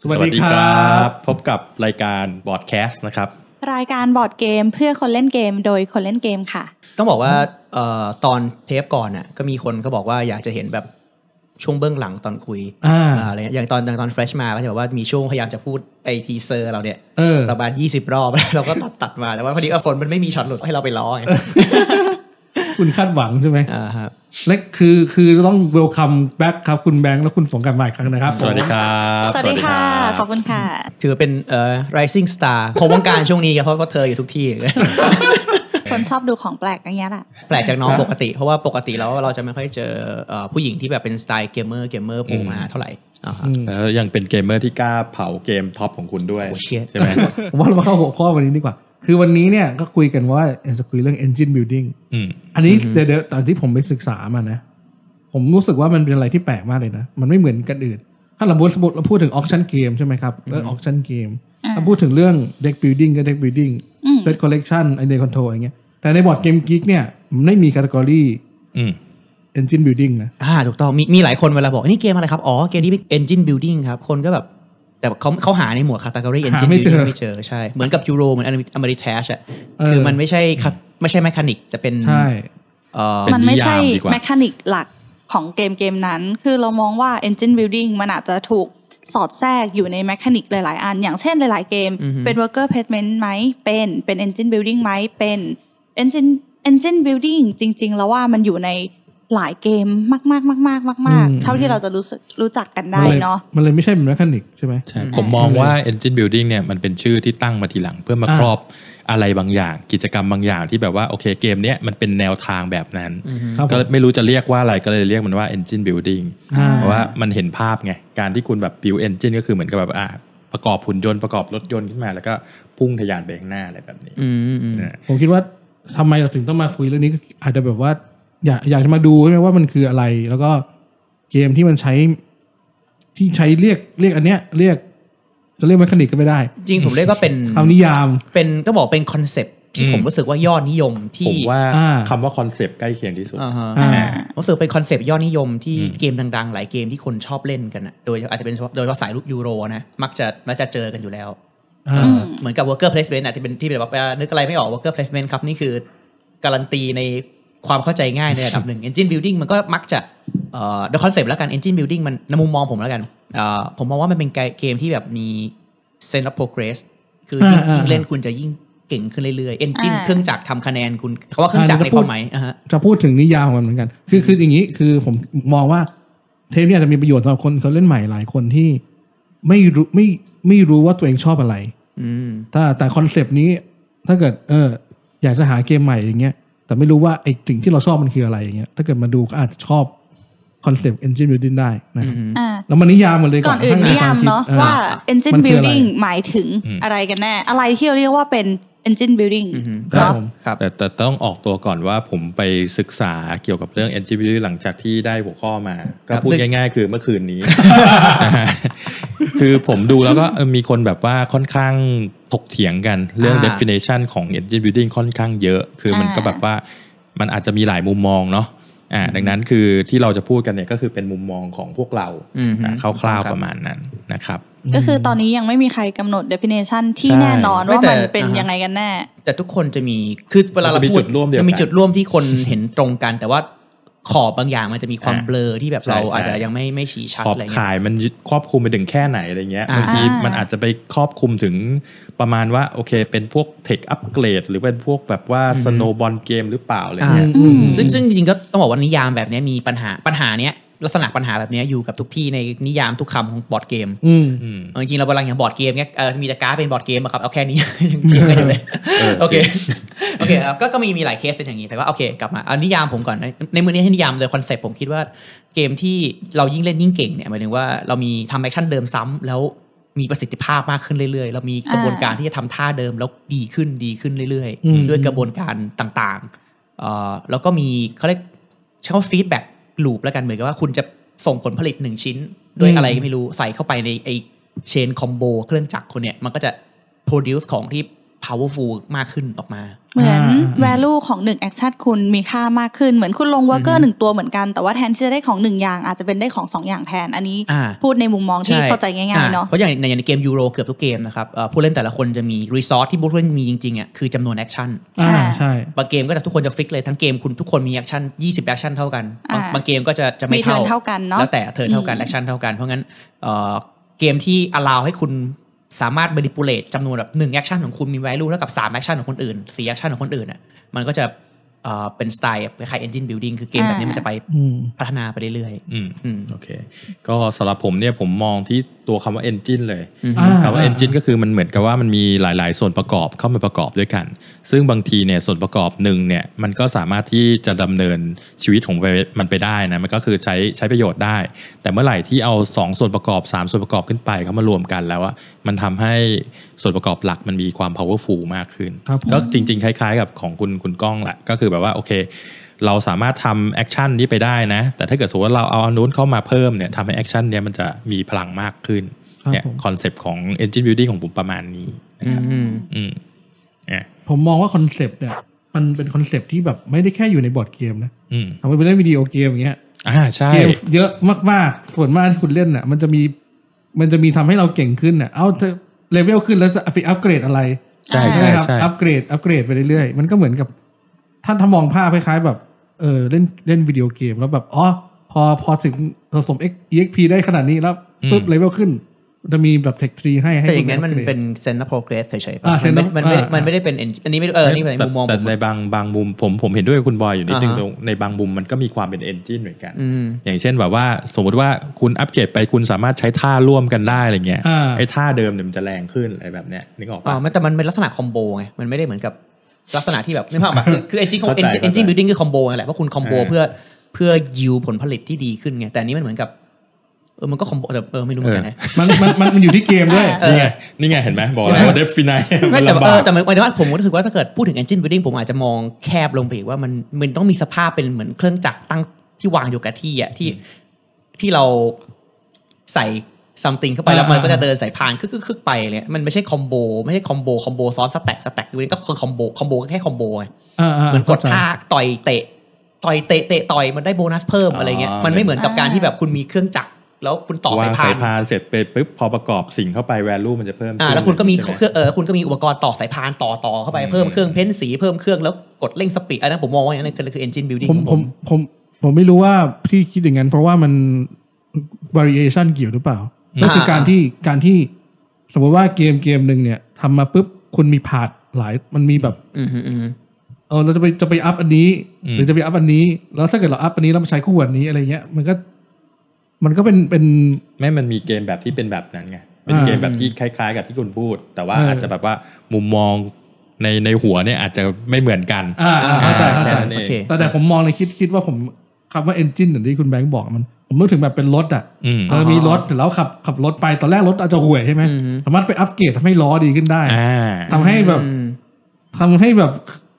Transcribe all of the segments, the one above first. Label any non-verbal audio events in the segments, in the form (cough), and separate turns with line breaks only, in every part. สวัสดีครับพบกับรายการบอดแคสต์นะครับ
รายการบอร์ดเกมเพื่อคนเล่นเกมโดยคนเล่นเกมค่ะ
ต้องบอกว่าเอ่อตอนเทปก่อนน่ะก็มีคนก็บอกว่าอยากจะเห็นแบบช่วงเบื้องหลังตอนคุย
อ่า
อ่าอะไรเงี้ยอย่างตอนอย่างตอน fresh มาก็จะแบบว่ามีช่วงพยายามจะพูดไอทีเซอร์เราเนี่ย
เออ
ประมาณ20 รอบ (laughs) เราก็ตัดตัดมาแต่ว่าพอดีว่าฝนมันไม่มีช็อตหลุดให้เราไปล้อไง
คุณคาดหวังใช่ไหม
อ่าครับ
และคือคือต้องเวลคัมแบ็กครับ คุณแบงค์และคุณสงกรารใหม่ครั้งนะครับ
สวัสดีครับ
สวัสดีค่ะ
รับ
ขอบคุณค่ะ
ถือเป็นเอ่อ rising star ของวงการช่วงนี้ครับเพราะว่าเธออยู่ทุก (laughs) ที่
คนชอบดูของแปลกอย่างเงี้ยแหละ
แปลกจากน้องปกติ เพราะว่าปกติแล้วเราจะไม่ค่อยเจอเอ่อผู้หญิงที่แบบเป็นสไตล์เกมเมอร์เกมเมอร์โผล่มาเท่าไหร่อ่าครับ
อืม
แล้วยังเป็นเกมเมอร์ที่กล้าเผาเกมท็อปของคุณด้วย
โอ้เชี่ย
ใช่ไหม
ผมว่าเรามาเข้าหัวข้อวันนี้ดีกว่า คือวันนี้เนี่ยก็คุยกันว่าอยากจะคุยเรื่อง engine building
อืม
อันนี้
อือฮึ
เดี๋ยวเดี๋ยวตอนที่ผมไปศึกษามานะ ผมรู้สึกว่ามันเป็นอะไรที่แปลกมากเลยนะ มันไม่เหมือนกันอื่น ถ้าเราพูดสมมติเราพูดถึง auction game ใช่ไหมครับเรื่อง auction game
อ่ะ
ถ้าพูดถึงเรื่อง deck building ก็ deck building
อืม
set collection idea control อย่างเงี้ยแต่ในบอร์ดเกมกิ๊กเนี่ยมันไม่มี category
อืม
engine building นะ
อ่าถูกต้องมีมีหลายคนเวลาบอกนี่เกมอะไรครับ อ๋อ เกมนี้เป็น engine building ครับ คนก็แบบ แต่เขาเขาหาในหมวด category
หา
engine
ไม่เจอ
building ไม่เจอใช่ เหมือนกับยูโรเหมือนอเมริแทชอ่ะ
เออ
คือมันไม่ใช่ cut- ไม่ใช่ mechanic แต่เป็น
ใช่
เอ่อ
มันไม่ใช่
นิยามดีกว่า
แมคานิกหลักของเกมเกมนั้น คือเรามองว่า Engine Building มันอาจจะถูกสอดแทรกอยู่ในแมคานิกหลาย ๆ อัน อย่างเช่นหลาย ๆ เกม
อือฮึ
เป็น Worker Placement ไหมเป็นเป็น Engine Building ไหมเป็น Engine Engine Building จริง ๆ แล้วว่ามันอยู่ในหลายเกมมากๆมากๆมาก
อืม
ๆเท่าที่เราจะรู้สึกรู้จักกันได้เนาะ
มันเลยไม่ใช่เป็นแมคานิกใช่ไหม
ใช่
อืม
ผมมองว่า Engine Building เนี่ยมันเป็นชื่อที่ตั้งมาทีหลัง เพื่อมา
อ่า
ครอบอะไรบางอย่าง กิจกรรมบางอย่างที่แบบว่าโอเคเกมเนี้ยมันเป็นแนวทางแบบนั้น
อือฮึ
ครับ
ก็ไม่รู้จะเรียกว่าอะไรก็เลยเรียกมันว่า Engine Building
อ่า
เพราะว่ามันเห็นภาพไง การที่คุณแบบ build engine ก็คือเหมือนกับแบบอ่ะประกอบหุ่นยนต์ประกอบรถยนต์ขึ้นมาแล้วก็พุ่งทะยานไปข้างหน้าอะไรแบบนี้
อืมอืมอืม
นะ
ผมคิดว่าทำไมเราถึงต้องมาคุยเรื่องนี้ก็อาจจะแบบว่า อยากอยากจะมาดูใช่ไหมว่ามันคืออะไร แล้วก็เกมที่มันใช้ ที่ใช้เรียกเรียกอันเนี้ย เรียก จะเรียกแมคานิกก็ไม่ได้
จริงผมเรียกว่าเป็น
คำนิยาม
เป็นก็บอกเป็นคอนเซปที่ผมรู้สึกว่ายอดนิยม
ผ
ที่
มว่า
อ่า
คำว่าคอนเซปต์ใกล้เคียงที่สุด
อ่าฮะ
อ่า
รู้สึกเป็นคอนเซปต์ยอดนิยมที่
อืม
เกมดังๆ หลายเกมที่คนชอบเล่นกันอะโดยอาจจะเป็นเฉพาะโดยเฉพาะสายยูโรนะ มักจะมักจะเจอกันอยู่แล้ว
อ่า
อืม
เหมือนกับ worker placement อะที่เป็นที่แบบว่านึกอะไรไม่ออก worker placement ครับ นี่คือการันตีในความเข้าใจง่ายในระดับหนึ่ง engine building มันก็มักจะเอ่อโดยคอนเซปต์แล้วกัน engine building มันในมุมมองผมแล้วกันเอ่อผมมองว่ามันเป็นเกมที่แบบมี sense of progress คือยิ่ง
อ่าอ่า
ยิ่งเล่นคุณจะยิ่งเก่งขึ้นเรื่อยๆ engine
อ่า
เครื่องจักรทำคะแนนคุณเขาว่าเครื่องจักรในความหมายอ่าฮะ
จะพูดถึงนิยามของมันเหมือนกัน คือคืออย่างนี้คือผมมองว่า เทปเนี้อาจจะมีประโยชน์สำหรับคนเขาเล่นใหม่หลายคนที่ไม่รู้ไม่ไม่รู้ว่าตัวเองชอบอะไร
อืม
ถ้าแต่คอนเซปต์นี้ถ้าเกิดเอออยากจะหาเกมใหม่อย่างเงี้ยแต่ไม่รู้ว่าไอ้สิ่งที่เราชอบมันคืออะไรอย่างเงี้ยถ้าเกิดมาดูก็อาจจะชอบคอนเซปต์ engine building ได้นะครับ
อ่า
แล้วมันนิยามมันเลย
ก่อนอื่นนิยามเนาะ
ให้ควคิด
ว่า engine
มันคืออะไร
building หมายถึง
อืม
อะไรกันแน่ อะไรที่เราเรียกว่าเป็น engine building
อือฮึ
ค
ค
รั
รั
บบ ผม
ครับ
แต่แต่ต้องออกตัวก่อนว่าผมไปศึกษาเกี่ยวกับเรื่อง engine building หลังจากที่ได้หัวข้อมา ก็
ครับ
พูด
ซึ่ง
ง่ายๆ คือเมื่อคืนนี้ นะฮะคือผมดูแล้วก็เออมีคนแบบว่าค่อนข้างถกเถียงกันเรื่อง
อ่า
definition ของ engine building ค่อนข้างเยอะ คือมัน
อ่า
ก็แบบว่ามันอาจจะมีหลายมุมมองเนาะอ่าดังนั้นคือที่เราจะพูดกันเนี่ยก็คือเป็นมุมมองของพวกเรา
อืมฮึ
อ่าคร่าวๆประมาณนั้นนะครับ
ก็คือตอนนี้ยังไม่มีใครกำหนด definition ที่
ใช่
แน่นอนว่า
ไม่แต่
มันเป็น
อ่าฮะ
ยังไงกันแน่
แต่ทุกคนจะมีคือเวลา
มั
เรา
นจะมี
พู
จุดร่วมเดียวกัน
นมีจุดร่วมที่คนเห็นตรงกัน แต่ว่าขอบบางอย่างมันจะมีความ
อ่า
เบลอที่แบบ
ใช่
เรา
ใช่
อาจจะยังไม่ไม่ชี้ชัด
ขอบ
อะไรเงี้ย
ขายมันครอบคลุมไปถึงแค่ไหนอะไรเงี้ย
อ่า
บางที
อ่ามั
มันอาจจะไปครอบคลุมถึงประมาณว่าโอเค เป็นพวกเทคอัปเกรดหรือเป็นพวกแบบว่าสโนบอลเกมหรือเปล่าอะไร
อ่า
เงี้ย
อืม
ซึ่งซึ่งจริงๆก็ต้องบอกว่านิยามแบบเนี้ยมีปัญหาปัญหาเนี้ยลักษณะปัญหาแบบเนี้ยอยู่กับทุกที่ในนิยามทุกคำของบอร์ดเกม
อืม
อืม
เออจริงๆเราบางอย่างบอร์ดเกมเนี้ยเออมีแต่การ์ดเป็นบอร์ดเกมอะครับเอาแค่นี้ (laughs) ยังเถียงกันอยู่เลย
เออ
โอเค (laughs) โอเคครับก็ก็มีมีหลายเคสเป็นอย่างนี้แต่ว่าโอเคกลับมาเอานิยามผมก่อนในในมือนี้ให้นิยามโดยคอนเซ็ปต์ผมคิดว่า เกมที่เรายิ่งเล่นยิ่งเก่งเนี่ยหมายถึงว่าเรามีทำแอคชั่นเดิมซ้ำแล้วมีประสิทธิภาพมากขึ้นเรื่อยๆ เรามีกระบวนการที่จะทำท่าเดิมแล้วดีขึ้นดีขึ้นเรื่อย
อืม
ด้วยกระบวนการต่างๆเอ่อแล้วก็มีเขาเรียกเช่าฟีดแบ็กลูปแล้วกันเหมือนกับว่าคุณจะส่งผลผลิตหนึ่งชิ้น ด้วยอะไรก็ไม่รู้ใส่เข้าไปในไอเชนคอมโบเครื่องจักรคนเนี่ยมันก็จะ produce ของที่ powerful มากขึ้นออกมา
เหมือน
อ่า
value ของหนึ่งแอคชั่นคุณมีค่ามากขึ้นเหมือนคุณลงวอร์เกอ
อือฮึ
ร์หนึ่งตัวเหมือนกันแต่ว่าแทนที่จะได้ของหนึ่งอย่างอาจจะเป็นได้ของสองอย่างแทนอันนี้
อ่า
พูดในมุมมองที่
ช่
เข้าใจง่าย
อ่
ๆเนาะ
เพราะอย่างในอย่างในเกมยูโรเกือบทุกเกมนะครับเอ่อผู้เล่นแต่ละคนจะมีรีซอสที่ผู้เล่นมีจริงๆอ่ะคือจำนวนแอคชั่น
อ่า
อ่า
ใช่
บางเกมก็จะทุกคนจะฟิกเลยทั้งเกมคุณทุกคนมีแอคชั่น20แอคชั่นเท่ากันบาง
อ่า
บางเกมก็จะจะไม่
มีเทิร์น
เท่า
เท่ากันเนาะ
แล้วแต่เธอเท่ากัน
อืม
แอคชั่นเท่ากัน เพราะงั้นเอ่อเกมที่ allow ให้คุณสามารถ manipulate จำนวนแบบ1แอคชั่นของคุณมี value เท่ากับ3แอคชั่นของคนอื่น4แอคชั่นของคนอื่นอ่ะมันก็จะเอ่อเป็นสไตล์คล้ายๆ engine building คือเกมแบบนี้มันจะไป
อืม
พัฒนาไปเรื่อย
อืม
ๆอืม
โอเค ก็สำหรับผมเนี่ยผมมองที่ตัวคำว่า engine เลย
อืม
อ่า
คำว่า engine ก็คือมันเหมือนกับว่ามันมีหลาย ๆ ส่วนประกอบเข้ามาประกอบด้วยกัน ซึ่งบางทีเนี่ยส่วนประกอบหนึ่งเนี่ยมันก็สามารถที่จะดำเนินชีวิตของมันไปได้นะมันก็คือใช้ใช้ประโยชน์ได้ แต่เมื่อไหร่ที่เอา 2 ส่วนประกอบ 3 ส่วนประกอบขึ้นไปเข้ามารวมกันแล้วอะมันทำให้ส่วนประกอบหลักมันมีความ powerful มากขึ้น
ครับผม
ก็จริง ๆ คล้าย ๆ กับของคุณคุณก้องแหละก็คือแบบว่าโอเค เราสามารถทำแอคชั่นนี้ไปได้นะ แต่ถ้าเกิดสมมติว่าเราเอาอันนู้นเข้ามาเพิ่มเนี่ยทำให้แอคชั่นเนี้ยมันจะมีพลังมากขึ้น
ครับ
เนี่ย
ผม
คอนเซปต์ของ Engine Building ของผมประมาณนี้นะครับ
อืม
อืมเนี่ย
ผมมองว่าคอนเซปต์เนี่ยมันเป็นคอนเซปต์ที่แบบไม่ได้แค่อยู่ในบอร์ดเกมนะ
อืม
ทำไมไปเล่นวิดีโอเกมอย่างเงี้ย
อ่าใช่
เกมเยอะมากๆ ส่วนมากที่คุณเล่นน่ะ มันจะมีมันจะมีทำให้เราเก่งขึ้นน่ะ เอาเธอเลเวลขึ้นแล้วจะไปอัปเกรดอะไร
ใช่
ไห
ใช่
มครับ
ใช่
อัปเกรดอัปเกรดไปเรื่อยๆ มันก็เหมือนกับท่านถ้ามองภาพคล้ายๆ แบบเออเล่นเล่นวิดีโอเกมแล้วแบบอ๋อพอพอถึงสะสม EXP ได้ขนาดนี้แล้วปุ๊บเลเวลขึ้น จะมีแบบเทคทรีให้ให้
แต่อ
คุ
ย่า
ณ
งนั้นมัน
อัปกรด
เป็นเซนต์โปรเกรสเฉยๆปะ
อ่า
มันไม่
Senna-
มันไม่
อ่า
มันไม่ได้เป็น engine อันนี้ไม่ได้เอออันนี่เป็น
แต่
มุมมองผ
แต่
ม
ใน
อะ
บางบางมุมผมผมเห็นด้วยกับคุณบอยอยู่นิดนึง
อ่าฮะ
ตรงในบางมุมมันก็มีความเป็น Engine เหมือนกัน
อืม
อย่างเช่นแบบว่าสมมติว่าคุณอัปเกรดไปคุณสามารถใช้ท่าร่วมกันได้อะไรเงี้ย
อ่า
ไอ้ท่าเดิมเนี่ยมันจะแรงขึ้นอะไรแบบเนี้ยนึกออก
อ๋
ปะ
อมันแต่มันเป็นลักษณะคอมโบไง มันไม่ได้เหมือนกับลักษณะที่แบบนึกภาพแบบคือเอนจินของ
เข้าใจ
เอนจิน
เข้าใจ
บิวดิ้งคือคอมโบไงแหละเพราะคุณคอมโบ
อ่า
เพื่อเพื่อยิวผลผลิตที่ดีขึ้นไง แต่อันนี้มันเหมือนกับเออมันก็คอมโบแต่เออไม่รู้เหมือนกันนะ
มันมันมันมันอยู่ที่เกม
(laughs)
ด้วย
เออ
นี่ไงนี่ไงเห็นไหมบอกแล้วว่าเดฟฟินาย
(laughs) ไม่
มัน
แต่เอบ
ลำา
อก แต่หมายถึงว่าผมรู้สึกว่าถ้าเกิดพูดถึง engine building ผมอาจจะมองแคบลงไปอีกว่ามันมันต้องมีสภาพเป็นเหมือนเครื่องจักรตั้งที่วางอยู่กับที่อ่ะที่ที่เราใส่ something เข้าไปแล้วมัน
อ่า
ก็จะเดินสายพานคึกคึกคึกไปเนี่ยมันไม่ใช่คอมโบไม่ใช่คอมโบคอมโบซ้อนสแต็กสแต็กก็คือคอมโบคอมโบก็แค่คอมโบไง
อ่าๆ
เหมือนกด
ข้ใจ
ท่าต่อยเตะต่อยเตะเตะต่อยมันได้โบนัสเพิ่ม
อ๋ออ
อะไรเงี้ยมันไม่เหมือนกับการที่แบบคุณมีเครื่องจักรแล้วคุณต่อ
วา
สาย
ง
พา
สาย
น
พานเสร็จไปปุ๊บพอประกอบสิ่งเข้าไป value มันจะเพิ่ม
อ่า
ขึ้น
แล้วคุณก็มี
ใช่ไห
เครื่องเออคุณก็มีอุปกรณ์ต่อสายพานต่อต่อเข้าไป
อืม
เพิ่มเครื่องเพ้นสีเพิ่มเครื่องแล้วกดเร่งสปีดอันนั้นผมมองว่าอย่างนั้นคือ engine building
ผม
ขอ
ผ
งผม ม
ผมผมไม่รู้ว่าพี่คิดอย่างนั้น เพราะว่ามัน variation เกี่ยวหรือเปล่า ก็คือการที่การที่สมมติว่าเกมเกมหนึ่งเนี่ยทำมาปุ๊บคุณมีพาร์ทหลายมันมีแบบ
อืมอืมอืม
เออเราจะไปจะไปอัพอันนี้
อืม
หรือจะไปอัพอันนี้ แล้วถ้าเกิดเราอัพอันนี้แล้วมาใช้คู่อันนี้อะไรเงี้ย มันก็ มันก็เป็นเป็น
ไม่มันมีเกมแบบที่เป็นแบบนั้นไง เป็น
อ่า
เกมแบบที่คล้าย ๆ กับที่คุณพูด แต่ว่า
เอออ
อาจจะแบบว่ามุมมองในในหัวเนี่ยอาจจะไม่เหมือนกัน
อ่าอ่าเข้าใจเข้าใจ
แค่นั้นเอง
โอเค
แต่แต่ผมมองในคิดคิดว่าผมคำว่า engine อย่างที่คุณแบงค์บอกมัน ผมนึกถึงแบบเป็นรถอ่ะ
อืม
เออมีรถแต่แล้วขับขับรถไปตอนแรกรถอาจจะห่วยใช่ไหม
อืม
สามารถไปอัปเกรดทำให้ล้อดีขึ้นได้
อ่า
ทำให้แบบ
อืม
ทำให้แบบ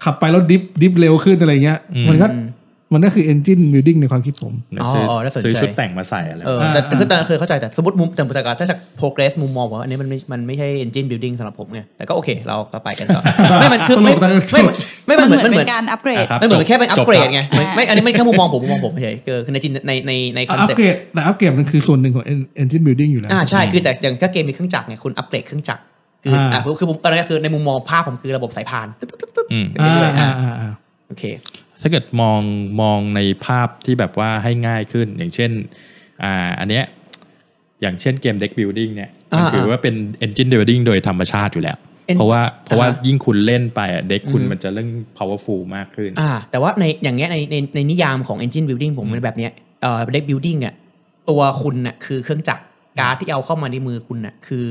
ขับไปแล้วดิฟดิฟเร็วขึ้นอะไรเงี้ย
อืม
มันก็มันก็คือ engine building ในความคิดผม
เหมือนซื้ออ
อน่าสนใจ
ซื้อชุดแต่งมาใส่อะไร
เออ
อ่า
แต่แต่คือแต่
อ่า
เคยเข้าใจแต่สมมติมุมแต่แต่ถ้าจาก progress มุมมองผมว่าอันนี้มันไม่มันไม่ใช่ engine building สำหรับผมไงแต่ก็โอเคเราก็ไปกันต่อ ไม่มันคือไม่
สรุปนะ
ไม่ไม่
มั
มัน น
เห
เห
มื
มื
อ
อน นมัน
เป็นการ
เหมือน
อัปเกรด
ะครับ
ไม่เหมือนแค่เป็นอัป
จบ
เกร
ค
ด
บ
ไงไม่ไม่อันนี้ไม่แค่มุมมองผมมุมมองผมเฉยๆคือคือในจินในในในคอน
อัป
เซ็ป
เกรด
ต์
แต่อัปเกรดมันคือส่วนหนึ่งของ en- engine building อยู่แล้ว
อ่าใช่คือแต่อย่างถ้าเกมมีเครื่องจักรไงคุณอัปเกรดเครื่องจักรคืออ่า
อ่า
คือผมตอนนี้คือในมุมมองภาพผมคือระบบสายพานตึ๊ดตึ๊ดตึ๊ดตึ๊ด
อืม
อ่า
เรื่อยๆ
อ่า
อ่ะ
อ่าอ่า
โอเค
ถ้าเกิดมองมองในภาพที่แบบว่าให้ง่ายขึ้น อย่างเช่น อ่า อันเนี้ยอย่างเช่นเกม deck building เนี่ยมัน
อ่า
ถือว่าเป็น engine building โดยธรรมชาติอยู่แล้ว
En-
เพราะว่าเพราะว่า
อ่าฮะ
ยิ่งคุณเล่นไปเด็กคุณ
อือฮึ
มันจะเรื่อง powerful มากขึ้น
อ่า แต่ว่าในอย่างเงี้ยในในในนิยามของ engine building ผมเป็นแบบเนี้ยเอ่อ deck building อ่ะตัวคุณน่ะคือเครื่องจักรการ์ดที่เอาเข้ามาในมือคุณน่ะคือ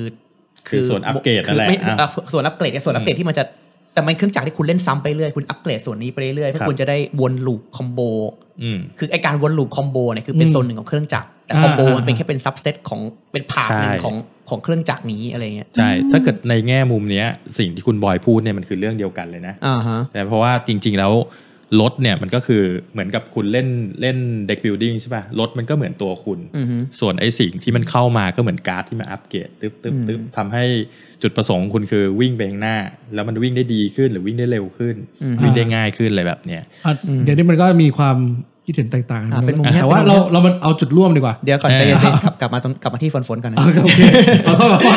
คือส่วนอัปเกรดนั่นแหละ
ไม่
อ่ะ
อ่ะส่วนส่วนอัปเกรดส่วนอัปเกรดที่มันจะแต่มันเครื่องจักรที่คุณเล่นซ้ำไปเรื่อยคุณอัปเกรดส่วนนี้ไปเรื่อย
ค
เพื่
รั
อบ คุณจะได้วนลูปคอมโบ
อืม
คือไอการวนลูปคอมโบเนี่ยคือเป็น
อืม
ส่วนหนึ่งของเครื่องจักรแต่
อ่า
คอมโบ
อ่า
มันเป็น
อ่า
แค่เป็น subset ของเป็นผาดหนึ่ง
ใช่
ของของเครื่องจักรนี้อะไรเงี้ย
ใช่
อืม
ถ้าเกิดในแง่มุมเนี้ยสิ่งที่คุณบอยพูดเนี่ยมันคือเรื่องเดียวกันเลยนะ
อ่าฮะ
แต่เพราะว่าจริง ๆ แล้ว รถเนี่ยมันก็คือเหมือนกับคุณเล่นเล่นเด็กบิ l ดิ้งใช่ป่ะรถมันก็เหมือนตัวคุณ
อือฮึ
ส่วนไอ้สิ่งที่มันเข้ามาก็เหมือนการ์ดที่มาอัปเกรดตึ๊บตึ๊บตึ๊บ
อืม
ทำให้จุดประสงค์ของคุณคือวิ่งไปข้างหน้า แล้วมันวิ่งได้ดีขึ้นหรือวิ่งได้เร็วขึ้น
อือฮึ
วิ่งได้ง่ายขึ้นอะไรแบบเนี้ย
อ่ะ
อืม
เดี๋ยวนี้มันก็มีความคิดเห็นแตกต่างกั
อ่ะเป็นมุมเนี้ย
แต่ว่า
เป็นมุม
เรา
เนี้ย
เรามันเอาจุดร่วมดีกว่า
เดี๋ยวก่อน
เออ
ใจเย็นๆกลับกลับมาตรงกลับมาที่ฝนฝนก่อนนะ
อ่ะโอเคเอาเข้ามาก่อน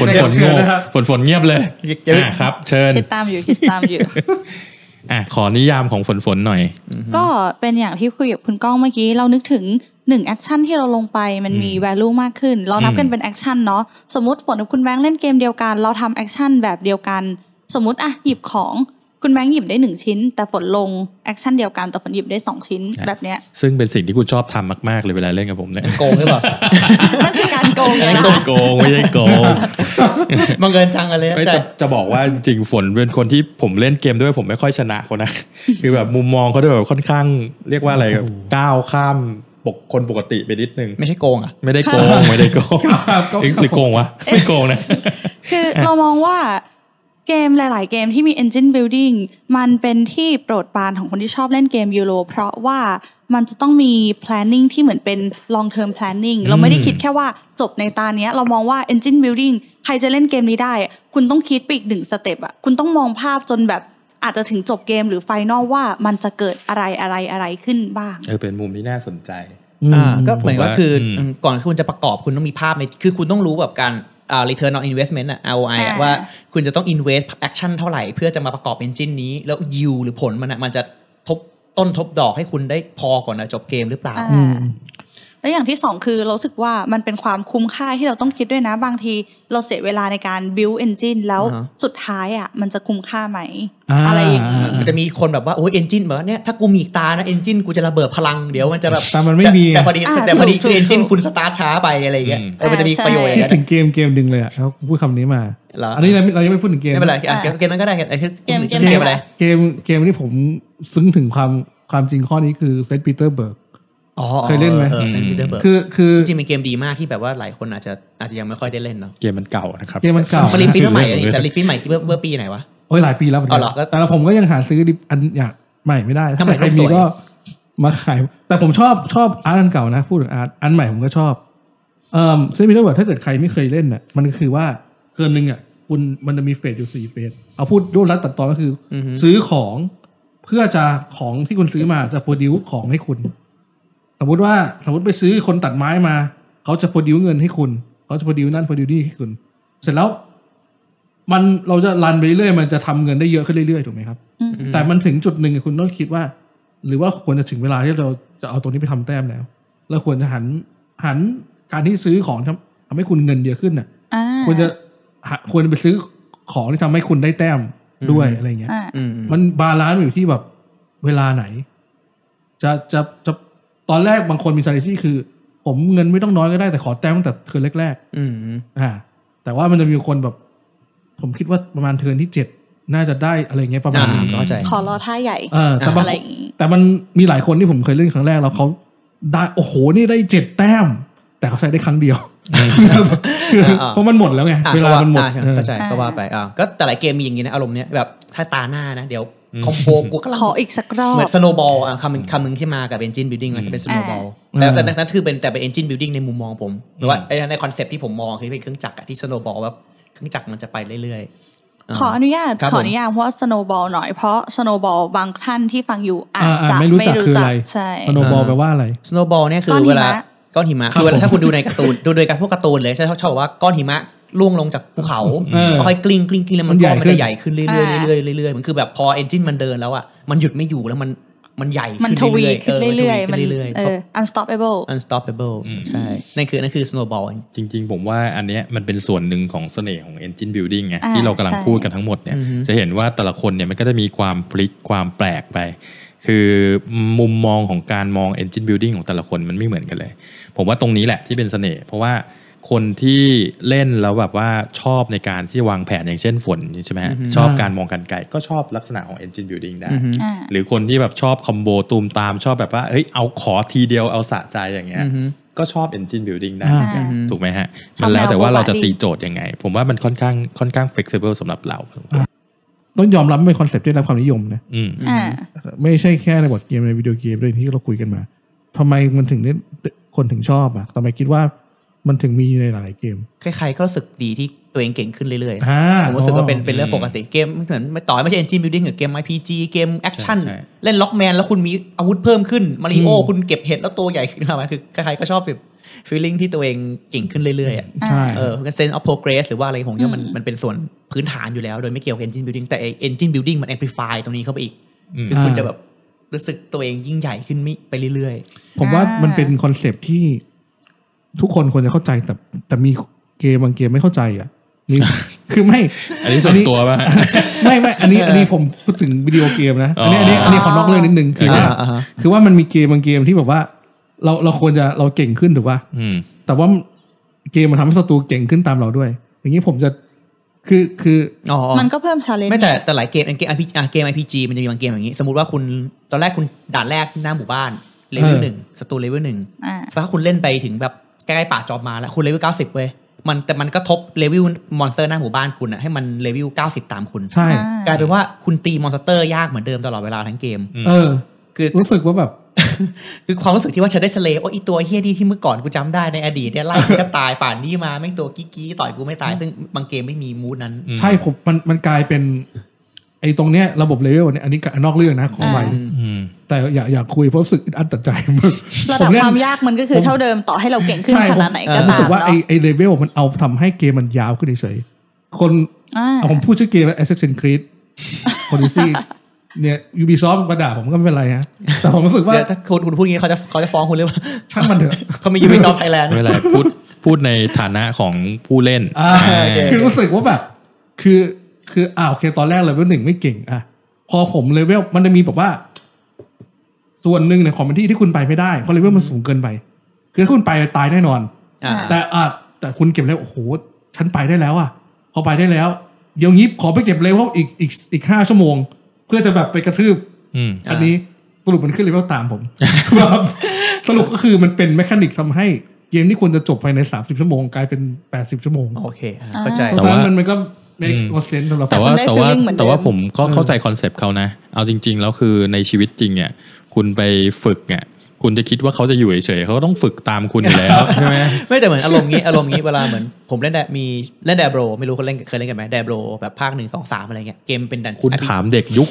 ฝนฝน
เชิ
โง
ญ
ง
นะครับ
ฝนฝนเงียบเลย
จะ
อ่ะครับ เชิญ
คิดตามอยู่คิดตามอยู่
อ่ะขอนิยามของฝนฝนหน่อย
ก็เป็นอย่างที่คุยกับคุณก้องเมื่อกี้ เรานึกถึงหนึ่งแอคชั่นที่เราลงไปมันมี
อืม
value มากขึ้น เรานับกันเป็นแอคชั่นเนาะสมมติฝนกับคุณแบงค์เล่นเกมเดียวกัน เราทำแอคชั่นแบบเดียวกัน สมมติอ่ะหยิบของคุณแบงค์หยิบได้หนึ่งชิ้น แต่ฝนลงแอคชั่นเดียวกันแต่ฝนหยิบได้สองชิ้น
ครับ
แบบเนี้ย (laughs)
ซึ่งเป็นสิ่งที่คุณชอบทำมาก ๆ เลยเวลาเล่นกับผมเนี่ย
โกงหรือเปล่า (laughs)
นั่นคือการโกงไง
ไม่
นะ
ใช่
คะ
โกงไม่ใช่โกง
บังเอิญจังกันเลยนะ
ไม่
แต่
จะจะบอกว่าจริงๆฝนเป็นคนที่ผมเล่นเกมด้วยผมไม่ค่อยชนะเขานะ คือแบบมุมมองเขาจะแบบค่อนข้าง เรียกว่าอะไร
โอ้โห
ก้าวข้ามปกคนปกติไปนิดนึง
ไม่ใช่โกงอ่ะ
ไม่ได้โกง ไม่ได้โกง
ครับก็
เอ๊ะหรือโกงวะไม่โกงนะ (laughs)
คือเรามองว่าเกมหลาย ๆ เกมที่มี engine building มันเป็นที่โปรดปรานของคนที่ชอบเล่นเกมยูโรเพราะว่ามันจะต้องมี planning ที่เหมือนเป็น long term planning เราไม่ได้คิดแค่ว่าจบในตาเนี้ย เรามองว่า engine building ใครจะเล่นเกมนี้ได้ คุณต้องคิดไปอีกหนึ่งสเต็ปอะคุณต้องมองภาพจนแบบอาจจะถึงจบเกมหรือไฟนอลว่ามันจะเกิดอะไรอะไรอะไรขึ้นบ้าง
เออเป็นมุมที่น่าสนใจ
อ่าก็เหมือน
ผม
ก็
ว่า
คืออ
ม
ก่อนที่คุณจะประกอบคุณต้องมีภาพในคือคุณต้องรู้แบบการอ่า return on investment อ่ะ ROI อ่ะ
อ่า
ว่าคุณจะต้อง invest action เท่าไหร่ เพื่อจะมาประกอบ engine นี้แล้ว yield หรือผลมันอ่ะมันจะทบต้นทบดอกให้คุณได้พอก่อนนะจบเกมหรือเปล่า
อื
อ่า
ม
แล้วอย่างที่สองคือเรารู้สึกว่ามันเป็นความคุ้มค่าที่เราต้องคิดด้วยนะ บางทีเราเสียเวลาในการ build engine แล้ว
อ่าฮะ
สุดท้ายอ่ะมันจะคุ้มค่าไหม
อ่า
อะไรอย่างนี้
มันจะมีคนแบบว่าโอ้ย engine แบบว่าเนี่ยถ้ากูมีอีกตานะ engine กูจะระเบิดพลังเดี๋ยวมันจะแบบ
แต่มันไม่มี
แต่พอดี
อ่า
แต่พอดี
ถูก
คือ
ถูก
engine คุณสตาร์ทช้าไปอะไรอย่างเงี้ย
อืม
เออมันจะมีประโยชน์อ
คิด
ย่างนั้น
ถึงเกมเกมหนึ่งเลยอ่ะเขาพูดคำนี้มา
เหรอ
อันนี้เราไม่เรายังไม่พูดถึงเกม
ไม่เป็นไรอ่ะเกมเกมนั้นก็ได้เกม
เกมเกม
เกมอะไร
เกมเกมที่ผมซึ้งถึงความความจริงข้อนี้คือเซนต์ปีเตอร์เบิร์ก
อ๋อ
เคยเล่นไหม
ออเล่น Peterburg
คือคือ
จริงๆเป็นเกมดีมากที่แบบว่าหลายคนอาจจะอาจจะยังไม่ค่อยได้เล่นเนาะ
เกมมันเก่านะครับ
เกมมันเก่า
มันรีปริ้นต์มาใหม่อันนี้
เออ
แต่รีปริ้นต์ใหม่ที่เมื่อเมื่อปีไหนวะ
โอ้ยหลายปีแล้วมืนกั
เอาเหรอก็
แต่ละผมก็ยังหาซื้อดิอันอยากใหม่ไม่ได้ ถ้า
ทำไม
ใคร
ต้องส
มี
วย
ก็มาขาย แต่ผมชอบชอบอาร์ตอันเก่านะ พูดถึงอาร์ตอันใหม่ผมก็ชอบ เอ่อเซมิเตอร์เวิร์ดถ้าเกิดใครไม่เคยเล่นน่ะ มันคือว่าเกินหนึ่งอ่ะ คุณมันจะมีเฟสอยู่สี่เฟส เอาพูดรวบรัดตัดตอนก็คืออ
อฮึ
ซื้อของเพื่อจะของที่คุณซื้อ (laughs) มาจะโปรดิวของให้คุณ สมมติว่าสมมติไปซื้อคนตัดไม้มา เขาจะโปรดิวเงินให้คุณ เขาจะโปรดิวนั่นโปรดิวนี่ให้คุณ เสร็จแล้ว มันเราจะรันไปเรื่อยมันจะทำเงินได้เยอะขึ้นเรื่อยๆถูกไหมครับ แต่มันถึงจุดหนึ่งคุณต้องคิดว่า หรือว่าควรจะถึงเวลาที่เราจะเอาตัวนี้ไปทำแต้มแล้วเราควรจะหันหันการที่ซื้อของทำทำให้คุณเงินเยอะขึ้นน่ะ
อ่า
ควรจะหาควรจะไปซื้อของที่ทำให้คุณได้แต้มด้วย
อืม
อะไรเงี้ย
อ่า
อืม
มันบาลานซ์อยู่ที่แบบเวลาไหน จะจะจะตอนแรกบางคนมี strategy คือ ผมเงินไม่ต้องน้อยก็ได้แต่ขอแต้มตั้งแต่เทิร์นแรกๆ
อืม
อ่าแต่ว่ามันจะมีคนแบบ ผมคิดว่าประมาณเทิร์นที่เจ็ดน่าจะได้อะไรเงี้ยประมา
อ่า
ณนั้น
เข้าใจ
ขอรอท่าใหญ่
เออแต่บาง
อะไรอย่างงี้
แต่มันมีหลายคนที่ผมเคยเล่นครั้งแรกแล้วเขาได้โอ้โหนี่ได้เจ็ดแต้ม แต่เขาใช้ได้ครั้งเดียวคือ
อ่า
(laughs) เพราะมันหมดแล้วไง
อ่ะ
เวลา
ก็
มันหมด
อ่ะเข้าใจ
เออ
ก็ว่าไปอ่ะก็แต่หลายเกมมีอย่างงี้นะอารมณ์เนี้ยแบบถ้าตาหน้านะเดี๋ยวคอมโบกูก็ลัง
ขออีกสักรอ
เหมือบ นสโนบอลอ่ะคำหนึ่งคำหนึ่งที่มากับ engine building มันจะเป็นสโนบอล
า
แต่แต่แต่นั่นคือเป็นแต่เป็น engine building ในมุมมองผมหรือว่าไอ้ในคอนเซ็ปที่ผมมองคือเป็นเครื่องจักรอะที่สโนบอลแบบเครื่องจักรมันจะไปเรื่อยๆา
ขออนุญาต
ครับผม
ขออนุญาตเพราะสโนบอลหน่อยเพราะสโนบอลบางท่านที่ฟังอยู่อาจ
อ่าอ่า
จะ
ไม่รู้จักคืออะไร
ใช่
มโนบอลแปลว่าอะไร
สโนบอลเนี่ยคื
ก้
อ
อนหิมะ
เวลาก้อนหิมะคือเวลาถ้าคุณดูในการ์ตูน ดูโดยการพวกการ์ตูนเลยใช่ชอบชอบบอกว่าก้อนหิมะล่วงลงจากภูเขา
เออ
ค่อยๆกลิ้งกลิ้งกลิ้งแล้วมัน
มันใหญ่
ก้อนมัน
ขึ้
จะ
น
ใหญ่ขึ้นเรื่อยๆเรื่อยๆเรื่อยๆมันคือแบบพอเอนจินมันเดินแล้วอ่ะมันหยุดไม่อยู่แล้วมันมันใหญ่
มันทวีขึ้นเรื่อยๆ
มั
มันน
ทวีขึ้นเรื่อย
เอ
ๆ
อ unstoppable
unstoppable
อืม
ใช่นั่นคือนั่นคือ snowball
จริงๆ ผมว่าอันเนี้ยมันเป็นส่วนหนึ่งของเสน่ห์ของ Engine Building ไง
อ่า
ที่เรากำลัง
ใช่
พูดกันทั้งหมดเนี่ย
อือฮึ
จะเห็นว่าแต่ละคนเนี่ยมันก็จะมีความพลิกความแปลกไป คือมุมมองของการมอง Engine Building ของแต่ละคนมันไม่เหมือนกันเลย ผมว่าตรงนี้แหละที่เป็นเสน่ห์เพราะว่าคนที่เล่นแล้วแบบว่าชอบในการที่วางแผนอย่างเช่นฝนใช่ไหมฮะชอบการมองการไกลก็ชอบลักษณะของ Engine Building ได้
อือฮึ
อ่า
หรือคนที่แบบชอบคอมโบตูมตามชอบแบบว่าเฮ้ยเอาขอทีเดียวเอาสะใจอย่างเงี้ย
อือฮึ
ก็ชอบ Engine Building ได้เหมือนกัน
อ่า
ถูกไหมฮะ
ช
มั
อบ
น
แนว
แล้วแต่ว่าเราจะ
โบบะดิ
ตีโจทย์ยังไง ผมว่ามันค่อนข้างค่อนข้าง flexible สำหรับเรา
ต้องยอมรับว่าเป็นคอนเซ็ปต์ที่ได้รับความนิยมนะ
อืม
อ่า
ไม่ใช่แค่ในบทเกมในวิดีโอเกมด้วยที่เราคุยกันมาทำไมมันถึงได้คนถึงชอบอ่ะทำไมคิดว่ามันถึงมีในหลายๆเกม
ใครๆก็รู้สึกดีที่ตัวเองเก่งขึ้นเรื่อย
อ่า
ๆผมรู้สึกว่าเป็นเป็นเรื่อง
อืม
ปกติเกมเหมือนต่อให้ไม่ใช่ engine building หรือเกม RPG เกมแอคชั่น
ใช่ใช่
เล่นล็อกแมนแล้วคุณมีอาวุธเพิ่มขึ้นมาริโอคุณเก็บเห็ดแล้วตัวใหญ่ขึ้นมาคือใครๆก็ชอบแบบ feeling ที่ตัวเองเก่งขึ้นเรื่อยๆอะ
ใช่
เออเซนออฟโปรเกรสหรือว่าอะไรผมเนี่ยมันมันเป็นส่วนพื้นฐานอยู่แล้ว โดยไม่เกี่ยวกับ engine building แต่ engine building มัน amplify ตรงนี้เข้าไปอีก
อืม
คือ
อ่า
คุณจะแบบรู้สึกตัวเองยิ่งใหญ่ขึ้นไม่ไปเรื่อย
ผมว่ามันเป็นคอนเซปต์ที่ทุกคนควรจะเข้าใจแต่แต่มีเกมบางเกมไม่เข้าใจอ่ะนี่ คือไม่
อันนี้ส่วนตัวป่ะ
ไม่ไม่อันนี้อันนี้ผมพูดถึงวิดีโอเกมนะอันนี้อันนี้อันนี้ขอนอกเรื่องนิดนึงคือ
ๆ
ว่า
อ่า
คือว่ามันมีเกมบางเกมที่แบบว่า เราเราควรจะเราเก่งขึ้นถูกป่ะ
อืม
แต่ว่าเกมมันทำให้ศัตรูเก่งขึ้นตามเราด้วย อย่างนี้ผมจะคือคือ
อ๋อ
มันก็เพิ่มชาเลนจ์
ไม่แต่แต่หลายเกมเกม RPG อ่ะเกม RPG มันจะมีบางเกมอย่างนี้ สมมติว่าคุณตอนแรกคุณด่านแรกหน้าหมู่บ้านเลเวลหนึ่งศัตรูเลเวลหนึ่ง
อ่า
ถ้าคุณเล่นไปถึงแบบใกล้ๆป่าจอมมาแล้ว คุณเลเวล 90 เว้ย มันแต่มันก็ทบเลเวลมอนสเตอร์หน้าหมู่บ้านคุณอะให้มันเลเวล 90 ตามคุณ
ใช่
อ่า
กลายเป็นว่าคุณตีมอนสเตอร์ยากเหมือนเดิมตลอดเวลาทั้งเกม
อืม
เออ
คือ
รู้สึกว่าแบบ
คือความรู้สึกที่ว่าฉันได้สเลฟว่าอีตัวเฮียดีที่เมื่อก่อนกูจำได้ในอดีตเนี่ยไล่กูแทบตายป่านนี้มาแม่งตัวกี้กี้ต่อยกูไม่ตาย ซึ่งบางเกมไม่มีมูดนั้น
อืม
ใช่ผมมันมันกลายเป็น ไอ้ตรงเนี้ยระบบเลเวลเนี่ยอันนี้ก็นอกเรื่องนะขอใหม่
อืม
อืม
แต่อย่าอย่าคุยเพราะรู้สึกอึดอัดตัดใจมาก
(laughs) ระ
ผ
ดับ
เล่น
ความยากมันก็คือเท่าเดิมต่อให้เราเก่งขึ้น
ใช่
ขนาดไหน
ผม
ก็
รู้
ตา
สึ
ม
กว่า
เนาะ
ไอ้ไอ้เลเวลมันเอาทำให้เกมมันยาวขึ้นเฉยๆคน
อ่า
เอาผมพูดชื่อเกม Assassin's Creed Odyssey เนี่ย Ubisoft มาด่าผมก็ไม่เป็นไรฮะแต่ผมรู้สึกว่า
เดี๋ยวถ้าคุณคุณพูดอย่างนี้เขาจะเขาจะฟ้องคุณหรือเปล่า
ช่างมันเถอะ
(laughs) เขามียูนิตอฟไทยแลนด์
ไม่เป็นไรพูดพูดในฐานะของผู้เล่น
อ่า
อ่า
โอเค
คือรู้สึกว่าแบบ คือคืออ่าโอเคตอนแรกเลเวลหนึ่งไม่เก่งอ่ะพอผมเลเวลมันจะมีแบบว่า ส่วนหนึ่งเนี่ยของมันที่ที่คุณไปไม่ได้เพราะเลเวลมันสูงเกินไป คือถ้าคุณไปตายแน่นอน
อ่า
แต่อ่ะแต่คุณเก็บแล้วโอ้โหฉันไปได้แล้วอ่ะพอไปได้แล้ว เดี๋ยวงี้ขอไปเก็บเลเวลอีกอีกอีกห้าชั่วโมง เพื่อจะแบบไปกระทืบ
อืม
อ่า
อันนี้สรุปมันขึ้นเลเวลตาม (laughs) ผม ครับสรุปก็คือมันเป็นแมคานิกทำให้เกมที่ควรจะจบภายในสามสิบชั่วโมงกลายเป็นแปดสิบชั่วโมง
โอเคอ่าเข้าใจ
เพ
แต่
ราะ
ว่า
ฉะนั้นมันมันก็ไม่
อืม
โอเซนสำหรับ
แต่ว่า
แต่
แต่
คุณได้
ว่า
feeling เหมือนเดิม
แต่ว่าผมก็เข้าใจคอนเซปต์เขานะ เอาจริง ๆ แล้วคือในชีวิตจริงเนี่ยคุณไปฝึกเนี่ยคุณจะคิดว่าเขาจะอยู่เฉยๆเขาก็ต้องฝึกตามคุณอยู่แล้ว ใช่ไหม
ไม่แต่เหมือนอารมณ์งี้อารมณ์งี้เวลาเหมือนผมเล่นแดมีเล่นแดโบรไม่รู้คนเล่นเคยเล่นกันไหมแดโบรแบบภาคหนึ่งสองสามอะไรเงี้ยเกมเป็นดัน
คุณถามเด็กยุค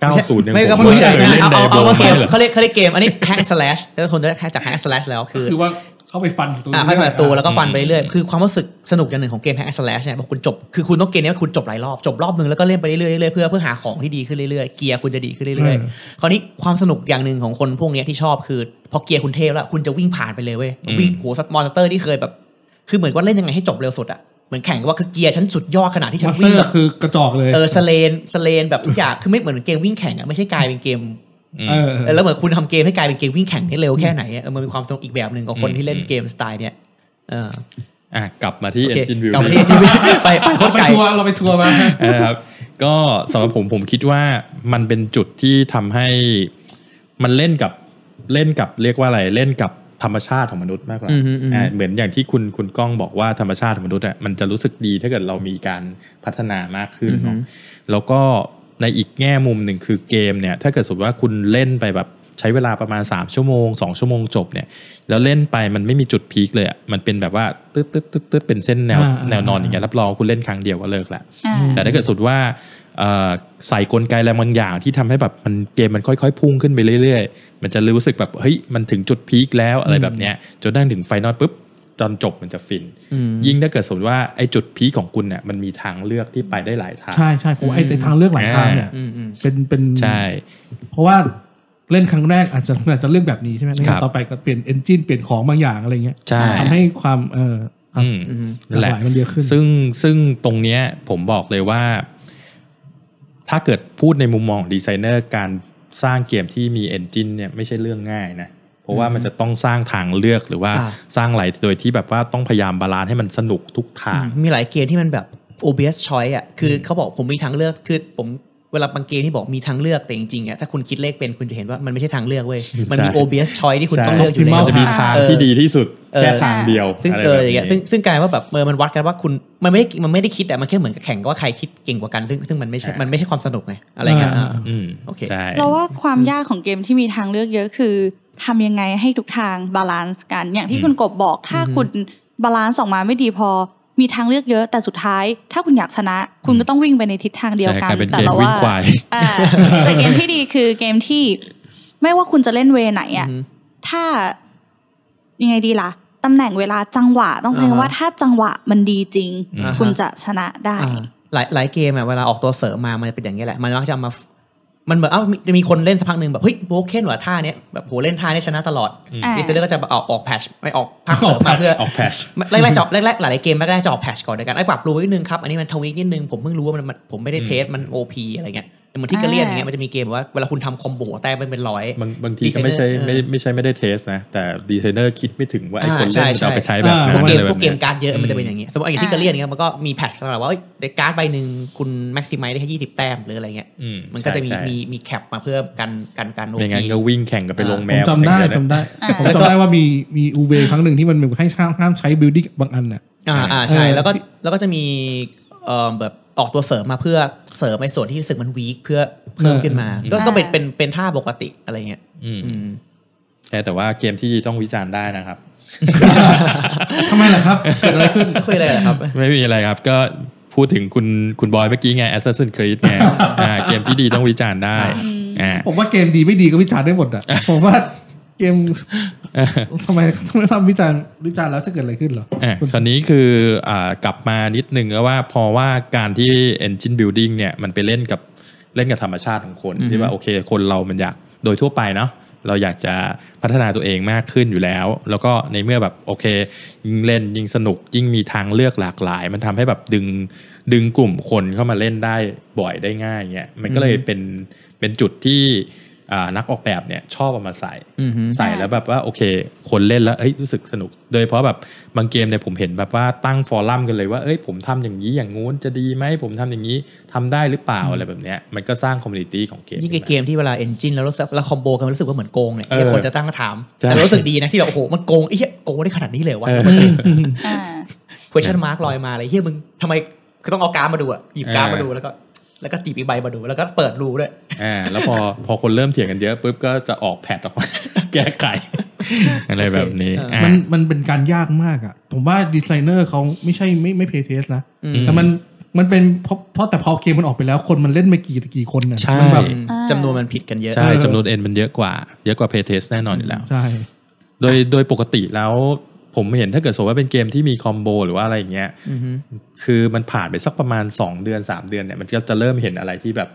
90ยัง
ไม่ก็
ผม
ไม่ใช่
เคยเล่น
เอา
ได
เอา
โบ
เอาว่าเก
ไม่
ม
เหรอ
เขาเรียกเขาเรียกเกมอันนี้ hack and slash แล้วคนจะแฮกจาก hack and slash แล้วคือ
คือว่าเข้าไปฟันตัว
อ่าพัฒนาตัวแล้วก็ฟันไปเรื่อยคือความรู้สึกสนุกอย่างหนึ่งของเกม hack and slash เนี่ยพอคุณจบคือคุณต้องเกมเนี้ยคุณจบหลายรอบจบรอบหนึ่งแล้วก็เล่นไปเรื่อยๆเรื่อยๆเพื่อเพื่อหาของที่ดีขึ้นเรื่อยๆเกียร์คุณจะดีขึ้นเรื่อยๆคราวนี้ความสนุกอย่างหนึ่งของคนพวกเนี้ยที่ชอบคือพอเกียร์คุณเทพแล้วคุณจะวิ่งผ่านไปเลยเว้ยวิ่งโหสัตว์มอนสเตอร์ที่เคยแบบ คือเหมือนว่าเล่นยังไงให้จบเร็วสุดอะเหมือนแข่งว่าคือเกียร์ฉันสุดยอดขนาดที่ฉั
มาน สเตอ
วิ่ง
ร์
แบบ
คือกระจอกเลย
เออสเลนสเลนแบบทุกอย่างคือไม่เหมือนเกมวิ่งแข่งอะไม่ใช่กลายเป็นเกม
อืม
เออ
เออแล้วเหมือนคุณทำเกมให้กลายเป็นเกมวิ่งแข่งให้เร็วแค่ไหนอะเออมันมีความสนุกอีกแบบหนึ่งของคน
อืม
ที่เล่นเกมสไตล์เนี้ยเออ
อ่ะกลับมาที่
โอเค
Engine Building
กลับมาที่ Engine Building ไปไปโค
เรา
ตร
ไป
ไกล
ทัวร์เราไปทัวร์มา
(laughs) นะครับก็สำหรับผมผมคิดว่ามันเป็นจุดที่ทำให้มันเล่นกับเล่นกับเรียกว่าอะไรเล่นกับธรรมชาติของมนุษย์มากกว่า
อืมอืมอืม
อ่าเหมือนอย่างที่คุณคุณก้องบอกว่าธรรมชาติของมนุษย์อ่ะมันจะรู้สึกดีถ้าเกิดเรามีการพัฒนามากขึ้นเนาะแล้วก็ในอีกแง่มุมหนึ่งคือเกมเนี่ยถ้าเกิดสมมติว่าคุณเล่นไปแบบใช้เวลาประมาณ 3 ชั่วโมง 2 ชั่วโมงจบเนี่ยแล้วเล่นไปมันไม่มีจุดพีคเลยอ่ะมันเป็นแบบว่าตึ๊ดตึ๊ดตึ๊ดตึ๊ดเป็นเส้นแนว
อ่าอ่า
แนวนอนอย่างเงี้ยรับรองคุณเล่นครั้งเดียวก็เลิกละ
อ่า
แต่ถ้าเกิดสมมุติว่าเอ่อใส่กลไกอะไรบางอย่างที่ทำให้แบบมันเกมมันค่อยๆ พุ่งขึ้นไปเรื่อยๆ มันจะรู้สึกแบบเฮ้ยมันถึงจุดพีคแล้วอะไรแบบเนี้ยจนได้ถึงไฟนอลปุ๊บตอนจบมันจะฟิน
อืม
ยิ่งถ้าเกิดสมมติว่าไอ้จุดพีคของคุณเนี่ยมันมีทางเลือกที่ไปได้หลายทาง
ใช่ใช่ผมว่าไอ้
อืม
ไอ้ทางเลือกหลายทางเนี่ย
อืมอืม
เป็นเป็น
ใช่
เพราะว่าเล่นครั้งแรกอาจจะอาจจะเลือกแบบนี้ใช่ไหมแล้ว
ครับ
ต่อไปก็เปลี่ยนเอนจินเปลี่ยนของบางอย่างอะไรเงี้ย
ใช่
ทำให้ความเออ
อืม
อืม
หลากหลายมันเยอะขึ้น
ซึ่งซึ่งตรงเนี้ยผมบอกเลยว่า ถ้าเกิดพูดในมุมมองของดีไซเนอร์การสร้างเกมที่มีเอนจินเนี่ยไม่ใช่เรื่องง่ายนะ เพราะว่ามันจะต้องสร้างทางเลือกหรือว่า
อ่า
สร้างอะไรโดยที่แบบว่าต้องพยายามบาลานซ์ให้มันสนุกทุกทาง
มีหลายเกมที่มันแบบ obvious choice อ่ะ คือเขาบอกผมมีทางเลือก คือผม เวลาบางเกมที่บอกมีทางเลือกแต่จริงๆอ่ะถ้าคุณคิดเลขเป็นคุณจะเห็นว่ามันไม่ใช่ทางเลือกเว้ยมันมี
ใช่
obvious choice ที่คุณต้อง
ใช่
เลือกอยู่แล้
มั
วน
จะมีทางที่ดีที่สุดแค่ทางเดียว
ซึ่ง
ะไร
เอ
แบบ
อ
นี้
อย่างเงี้ยซึ่งซึ่งกลายว่าแบบเออมันวัดกันว่าคุณมันไม่ได้มันไม่ได้คิดแต่มันแค่เหมือนกับแข่งว่าใครคิดเก่งกว่ากัน ซึ่งซึ่งมันไม่ใช่
ใช่
มันไม่ใช่ความสนุกไงอะไรเงี้ย
อ่า
อ่า
อืม
โอเค
ใช่
เราว่าความยากของเกมที่มีทางเลือกเยอะคือทำยังไงให้ทุกทางบาลานซ์กัน อย่างที่
อืม
คุณกบบอก ถ้าคุณบาลานซ์ออกมาไม่ดีพอ มีทางเลือกเยอะ แต่สุดท้าย ถ้าคุณอยากชนะ คุณก็ต้องวิ่งไปในทิศทางเดียวกัน
ใช่ลายเป็น
แต่
เกม
เรา
วิ่
ว่าง
ควาย
อ่าแต่เกมที่ดีคือเกมที่ ไม่ว่าคุณจะเล่นเวไหนอ่ะ
อืม
ถ้ายังไงดีล่ะตำแหน่งเวลาจังหวะต้องใช้
อ่าฮะ
คำว่าถ้าจังหวะมันดีจริง
อ่าฮะ
คุณจะชนะได้
อ่าหลายหลายเกมอ่ะเวลาออกตัวเสริมมา มันจะเป็นอย่างนี้ยแหละ มันมักจะมา มันแบบเอ้ามีจะมีคนเล่นสักพักหนึ่งแบบเฮ้ยโบเคนว่ะท่าเนี้ยแบบโหเล่นท่าเนี้ยชนะตลอด
อ่า
ดีเซลเลอร์ก็จะออกออกแพชไม่ออกภาคเสริมมาเพื่อ
ออกแพช
แรกๆจอบแรกๆหลายๆเกมแรกๆจะออกแพชก่อนด้วยกันไอ้ปรับรูนิดนึงครับ อันนี้มันทวีกนิดนึงผมเพิ่งรู้ว่ามันมันผมไม่ได้เทสมันโอพีอะไรเงี้ยเหมือนที่กระเลียนอย่างเงี้ยมันจะมีเกมแบบว่าเวลาคุณทำคอมโบแต้มมันเป็นร้อย
บางบางทีก็ไม่ใช่
Designer
ไม่
เออ
ไม่ใช่ไม่ได้เทสนะ แต่ดีไซเนอร์คิดไม่ถึงว่าไอ้
อ่า
คน
ใช่
เล่นมันจะเอา
ใช่
ไปใช้แบบ
อ่า
นั้
พวก
น
เกม
อะไรแบ
พว
บ
กเก
เนี้
ม
ย
การ์ดเยอะ
อืม
มันจะเป็นอย่างนี้ สมมติอย่างที่
อ่า
กระเลียนเงี้ยมันก็มีแพชกันแหละว่าเอ้ยเดี๋ยวการ์ดใบหนึ่งคุณแม็กซิไมได้แค่ยี่สิบแต้มหรืออะไรเงี้ย
อื
มันก็จะมี
ใช่
มีมีแคปมาเพื่อกันกันการโอ
ไม่งั้น
พี
ก็วิ่งแข่งกันไปลงแม
ผม
ว
จำได้
อะรแบบ
จำ
เนี้ย
ได้
อ่า
ผม
แล้วก็
จำได้ว่ามีมีอูเวครั้งหนึ่งที่มันให้ห้ามห้ามใช้บิลดิ้งบางอันน่ะ
อ่าอ่าใช่
เออ
แล้วก็
ที่
แล้วก็จะมีเอ่อแบบออกตัวเสริมมาเพื่อเสริมในส่วนที่รู้สึกมันวีคเพื่อเพิ่มขึ้นมา
เออ
ก็ก็เป็น
อ่า
เป็นเป็นท่าปกติอะไรเงี้ย
อืม
อืม
แต่แต่ว่าเกมที่ต้องวิจารณ์ได้นะครับ
ทำไมล่ะครับเกิดอะไรขึ้น
ไม่คุยอะไรเหรอครับ
ไม่มีอะไรครับก็พูดถึงคุณคุณบอยเมื่อกี้ไง Assassin's Creed ไงอ่าเกมที่ดีต้องวิจารณ์ได้อ่า
ผมว่าเกมดีไม่ดีก็วิจารณ์ได้หมดอ่ะ ผมว่าเกมทำไมทำไมทำวิจารณ์วิจารณ์แล้วจะเกิดอะไรขึ้นเหรอ
อ่ะคราวนี้คืออ่ากลับมานิดนึงก็ว่าเพอว่าการที่ engine building เนี่ยมันไปเล่นกับเล่นกับธรรมชาติของคน
อือฮึ
ที่ว่าโอเคคนเรามันอยากโดยทั่วไปเนาะเราอยากจะพัฒนาตัวเองมากขึ้นอยู่แล้ว แล้วก็ในเมื่อแบบโอเค ยิ่งเล่นยิ่งสนุกยิ่งมีทางเลือกหลากหลาย มันทำให้แบบดึงดึงกลุ่มคนเข้ามาเล่นได้บ่อยได้ง่ายเงี้ยมันก็เลย
อือฮึ
เป็นเป็นจุดที่อ่านักออกแบบเนี่ยชอบเอามาใส่
อืมฮึ
ใส่แล้วแบบว่าโอเค คนเล่นแล้วเอ้ยรู้สึกสนุก โดยเฉพราะแบบบางเกมเนี่ยผมเห็นแบบว่าตั้งฟอรัมกันเลยว่าเอ้ยผมทำอย่างนี้อย่างงู้นจะดีไหมผมทำอย่างนี้ทำได้หรือเปล่าอะไรแบบเนี้ยมันก็สร้างคอมมูนิตี้ของเกม
ยิ่ง
ขึ้
ไอ
นมา
เกมที่เวลาเอนจินแล้วรู้สึกแล้วคอมโบกันรู้สึกว่าเหมือนโกงเนี่ย
เออ
เดี๋ยวคนจะตั้งคำถาม
ใช่
แต่รู้สึกดีนะที่แบบโอ้โหมันโกงไอ้เหี้ยโกงได้ขนาดนี้ (laughs) เลยวะ
เออ
อ่า
question mark ลอยมาเลยเฮียมึงทำไมคือต้องเอาการดมาดูอะหยิบการด
เออ
มาดูแล้วก็ แล้วก็ตีบอีกใบมาดูแล้วก็เปิดรูด้วย
อ่าแล้วพอพอคนเริ่มเถียงกันเยอะปุ๊บก็จะออกแพทออกมา (laughs) แก้ไขอะไรแบบนี้
โอเค
อ่ะ
มันมันเป็นการยากมากอ่ะ ผมว่าดีไซเนอร์เขาไม่ใช่ไม่ไม่เพย์เทสนะ
อืม
แต่มันมันเป็นเพราะเพราะแต่พอเกมมันออกไปแล้วคนมันเล่นมากี่กี่คนน่ะ
ใช่
มันแบบ
อืมจำนวนมันผิดกันเยอะ
ใช่จำนวนเอ็นมันเยอะกว่า เยอะกว่าเพย์เทสแน่นอนอยู่แล้ว
ใช่
โดยโดยปกติแล้วผมเห็นถ้าเกิดสมมติว่าเป็นเกมที่มีคอมโบหรือว่าอะไรอย่างเงี้ย
อือฮึ
คือมันผ่านไปสักประมาณ 2 เดือน 3 เดือนเนี่ยมันก็จะเริ่มเห็นอะไรที่แบบ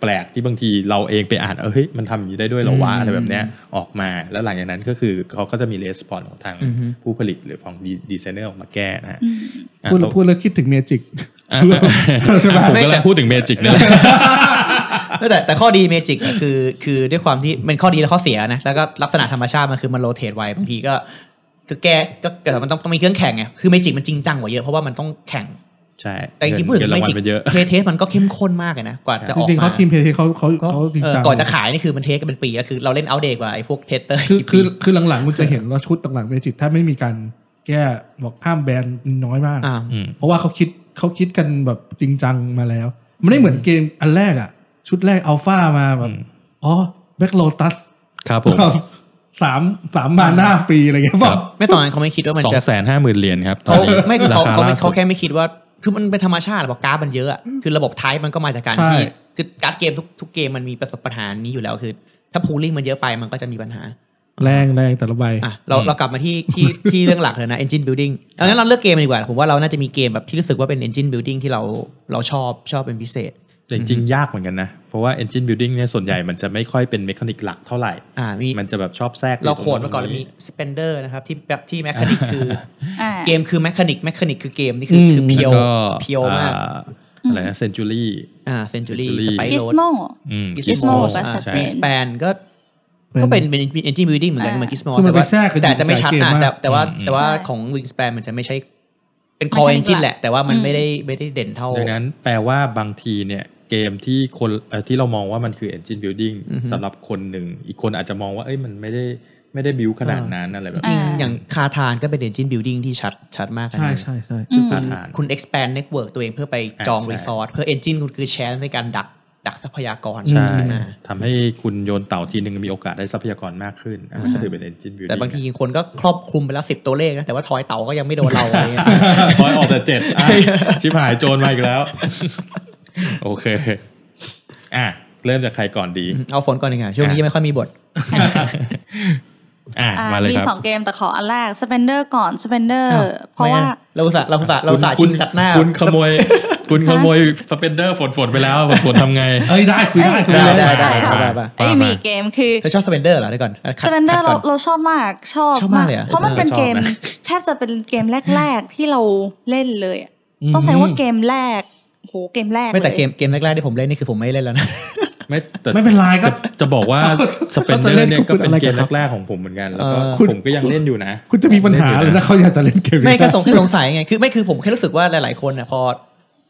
แปลกๆ ที่บางทีเราเองไปอ่านเอ้ยมันทำอย่างนี้ได้ด้วยเหรอวะ
อืม
อะไรแบบเนี้ยออกมาแล้วหลังจากนั้นก็คือเขาก็จะมีレスปอนของทาง
อือฮึ
ผู้ผลิตหรือของดีไซเนอร์ออกมาแก้นะฮะ
อืม
อ่ะ
พูด
เรา
พูดแล้วคิดถึงเมจิก
อ่ะ
ใช่ไหม
ผมกำลังพูดถึงเมจิก
(laughs)
เนี่ยแหละ
แต่แต่แต่ข้อดีเมจิกอะคือคือด้วยความที่มันข้อดีและข้อเสียนะ แล้วก็ลักษณะธรรมชาติมันคือมันโรเตทไวบางทีก็ก็แก้ก็เกิดมันต้องต้องมีเครื่องแข่งไงคือเมจิกมันจริงจังกว่าเยอะเพราะว่ามันต้องแข่ง
ใช่
แต่จริงๆพูดถึ
เงิน
งเม
รางวั
จิ
ล
ก
มันเยอะ
เพเทสมันก็เข้มข้นมากเลยนะกว่าจะ
จ
ออก
ริงๆ
มา
เขาทีมเพย์เทสเขาเขา
ก็
เขาจริง
เออ
จัง
ก่อนจะขายนี่คือมันเทสกันเป็นปีแล้วคือเราเล่นเอาเดกว่าไอ้พวกเทสเตอร์
คือ
กี่
คื
ปี
อคือหลังๆคุณจะเห็นว่าชุดหลังๆเมจิกถ้าไม่มีการแก้บอกห้ามแบนน้อยมาก
่า
อืม
เพราะว่าเขาคิดเขาคิดกันแบบจริงจังมาแล้ว มันไม่เหมือนเกมอันแรกอ่ะ ชุดแรกอัลฟามาแบบ
อืม
อ๋อแบ็กโลตัส
ครับผม
สามสามมาหน้าฟรีอะไรเงี้ยบอก
ไม่ตอนนั้นเขาไม่คิดว่ามัน
สอ
จะ
งแสนห้าหมื่นเหรียญครับตอน
เขา
นี้
ไม่คือเขา
ร
เขาไม่
ล่สุด
เขาแค่ไม่คิดว่าคือมันเป็นธรรมชาติบอกการ์ดมันเยอะอะคือระบบไทป์มันก็มาจากการ
ใช่
ที่คือการ์ดเกมทุกทุกเกมมันมีประสบปัญหานี้อยู่แล้วคือ ถ้าพูลิ่งมันเยอะไปมันก็จะมีปัญหา
แรงแรงแต่ละใบ
อ่ะเรา
อืม
เรากลับมาที่ที่ที่เรื่องหลักเลยนะ engine building เอางั้นเราเลือกเกมดีกว่า ผมว่าเราน่าจะมีเกมแบบที่รู้สึกว่าเป็น engine building ที่เราเราชอบชอบเป็นพิเศษ
จริงๆยากเหมือนกันนะ เพราะว่า engine building เนี่ยส่วนใหญ่มันจะไม่ค่อยเป็นเมคานิกหลักเท่าไหร่
อ่ามี
มันจะแบบชอบแทรกอยู่
เราโคด
ตรง
มาก่อนแล้วมี spender นะครับที่แบบที่แมคานิกคือ
อ่า
เกมคือแมคานิกแมคานิกคือเกมนี่คือคือ
ม
เพียว
แล้วก็
เพียวมาก
อ่อะไรนะ century
อ่าเซนจูรี่
Century
สไปโร
Gizmo
อืม
Gizmo
Gizmo
ก็ชัดเจ
ใช่
น
สแปนก็ก็เป็นเป็นเอนจินบิวดิ้งเหมือนกัน
อ่า
เหมือนกิสมอ
คือมัน
แต่ว่า
ไปแทรกกันอยู่
แต่จะไม่ชัด
หลายเกม
นะ
มาก
แต่แต่ว่า
อืมอืม
แต่ว่า
ใช่
ของวิงสแปนมันจะไม่ใช่เป็นคอ e อ
Mechanic
นจิน
ละ
แหละ แต่ว่ามัน
อืม
ไม่ได้ไม่ได้เด่นเท่า
ดังนั้นแปลว่าบางทีเนี่ย เกมที่คนเอ่อที่เรามองว่ามันคือ engine building
อือฮึ
สำหรับคนหนึ่ง อีกคนอาจจะมองว่าเอ้ยมันไม่ได้ไม่ได้บิวขนาดนั้นอะไรแบบ
จริ
นี้
ง
อ่า
อย่างคาทานก็เป็น engine building ที่ชัดชัดมากอัน
ใช่
นั้น
ใช่ใช่
อืม
คา
คุณ
ถา
คุณ expand network ตัวเองเพื่อไปจอง
อ่าใช่
resource เพื่อ engine คุณคือ chance ในการดักดักทรัพยากร
ใช่
ขึ้นมา
ทำให้คุณโยนเต่าทีนึงมีโอกาสได้ทรัพยากรมากขึ้นอันนั้นก็ถือเป็น engine building
แต่บางทีคนก็ครอบคลุมไปแล้วสิบตัวเลขนะ แต่ว่าทอยเต๋าก็ยังไม่โดนเราอะไรเงี้ย
คอยออกแต่เจ็ด
(laughs)
อ่ะชิบหายโจรมาอีกแล้ว โอเค อ่ะ เริ่มจากใครก่อนดี
เอาฝนก่อนดีกว่าช่วงนี้ยังไม่ค่อยมีบท
อ่ะ มาเลย
มี
ครับ
สองเกมแต่ขออันแรก Spender ก่อน Spender
อ้าว
เพราะว่า
เราอุตส่าห์เราอุตส่าห์เราอุตส่าห์ชิงตัดหน้า
คุณขโมย คุณขโมยสเปนเดอร์ฝนฝนไปแล้วฝนฝนทำไง
เอ้ยได้คุยได้คุย
ได้
ได้ได้
ได้
ได้
ได้
ได
ได้
้
ได้
เอ้ย
ว่ามามี
มีเกมคือ
เธอชอบสเปนเดอร์เหรอเดี๋ยวก่อนอ่ะขัด
Surrender
ขั
เรา
ดก่อน
เราชอบมากชอบ
ชอบมากเลยอะ
เพราะมันเป็น
เออชอบนะ
เกมแทบจะเป็นเกมแรก ๆ ที่เราเล่นเลยอะ
ม
ต้องใช้ว่าเกมแรกโหเกมแรก
ไม่แต่
ลย
เกมเกมแรกๆที่ผมเล่นนี่คือผมไม่เล่นแล้วนะ
ไม่แต่
ไม่เป็นไรก็
จะบอกว่าสเปนเดอ
เขาจะเล่
ร์
น
เนี่ยก็เป็น
อะไร
เก
กับ
ม
เขา
แรกๆของผมเหมือนกัน แล้วก็
เออ
ผมก็ยัง
คุณ
เล่นอยู่นะ
คุณจะมีปัญหาเลย
น
นะเขาอยากจะเล่นเกมนี้
ไม่ก็สงแค่สงสัยไงคือไม่คือผมแค่รู้สึกว่าหลาย ๆ คนเนี่ยพอ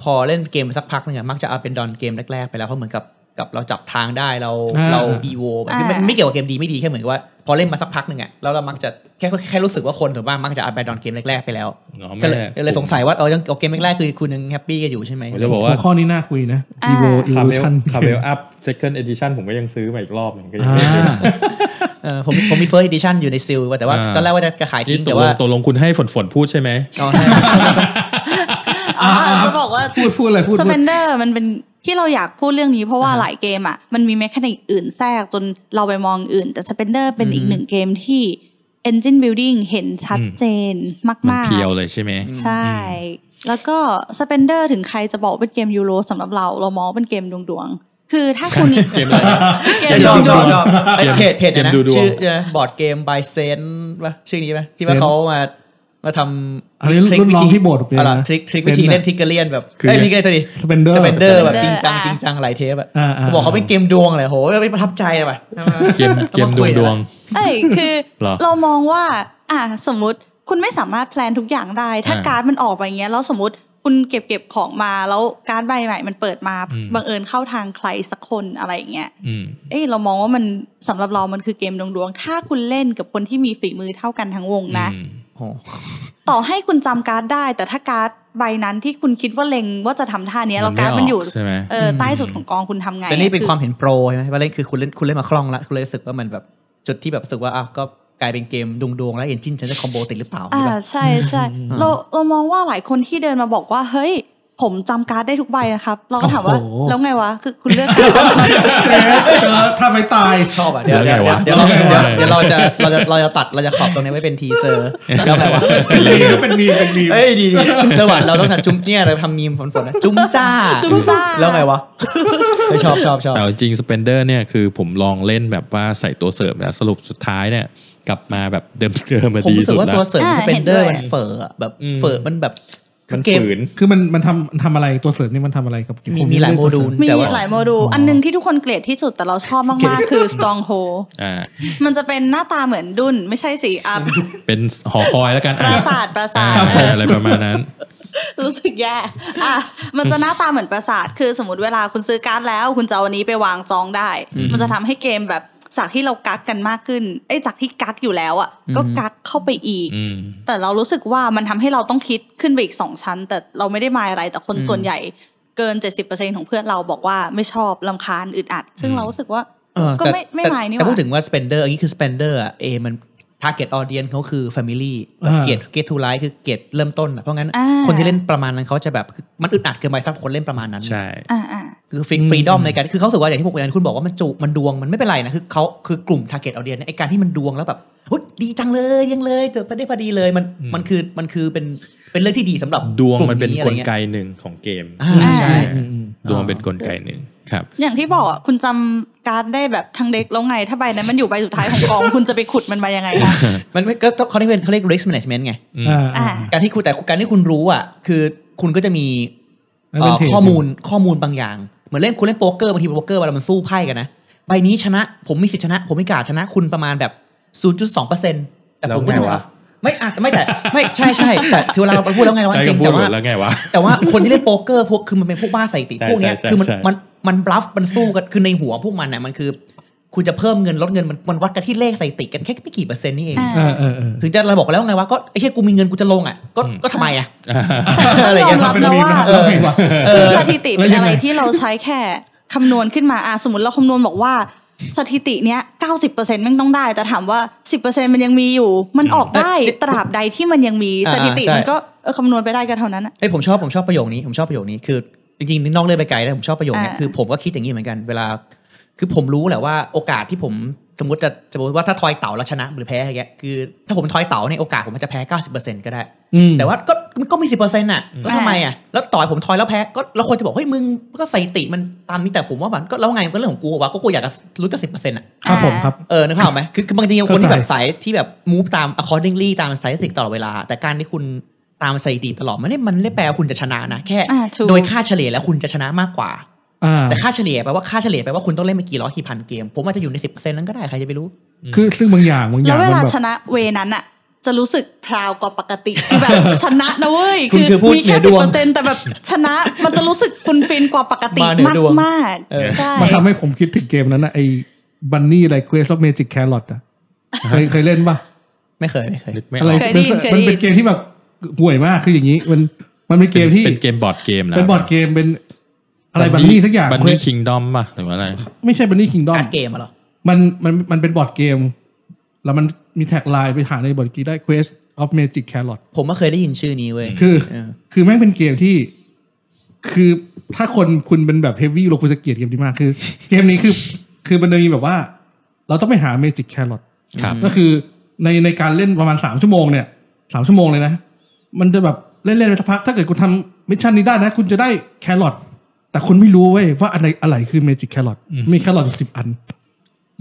พอเล่นเกมสักพักนึงอะมักจะเอาเป็นดอนเกมแรก ๆ ไปแล้วเพราะเหมือนกับกับเราจับทางได้เรา
า
เราอีโวคือมัน
อ่า
ไม่เกี่ยวกับเกมดีไม่ดีแค่เหมือนกับว่า พอเล่นมาสักพักหนึ่งอะแล้วเรามักจะแค่แค่รู้สึกว่าคนส่วนมากมักจะเอาไปดอนเกมแรก ๆ ไปแล้ว
อ๋อ
ก็
ไม่
เลยเลยสงสัยว่าเออยังเอาเกมแรก ๆ คือคุณยังแฮปปี้กันอยู่ใช่ไหม
ผมจะบอก
หั
ว่า
วข้อนี้น่าคุยนะ
อ่า
Evo
คาเมล
Evolution
คาเมลอัพ second edition ผมก็ยังซื้อมาอีกรอบหนึ่งก็ยัง
อ่า
เล่นอยู่
เออผมผมมีเฟิร์ส d ดิชันอยู่ในซิลแต่ว่า
อ่า
ตอนแรกว่าจะขาย
นี่
ทิ้
ต
งแต่
กล
ว่าง
ตกลงคุณให้ฝนฝนพูดใช่ไหม
อ๋อ
อ่าจะบอกว่า
พูดพูดอะไรพูด
ส
พูด
เปนเดอร์มันเป็นที่เราอยากพูดเรื่องนี้เพราะว่า
อ่าฮะ
หลายเกมอ่ะมันมีเมคานิกอื่นแทรกจนเราไปมองอื่น แต่สเปนเดอร์เป็น
อืม
อีกหนึ่งเกมที่ Engine Building เห็นชัด
อืม
เจน
มัน
มาก
เพียวเลยใช่ไหม
ๆ ใช่ แล้วก็สเปนเดอร์ถึงใครจะบอกเป็นเกมยูโรสำหรับเราเรามองว่าเป็นเกมดวงๆ คือถ้าคุณ
เกมอะไรนะ
เก
(laughs) เก
ม
มชอบ
ด
ช
ว
อบ
ง
ชอบไอ้
เกม
เพจเพจ
เก
นะ
มดูดวง
ชื่ออบอร์ดเกมบายเซนป่ะชื่อนี้ป่ะที่ว่า
Zen
เขามามาทำ
อันนี้รุ่นน้องที่โบสถ์เป็น
อะไร
นะ
ทริคทริควิธี
Zen น่ะ
เล่นทิกเกอร์เลียนแบบ
คือ
ไอ้ยไม่ใช่ตัวนี้
สเปนเดอร์
จะเป็นเดอร์แบบจริงจังจริงจังหลายเทปอ่ะ
อ่าๆ
เขาบอกเขาเป็นเกมดวงเลยโหไม่ประทับใจอะป่ะ
เกมเกมดวงดวง
เอ้ย
(laughs)
คือ
เหรอ
เรามองว่า อ่ะสมมุติคุณไม่สามารถแพลนทุกอย่างได้ ถ้า
อ่า
การ์ดมันออกมาอย่างเงี้ยแล้วสมมติคุณเก็บเก็บของมาแล้วการ์ดใบใหม่มันเปิดมา
อืม
บังเอิญเข้าทางใครสักคนอะไรอย่างเงี้ย
ๆอืม
เอ้ยเรามองว่ามันสำหรับเรามันคือเกมดวงดวงๆถ้าคุณเล่นกับคนที่มีฝีมือเท่ากันทั้งวงนะ
อืม
โอ้โห
ต่อให้คุณจำการ์ดได้ แต่ถ้าการ์ดใบนั้นที่คุณคิดว่าเล็งว่าจะทำท่าเนี้ยแล้วการ์ดมันอยู่
มันไม่ออกใช่ไหม
เออใต้สุดของกองคุณทำไง
แต่นี่เป็น
คือ
ความเห็นโปรใช่ไหมว่าเล่นคือคุณเล่นคุณเล่นมาคล่องละคุณเลยรู้สึกว่ามันแบบจุดที่แบบรู้สึกว่าอ้าวก็กลายเป็นเกมดวงดวงๆแล้วเอนจินฉันจะคอมโบติดหรือเปล่า
อ่า
ใช่ป่ะ
ใช่ใช่
อืม
เราเรามองว่าหลายคนที่เดินมาบอกว่า เฮ้ย ผมจำการ์ดได้ทุกใบนะครับ เราก็ถามว่า
โอ้โห
แล้วไงวะ คือคุณเลือกการ์ด
เจ๊เจอถ้าไม่ตาย
ชอบอ่ะเดี๋ยวเดี๋ยวเดี๋ยวเราเดี๋ยวเดี๋ยวเราจะเราจะเราจะตัดเราจะขอบตรงนี้ไว้เป็นทีเซอร์แล้วแบบว่า
เป็นมีมเป็นมีม
เอ้ยดีดีจังหวะเราต้องทำจุ้มเนี่ยเราทำมีมฝนฝนๆนะจุ้มจ้า
จุ้มจ้า
แล้วไงวะเฮ้ยชอบชอบชอบ
แต่เอาจริงสเปนเดอร์เนี่ยคือผมลองเล่นแบบว่าใส่ตัวเสริมแล้วสรุปสุดท้ายเนี่ย กลับมาแบบ (laughs) เดิมเดิมมา
ผม
ดี
รู้สึ
สุ
ก
ด
ว่า
แล้
ตัว
ว
เสริม
อ่า
สเปนเดอร์
เห็นด้วย
มันเฟอร์อะแบบ
อืม
เฟอร์มันแบบ
มัน
เกม
ฝืน
คือมันมันทำทำอะไรตัวเสริมนี่มันทำอะไรกับ
มี
ผ
มีหลาย
ไ
โมดูล
มี
แต่ว่า
หลายโมดูลอันหนึงที่ทุกคนเกลียดที่สุดแต่เราชอบมาก ๆ คือ Stronghold
อ่า
มันจะเป็นหน้าตาเหมือนดุนไม่ใช่สิอัพ
เป็นหอคอยแล้วกัน
ป
อ่ะ
ราสาทปราสา
อ่า
ท
อะไรประมาณ
(laughs)
นั้น
รู้สึกแย่อ่ะ มันจะหน้าตาเหมือนประสาท คือสมมติเวลาคุณซื้อการ์ดแล้ว คุณจะเอาอันนี้ไปวางจองได้
อืม
มันจะทำให้เกมแบบจากที่เรากักกันมากขึ้น เอ้ยจากที่กักอยู่แล้วอ่ะ
อืม
ก็กักเข้าไปอีก
อืม
แต่เรารู้สึกว่ามันทำให้เราต้องคิดขึ้นไปอีกสองชั้น แต่เราไม่ได้มายอะไร แต่คน
อืม
ส่วนใหญ่เกิน 70%ของเพื่อนเราบอกว่าไม่ชอบลำคาญอึดอัด ซึ่ง
อืม
เรารู้สึกว่า
เออ
ก็
แต่
ไม่ไม่
แต่
หมายนี่ห
แต่
ว่า
พูดถึงว่า spender อันนี้คือ spender อะเอมัน target audience เขาคือ family แบบ
อ่า
เกตเกตทูไลท์คือเกตเริ่มต้นอะเพราะงั้น
อ่า
คนที่เล่นประมาณนั้นเขาจะแบบคือมันอึดอัดเกินไปสำหรับคนเล่นประมาณนั้น
ใช่
อ่าอ่า
คือฟรีฟรีดอมในการคือเขารู้สึกว่าอย่างที่ผมอย่างที่คุณบอกว่ามันจุมันดวงมันไม่เป็นไรนะ คือเขาคือกลุ่ม target audience เนี่ยไอการที่มันดวงแล้วแบบเฮ้ยดีจังเลยยังเลยเกิดประเด้พอดีเลยมัน
อืม
มันคือมันคือเป็นเป็นเรื่องที่ดีสำหรับ
ดวงมันเป็น
ลุ่
กล
อะไรงี้ย
ไกหนึ่งของเกม
อ่า
ใช่
อืมอืม
ดวงเป็นกลไกหนึ่งครับ
อย่างที่บอกอ่ะคุณจำการ์ดได้แบบทางเด็กแล้วไง ถ้าใบนั้นมันอยู่ใบสุดท้ายของกอง คุณจะไปขุดมันมายังไงคะ
มันไม่ก็เขาเรียกเป็นเขาเรียก risk management ไง
อืม
อ่าอ่า
อ่า
การที่คุณแต่การที่คุณรู้อ่ะคือคุณก็จะมี
มัน
เอ่
เป็น
อ
เทรด
ข้อมูลข้อมูลบางอย่าง เหมือนเล่นคุณเล่นโป๊กเกอร์บางทีโป๊กเกอร์เวลามันสู้ไพ่กันนะใบนี้ชนะ ผมมีสิทธิชนะ ผมมีโอกาสชนะคุณประมาณแบบ 0.2%แต่ผมก็
แล้วไงวะ
ไม่อ่ะไม่แต่ไม่ใช่ใช่แต่ถือเวลาเราพูดแล้วไงว่า
ใช้
จริง
คำพูดหลุ
แต่ว่า
ดแล้วไงวะ
แต่ว่าคนที่เล่นโป๊กเกอร์พวกคือมันเป็นพวกบ้าใส่ติ
ใช่
พวกเนี้ย
ใช่ใช่
คือมัน
ใช่
มันมันบลัฟมันสู้กันคือในหัวพวกมันน่ะมันคือ คุณจะเพิ่มเงินลดเงินมันมันวัดกันที่เลขใส่ติกันแค่ไม่กี่เปอร์เซ็นต์นี่เอง
อ่า
เออเออเออ
ถึงจะเราบอกแล้วไงว่าก็ไอ้เหี้ยกูมีเงินกูจะลงอ่ะก็
อืม
ก็ทำไมอ่ะ
ต้
อะไรอ
องย
ย่าง
อม
เงี้ย
รับ
เป็น
นะ
มีม
ว่า
นะครับแล้วไงวะ
เอ
คือ
อ
สถิติ
แล้
เป็
วน ยัง
อะไร
ไง
ที่เราใช้แค่คำนวณขึ้นมาอ่ะสมมติเราคำนวณบอกว่า สถิติเนี้ย90%แม่งต้องได้ แต่ถามว่า 10%มันยังมีอยู่ มันออกได้ตราบใดที่มันยังมี
อ่า
สถิติ
ใช่
มันก็เออคำนวณไปได้ก็เท่านั้นอะ
เอ้ยผมชอบผมชอบประโยคนี้ผมชอบประโยคนี้คือจริงๆนอกเรื่องไปไกลแล้วผมชอบประโยคเนี้ย
อ่า
คือผมก็คิดอย่างนี้เหมือนกันเวลา คือผมรู้แหละว่าโอกาสที่ผมสมมติจะสมมติว่าถ้าทอยเต่าแล้วชนะหรือแพ้อะไรเงี้ยคือถ้าผมทอยเต่าเนี่ยโอกาสผมมันจะแพ้ 90%ก็ได้
อืม
แต่ว่าก็ก็มีสิบเปอร์เซ็นต์่ะ
อืม
แล้วทำไมอ่ะแล้วต่อยผมทอยแล้วแพ้ก็แล้วคนจะบอกเฮ้ยมึงก็ใส่ติมันตามนี้แต่ผมว่ามันก็แล้วไงมันก็เรื่องของกูวะก็กูอยากจะรู้จักสิบเปอร์เซ็นต์อ่ะ
ครับผมครับ
เออนึกภาพไหมคือคือบางทีคนที่แบบ
เข้าใจ
สายที่แบบ move ตาม accordingly ตามสถิติตลอดเวลา แต่การที่คุณตามสถิติตลอดมันไม่ได้มันไม่ได้แปลว่าคุณจะชนะนะแค่
อ่าถูก
โดยค่าเฉลี่ยแล้วคุณจะชนะมากกว่า
อ่า
แต่ค่าเฉลี่ยแปลว่าค่าเฉลี่ยแปลว่าคุณต้องเล่นไปกี่ร้อยกี่พันเกม ผมอาจจะอยู่ในสิบเปอร์เซ็นต์นั้นก็ได้ใครจะไปรู้
คือซึ่งบางอย่างบางอ
แล้
ย่าว ง
เวลา
มัน
ช
แบบ
นะเวนั้นอะจะรู้สึกพราวกว่าปกติคือแบบ (laughs) ชนะนะเว้ย
คุณคือผู้
มี
เหนื
แค่
อด
สิบ
วง
เปอร์เซ็นต์แต่แบบชนะ มันจะรู้สึกคุณฟินกว่าปกติ
มาเห
มาก
นือดวง
มากๆใช่
มันทำให้ผมคิดถึงเกมนั้นนะไอ้บันนี่อะไรเควสออฟเมจิกแครอทอ่ะเคยเคยเล่นปะ
ไม่เคยไม่เคย
นึกไม่อ
อะไร
อก
ะ เคยได้ยินเคยได้
มัน
ยิน
เป็นเกมที่แบบห่วยมากคืออย่างนี้ มันมันเป็นเกมที่
เป็นเกมบอร์ดเกมนะ
เป็นบอร์ดเกมเป็นอะไรบันนี่สักอย่าง
บัน
เว้
นี่
ย
คิงดอมป่ะหรือว่าอะไร
ไม่ใช่บันนี่คิงดอม
การดเกมอะเหรอ
มันมันมันเป็นบอร์ดเกม แล้วมันมีแท็กไลน์ไปหาในบอร์ดเกมได้ Quest of Magic Carrot
ผมก็เคยได้ยินชื่อนี้เว้ย
คือ
เออ
คือแม่งเป็นเกมที่ คือถ้าคนคุณเป็นแบบเฮฟวี่ลงคุณจะเกลียดเกมนี้มากคือ เกมนี้คือ คือมันจะมีแบบว่า เราต้องไปหาเมจิกแครอท
ครับ
ก็คือในในการเล่นประมาณสามชั่วโมงเนี่ยสามชั่วโมงเลยนะ มันจะแบบเล่นเล่นไปสักพัก ถ้าเกิดคุณทำมิชชั่นนี้ได้นะ คุณจะได้แครอทแต่คุณไม่รู้เว้ยว่าอันไหนอะไรคือเมจิกแครอท
อืม
มีแครอทอยู่สิบอัน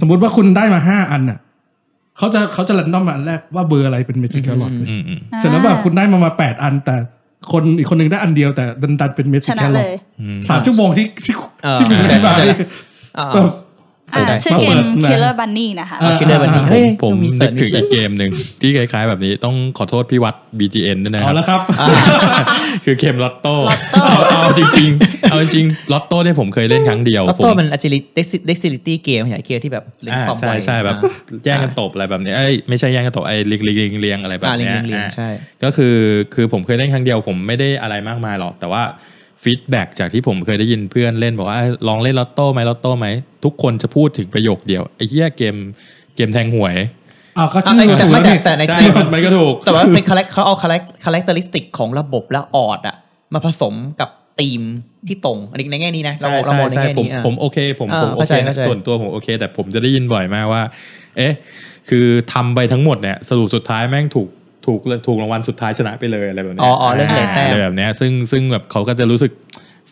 สมมุติว่าคุณได้มาห้าอันน่ะเขาจะเขาจะรันดอมมาอันแรกว่าเบอร์อะไรเป็นเมจิกแครอท
อืม
อืมอืม
เสร็จแล้วแบบคุณได้มามาแปดอัน แต่คนอีกคนหนึ่งได้อันเดียวแต่ดันดันเป็นเมจิ
ช
กแค
นะ
ร
เล
อท
ย
อืม
สามชั่วโมงที่ที่
เออ
ที่มี
เข้าใจ
ที่มา
เข้าใจ
เนี่ย
อ่า
แบบ
อ่า
ใช่
ชื่อเกม
มาเปิดนะ
Killer Bunny นะคะ
เอา Killer Bunny
อ่า
เฮ้ย
ผม
มีเสิ
นึ
ร์
กถึง
ชมีเสิร์
อีก
ช
เกมหนึ่งที่คล้ายๆแบบนี้ต้องขอโทษพี่วัด BGN ด้วยนะค
เอา
รับ
ละครับ
คือเกมลอตโต้เอาจริงๆเอาจริงๆลอตโต้เนี่ยผมเคยเล่นครั้งเดียว
ลอต
ผ
โต้
ม
มัน agility dexterity เกมใหญ่เกมที่แบบเล่น
อ่า
ความไว
ใช่ใช่แบบ
อ่า
แย่งกันตบอะไรแบบนี้เอ้ยไม่ใช่แย่งกันตบไอ้เลียงเลียงเลียงเลียงอะไรแบบ
อ่าเรียง
เนี้ย
เรียงเรียง
อ่า
ใช่
ก็คือคือผมเคยเล่นครั้งเดียวผมไม่ได้อะไรมากมายหรอก แต่ว่าฟีดแบ็กจากที่ผมเคยได้ยินเพื่อนเล่นบอกว่าลองเล่นลอตโต้ไหมลอตโต้ไหม ทุกคนจะพูดถึงประโยคเดียว ไอ้เหี้ยเกมเกมแทงหวย
เอาก็ชื่อ
เอาแต่
ถูกแล้ว
แต่
นี่
แต่ ใน
ใช่
ใน
มันมันก็ถูก
แต่ว่าเป็น collect เขาเอา collect characteristic ของระบบและออดอะมาผสมกับธีมที่ตรง อันนี้ในแง่นี้นะ เรา
ใช่
เรา
ใช่
มองใน
ใช่
แง่
ผม
นี้อ่ะ
ผมโอเคผม
อ่า
ผมโอ
เข้า
เค
ใจ
นะ
เข้าใจ
ส่วนตัวผมโอเค แต่ผมจะได้ยินบ่อยมากว่า เอ๊ะ คือทำไปทั้งหมดเนี่ยสรุปสุดท้ายแม่งถูกถูกถูกรางวัลสุดท้ายชนะไปเลยอะไรแบบเนี้
อ๋
ย
ออ๋อเรื่องเรทแต้ม
อะไรแบบเนี้ยซึ่งซึ่งแบบเขาก็จะรู้สึก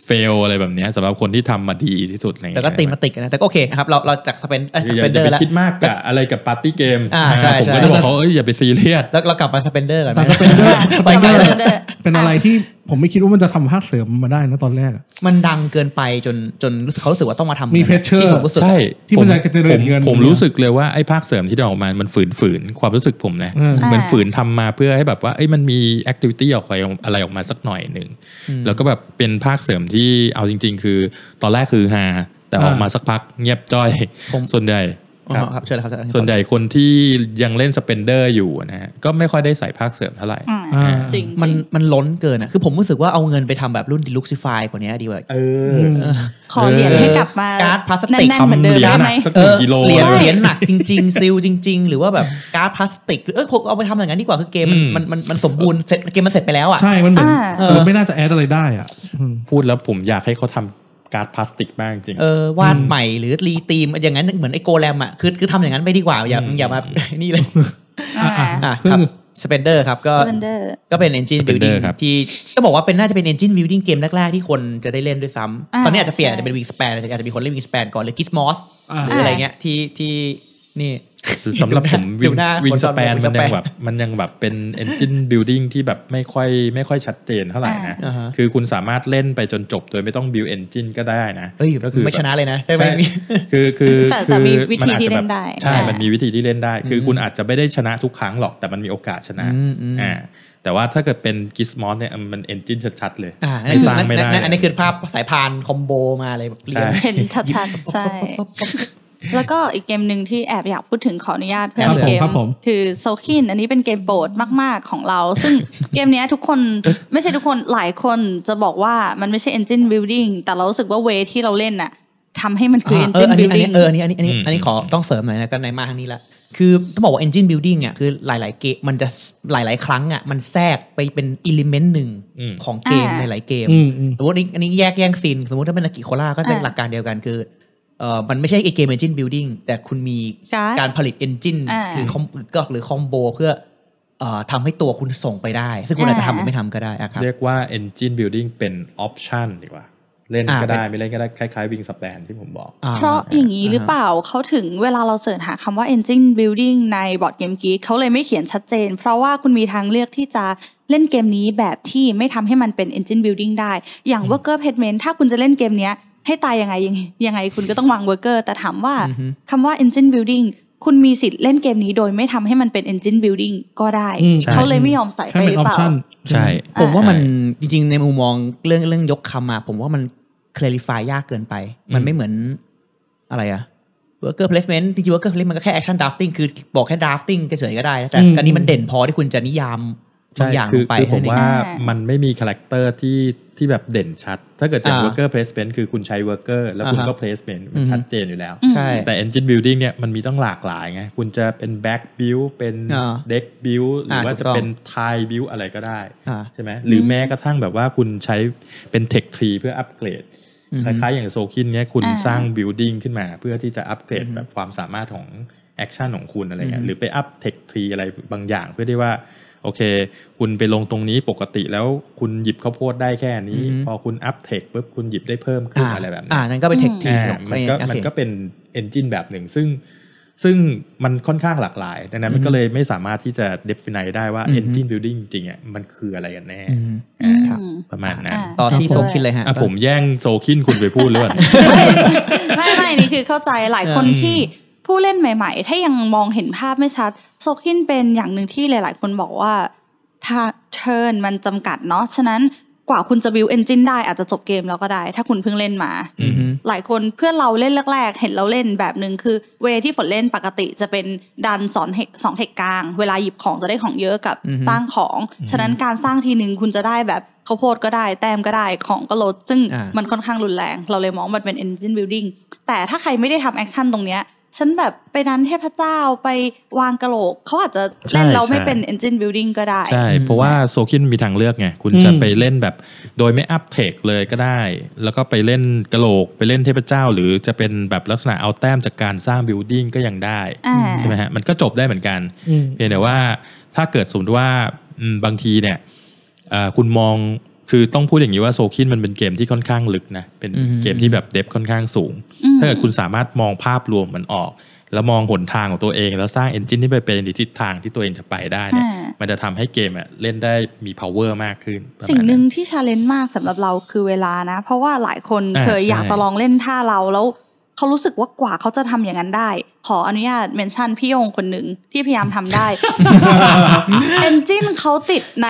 เฟลอะไรแบบเนี้ยสำหรับคนที่ทำมาดีที่สุดอะไรอย่าง
แต่
เงี้ย
ก็ตีมมาติกนะ แต่ก็โอเคนะครับ เราเราจากสเปนเอ้ย
อย่า
จา
อ
กส
ย่านจะไป
เปเดอร์แล้ว
คิดมากกับอะไรกับปาร์ตี้เกม
อ่าใช่
ผม
ใช่
ก็จะบอกเขาเอ้ยอย่าไปซีเรียส
แล้วเรากลับมาสเปนเดอร์กันไหม
แต่ Spender
ไปเดอ
Spender
ร์
เป็นอะไรที่ผมไม่คิดว่ามันจะทำภาคเสริมมาได้นะตอนแรกอะ
มันดังเกินไปจนจนรู้สึกเขารู้สึกว่าต้องมาทำ
มี pressure
ที่ผมรู้สึก
ใช่
ที่มันจะ
ผผ
generate
ม
เงิน
ผมรู้สึกเลยว่าไอ้ภาคเสริมที่ได้ออกมา มันฝืนฝืนๆความรู้สึกผมนะ
อืม
เหมัน
อ่า
ฝืนทำมาเพื่อให้แบบว่าเอ้ยมันมีแอคทิวิตี้ออกไปอะไรออกมาสักหน่อยหนึ่ง แล้วก็แบบเป็นภาคเสริมที่เอาจริง ๆ คือตอนแรกคือฮาแต่ออกมาสักพักเงียบจ้อย
ผม
ส่วนใหญ่
อ๋
ครับ
อครับเชิญเลยครับเชิญเลยครับ
ส่วนใหญ่คนที่ยังเล่นสเปนเดอร์อยู่นะฮะก็ไม่ค่อยได้ใส่ภาคเสริมเท่าไหร่
อ่า
อ่า
จริง
มัน
จริง
มันล้นเกินอ่ะ คือผมรู้สึกว่าเอาเงินไปทำแบบรุ่นดิลุกซิฟายกว่านี้ดีกว่า
เอ
ออืม
ขอเหรียญให้กลับมา
การ์ดพลาสติก
แน่นๆเหมือนเดิมได้ไหม
สักหนึ่งกิโล
เหรียญ
ใช่
เหรียญหนักจริง ๆ (laughs) ซิลจริง ๆ หรือว่าแบบการ์ดพลาสติกคือเออคงเอาไปทำอย่างนั้นดีกว่าคือเกมมัน
อืม
มันมันมันสมบูรณ์เสร็จเกมมันเสร็จไปแล้วอ่ะ
ใช่มันเหมือน
อ่า
เออไม่น่าจะแอดอะไรได้อ่ะอืม
พูดแล้วผมอยากให้เขาทำการ์ดพลาสติกบ้างจริง
เออวาดใหม่หรือรีตีมอย่างนั้นเหมือนไอ้โกแลมอ่ะคือคือทำอย่างนั้นไปดีกว่าอย่า
อืม
อย่ามา (laughs) นี่เลย
อ่า
อ่ะครับสเปนเดอร์ครับก็
Spender
ก็เป็น engine
Spender
building
ครับ
ที่ก็บอกว่าเป็นน่าจะเป็น engine building เกมแรก ๆ ที่คนจะได้เล่นด้วยซ้ำ
อ่า
ตอนนี้อาจจะเปลี่ยน
ใช่
อาจจะเป็น wingspan อาจจะมีคนเล่น wingspan ก่อนหรือ gizmos
อ่า
หรืออะไรเงี้ยที่ที่ นี่
สำหรับผมวิ
ดู
น
หน้า
วิ
คนน
ส
ตอน
แปน
วิน
มันยั
สแป
ง
น
แบบมันยังแบบเป็น engine building ที่แบบไม่ค่อยไม่ค่อยชัดเจนเท่าไหร่นะ
อ่าฮะ
คือคุณสามารถเล่นไปจนจบโดยไม่ต้อง build engine ก็ได้นะ
เอ้ย
ก็คือ
ไม่ชนะเลยนะได้ไหม
ใช่
มี
คือคือ
แต่
คือ
แต่มีวิธีที่เล่นได้
ใช่
อ่ามั
มันมีวิธีที่เล่นได้ คืออ
ม
คุณอาจจะไม่ได้ชนะทุกครั้งหรอกแต่มันมีโอกาสชนะ
อืมอืม
อ่าแต่ว่าถ้าเกิดเป็นกิสมอสเนี่ยมัน engine ชัดๆเลย
อ่า
ไม่สร้างไม่ได้
นั่นนั่นอันนี้คือภาพสายพานคอมโบมาเลยแบบเรียง
เห็นชัดๆ ใช่ แล้วก็อีกเกมหนึ่งที่แอบอยากพูดถึงขออนุญาตเพื่อน
ครับผม
เกม
ครับผม
คือโซคินอันนี้เป็นเกมโปรดมาก ๆ ของเรา ซึ่งเกมเนี้ยทุกคนไม่ใช่ทุกคนหลายคนจะบอกว่ามันไม่ใช่ engine building แต่เรารู้สึกว่าเวที่เราเล่นน่ะทำให้มันคือ
อ่าเออ
engine
อันนี้อันนี้
building
เอออันนี้อันนี้อันนี้
อืม
อันนี้ขอ
อืม
ต้องเสริมหน่อยนะกันในมาทางนี้ละคือต้องบอกว่า engine building เนี่ยคือหลาย ๆ เกมมันจะหลาย ๆ ครั้งอ่ะมันแทรกไปเป็น element หนึ่ง
อืม
ของเกม
อ่า
หลาย ๆ เกม
อืมอืม
สมมติอันนี้อันนี้แยกแยกซีนสมมติถ้าเป็นอากิโคล่าก็จะ
อ่า
หลักการเดียวกันคือเออมันไม่ใช่ไอเกม engine building แต่คุณมี
การ์ด
การผลิต engine
อ่า
หรือคอมก็หรือคอมโบเพื่อเอ่อทำให้ตัวคุณส่งไปได้ ซึ่งคุณอาจจะทำหรือไม่ทำก็ได้อะครับ
เรียกว่า engine building เป็น option ดีกว่า เล่น
อ่า
ก็ได้
เป็น
ไม่เล่นก็ได้คล้ายๆ wing span ที่ผมบอก
อ่
เพราะอย่างนี้หรือเปล่าเขาถึงเวลาเราเสิร์ชหาคำว่า engine building ในบอร์ดเกมกีเขาเลยไม่เขียนชัดเจน เพราะว่าคุณมีทางเลือกที่จะเล่นเกมนี้แบบที่ไม่ทำให้มันเป็น engine building ได้ อย่าง worker payment ถ้าคุณจะเล่นเกมเนี้ยให้ตายยังไงยังยังไงคุณก็ต้องวาง worker แต่ถามว่า
อือฮึ
คำว่า engine building คุณมีสิทธิ์เล่นเกมนี้โดยไม่ทำให้มันเป็น engine building ก็ได้
อืม
เขาเลยไม่ยอมใส่
แค่
ไป
เป็น
หรือ
ออป
เปล่า
ชั่น
ใช่
ผมว่ามัน
ใช่
จริง ๆ ในมุมมองเรื่องเรื่องยกคำมาผมว่ามัน clarify ยากเกินไป มั
อื
น
ม
ไม่เหมือนอะไรอะ worker placement จริงๆ worker placement มันก็แค่ action drafting คือบอกแค่ drafting เฉยๆก็ได้นะแต่
อืม
อันนี้มันเด่นพอที่คุณจะนิยามบางอย่างล
คื
งไป
คือผม
นั่นเอง
ว่า
อ่ามั
มันไม่มีคาแรคเตอร์ที่ที่แบบเด่นชัด ถ้าเกิดเป็น
อ่า
worker placement คือคุณใช้ worker แล้วคุณ
อ่าฮะ
ก็ placement มัน
อืม
ชัดเจนอยู่แล้ว
ม
ใช่
แต่ engine building เนี่ยมันมีต้องหลากหลายไง คุณจะเป็น back build เป็น
อ่า
deck build หรืออา ว่า
ถูก
จะ
ต้อง
เป็น tile build อะไรก็ได้
อ่า
ใช่ไหมหรืออ
ม
แม้กระทั่งแบบว่าคุณใช้เป็น tech tree เพื่ออัปเกรด
อือ
ค
ฮึ
ล้ายๆอย่างโซคินเนี่ยคุณ
อ่า
สร้าง building ขึ้นมา เพื่อที่จะอัปเกรด
อือฮึ
แบบความสามารถของ action ของคุณอะไรเงี้ย
อือฮึ
หรือไปอัพ tech tree อะไรบางอย่างเพื่อที่ว่า โอเค คุณไปลงตรงนี้ปกติแล้วคุณหยิบข้าวโพดได้แค่นี้
อือฮึ
พอคุณอัพเทคปุ๊บคุณหยิบได้เพิ่มขึ้นอะไรแบบนี้
อ่านั่นก็เป็นเทคนิค
อ่า
ของ
มันก็
โอ
มัน
เค
ก็เป็นเอนจินแบบหนึ่งซึ่งซึ่งมันค่อนข้างหลากหลาย ดังนั้นมัน
อือฮึ
ก็เลยไม่สามารถที่จะ define ได้ว่า
อือฮึ
engine building จริงๆอ่ะมันคืออะไรกันแน่
อืม
อืม
ครับ
ประมาณนั้น
อ่า
ต่อที่
ครับผม
สมคิดเลยฮะ
อ่ะผมแย่งโซคินคุณไปพูดเรื่อง
(laughs)
ไม่ไม่นี่คือเข้าใจหลายคนที่ผู้เล่นใหม่ ๆ ถ้ายังมองเห็นภาพไม่ชัดโซคินเป็นอย่างหนึ่งที่หลาย ๆ คนบอกว่าถ้าเชิญมันจำกัดเนาะฉะนั้นกว่าคุณจะบิวเอนจินได้อาจจะจบเกมแล้วก็ได้ ถ้าคุณเพิ่งเล่นมา
อืม
หลายคนเพื่อนเราเล่นแรก ๆ เห็นเราเล่นแบบหนึ่งคือเวที่ฝนเล่นปกติจะเป็นดันสอนเทคสองเทคกลาง เวลาหยิบของจะได้ของเยอะกับ
อือฮึ
สร้างของ ฉะนั้นการสร้างทีหนึ่งคุณจะได้แบบข้าวโพดก็ได้ แต้มก็ได้ของก็ลด ซึ่ง
อ่ามั
มันค่อนข้างรุนแรง เราเลยมองมันเป็น engine building แต่ถ้าใครไม่ได้ทำแอคชั่นตรงเนี้ยฉันแบบไปนั้นเทพเจ้าไปวางกระโหลกเขาอาจจะเล่น
ใช่
เราไม่
ใช่
เป็น engine building ก็ได้
ใช่ เพราะว่าโซคินมีทางเลือกไง คุณ
อืม
จะไปเล่นแบบโดยไม่อัพเทคเลยก็ได้ แล้วก็ไปเล่นกระโหลกไปเล่นเทพเจ้า หรือจะเป็นแบบลักษณะเอาแต้มจากการสร้าง building ก็ยังได้
อ่า
ใช่ไหมฮะมันก็จบได้เหมือนกัน
อืม
เพียงแต่ว่าถ้าเกิดสมมติว่าอืมบางทีเนี่ยเอ่อคุณมองคือต้องพูดอย่างนี้ว่าโซคินมันเป็นเกมที่ค่อนข้างลึกนะเป็น
อืม
เกมที่แบบเดฟค่อนข้างสูง
อืม
ถ้าเกิดคุณสามารถมองภาพรวมมันออก แล้วมองหนทางของตัวเอง แล้วสร้างเอนจินที่ไปเป็นในทิศทางที่ตัวเองจะไปได้เนี่ย
อ่า
มันจะทำให้เกมอะเล่นได้มี power มากขึ้นประมาณ
สิ่งหนึ่งที่ชาเลนจ์มากสำหรับเราคือเวลานะ เพราะว่าหลายคน
อ่า
เคย
ใช่
อยากจะลองเล่นท่าเราแล้วเขารู้สึกว่ากว่าเขาจะทำอย่างนั้นได้ ขออนุญาตเมนชั่นพี่โยงคนหนึ่งที่พยายามทำได้
(laughs)
เอนจินเขาติดใน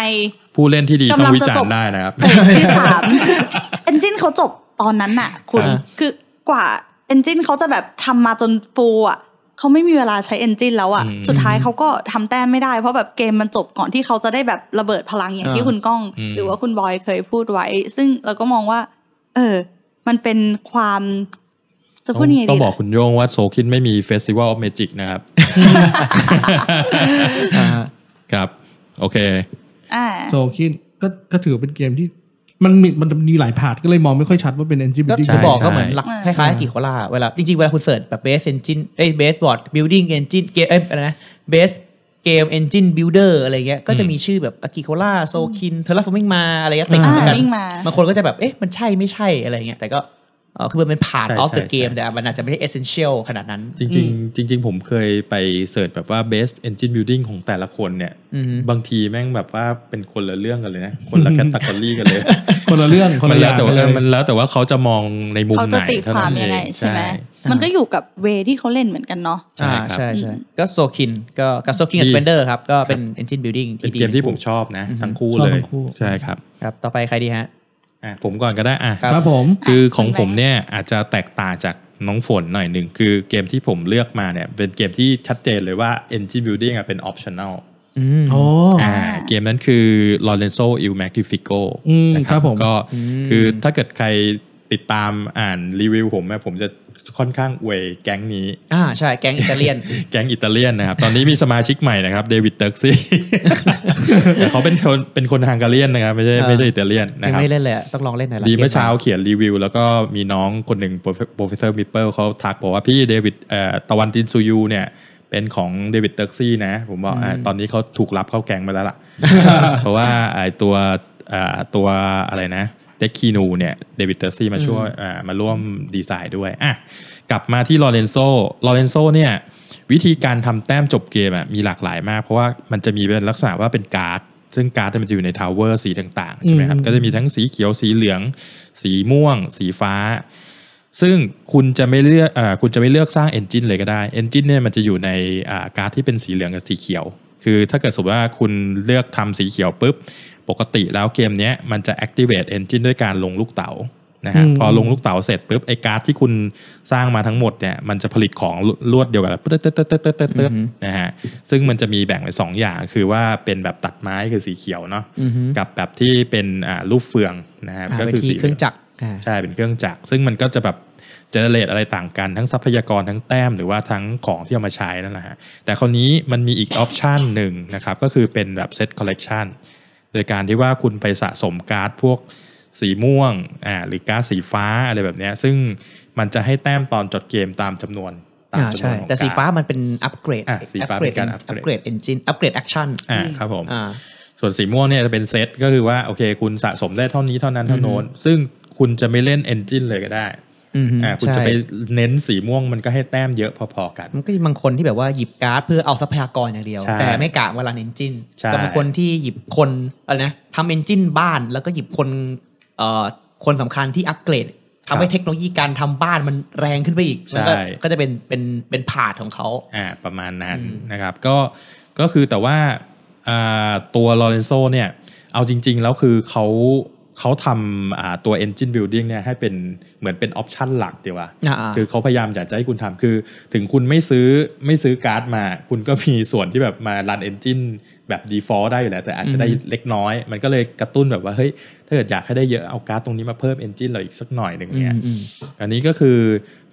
ผู้เล่นที่ดีต้
กำลั
อง
ง
วิ
จะ
จาร
จบ
ณ์ได้นะครับ
เพลงที่สามเอนจินเขาจบตอนนั้นน่ะ คุณ
อ่า
คือกว่าเอนจินเขาจะแบบทำมาจนฟูอ่ะเขาไม่มีเวลาใช้เอนจินแล้วอ่ะ สุดท้ายเขาก็ทำแต้มไม่ได้ เพราะแบบเกมมันจบก่อนที่เขาจะได้แบบระเบิดพลังอย่างที่
อ่า
คุณก้อง
อืม
หรือว่าคุณบอยเคยพูดไว้ ซึ่งเราก็มองว่า เออ มันเป็นความ จะพูดยังไง
ต้อ
ดี
งบอ
ล่ะ
กคุณโยงว่าโซคินไม่มี Festival of Magic นะครับ
อ่า
ครับโอเค
อ่า
โซคินก็ก็ถือว่าเป็นเกมที่มันมีมันมีหลายพาร์ทก็เลยมองไม่ค่อยชัดว่าเป็น engine
ก็
building
จะบอก
ใช่
ก็เหมือนหลักค
ใช่
ล้ายๆกี่โคล่าเวลาจริงๆ เวลาคุณเสิร์ชแบบ base engine เอ้ย base board building engine เกมเอ้ยอะไรนะ base เกม engine builder อะไรเงี้ยก็จะมีชื่อแบบอากิโคล่าโซคินเทอร์ r าฟอร์มิงมาอะไรเงี้ยติด
อ่า
กัน
วิ่งมา
บางคนก็จะแบบ เอ๊ะ มันใช่ไม่ใช่อะไรเงี้ยแต่ก็ เอ่อคือมันเป็นผ่าน
ใช่
of the
ใช่
game
ใช่
แต่มันอาจจะไม่ได้ essential ขนาดนั้น
จริงๆ จริง ๆ ผมเคยไปเสิร์ชแบบว่า best engine building ของแต่ละคนเนี่ย
อืม
บางทีแม่งแบบว่าเป็นคนละเรื่องกันเลยนะ คนละแคตตาล็อกันเลย
คนละเรื่องคน
มัน
ละอ
แล้แต่
ย่าว ง
ว่า
เลย
มันแล้วแต่ว่าเขาจะมองในมุม
เขา
ไห
จะ
น
ตี
เท่า
ความ
นั้นเอ
ยังไง
ง
ใช่ไหมมันก็อยู่กับเวที่เขาเล่นเหมือนกันเนาะ
ใช่
อ่า
ครับ
ใช่ใช่ก็โซคินก็กับโซคินกับ
ดี
สเปนเดอร์ครับ ก็เป็น engine building
เป็น
ดี
เกมที่ผมชอบนะ
อืม
ทั้งคู่
ชอบ
เลย
ทั้งคู่
ใช่ครับ
ครับต่อไปใครดีฮะ
อ่ะผมก่อนก็ได้อ่ะ
ครับ
ครับผม
คือของ
คุณแบงค์
ผมเนี่ยอาจจะแตกต่างจากน้องฝนหน่อยหนึ่ง คือเกมที่ผมเลือกมาเนี่ย เป็นเกมที่ชัดเจนเลยว่า engine building อ่ะเป็น optional
อืม
โอ้
อ่าเกมนั้นคือ Lorenzo Il Magnifico
อืม
นะค
ครั
รับบ
ผม
ก็
อืม
คือถ้าเกิดใครติดตามอ่านรีวิวผมเนี่ยผมจะค่อนข้างอวยแก๊งนี้
อ่าใช่แก๊งอิตาเลียน
แก๊งอิตาเลียนนะครับ ตอนนี้มีสมาชิกใหม่นะครับเดวิดเติร์กซี่ แต่ (laughs) เขาเป็นคนเป็นคนฮังการีนนะครับ ไม่ใช่
อ่า
ไม่ใช่อิตาเลียนนะ
ยัง
ครับ
ไม่เล่นเลยอะต้องลองเล่นหน่อยละ
ดีเมื่อเช้า
ให
เขียนรีวิว แล้วก็มีน้องคนหนึ่งโปรเฟสเซอร์มิปเปิลเขาทักบอกว่าพี่เดวิดเอ่อตะวันตินซูยูเนี่ย เป็นของเดวิดเติร์กซี่นะ ผมบอกอ่าตอนนี้เขาถูกรับเข้าแก๊งมาแล้วล่ะ เพราะว่าไอตัวเอ่อตัวอะไรนะเดคีนูเนี่ยเดวิดเตอร์ซี่มาช่วยอ่ามาร่วมดีไซน์ด้วยอ่ะกลับมาที่ลอเรนโซลอเรนโซเนี่ยวิธีการทำแต้มจบเกมอ่ะมีหลากหลายมาก เพราะว่ามันจะมีเป็นลักษณะว่าเป็นการ์ด ซึ่งการ์ดเนี่ยมันจะอยู่ในทาวเวอร์สีต่างๆใช่ไหมครับ
อืม
ก็จะมีทั้งสีเขียวสีเหลือง สีม่วง สีฟ้า ซึ่งคุณจะไม่เลือกเอ่อคุณจะไม่เลือกสร้าง Engine เลยก็ได้ Engine เนี่ยมันจะอยู่ในอ่าการ์ดที่เป็นสีเหลืองกับสีเขียว คือถ้าเกิดสมมติว่าคุณเลือกทำสีเขียวปุ๊บ ปกติแล้วเกมเนี้ยมันจะ activate engine ด้วยการลงลูกเต๋านะฮะ
อืม
พอลงลูกเต๋าเสร็จปุ๊บไอ้การ์ดที่คุณสร้างมาทั้งหมดเนี่ยมันจะผลิตของลวดเดียวกันเติร์ดเติร์ดเติร์ดเติร์ดเติร์ดเติร์ดนะฮะซึ่งมันจะมีแบ่งเป็นสองอย่างคือว่าเป็นแบบตัดไม้คือสีเขียวเนาะ
อือฮึ
กับแบบที่เป็นอ่ารูปเฟืองนะฮะ
อ่า
ก็
เป็น
คือ
ที่
สี
เครื่องจักรอ่า
ใช่เป็นเครื่องจักรซึ่งมันก็จะแบบเจเนเรตอะไรต่างกัน ทั้งทรัพยากรทั้งแต้มหรือว่าทั้งของที่เอามาใช้นั่นแหละฮะแต่คราวนี้มันมีอีกออปชันหนึ่งนะครับ ก็คือเป็นแบบเซตคอลเล t ชันโดยการที่ว่าคุณไปสะสมการ์ดพวกสีม่วงอ่าหรือการ์ดสีฟ้าอะไรแบบเนี้ยซึ่งมันจะให้แต้มตอนจดเกมตามจำนวนตาม
อ่า
จำน
ใช่
วนของ
แต่สีฟ้า
การ์ด
มันเป็นอัปเกรด
อ่ะสีฟ้าเป็นการ
อัป
upgrade
เกรดเอนจินอัปเกรดแอคชั่น
อ่าครับผม
อ่า
ส่วนสีม่วงเนี่ยจะเป็นเซตก็คือว่าโอเค คุณสะสมได้เท่านี้เท่านั้นเท่าโน้นซึ่งคุณจะไม่เล่น engine เลยก็ได้
อืม
อ่าคุณจะ
ใช่
ไปเน้นสีม่วงมันก็ให้แต้มเยอะพอๆกัน
มันก็มีบางคนที่แบบว่าหยิบการ์ดเพื่อเอาทรัพยากรอย่างเดียว
ใช่
แต่ไม่กะเวลาเอนจิน
ใช่
กับบางคนที่หยิบคนอะไรนะทำเอนจินบ้านแล้วก็หยิบคนเอ่อคนสำคัญที่อัปเกรดทำให้เทคโนโลยีการทำบ้านมันแรงขึ้นไปอีกมันก็ก็จะเป็นเป็นเป็นผาดของเขา
อ่าประมาณนั้น
อืม
นะครับก็ก็คือแต่ว่าอ่าตัวลอเรนโซเนี่ยเอาจริง ๆ แล้วคือเขาเขาทำอ่าตัว Engine Building เนี่ยให้เป็นเหมือนเป็นออปชันหลักดีกว่า
อ่า
คือเขาพยายามอยากจะให้คุณทำคือถึงคุณไม่ซื้อไม่ซื้อการ์ดมา คุณก็มีส่วนที่แบบมารันเอนจินแบบ default ได้อยู่แล้ว แต่อาจจะได้
อืม
เล็กน้อย มันก็เลยกระตุ้นแบบว่าเฮ้ยถ้าเกิดอยากให้ได้เยอะเอาการ์ดตรงนี้มาเพิ่มเอนจินเราอีกสักหน่อยหนึ่ง
อื
เนี่ย
มอืม
อันนี้ก็คือ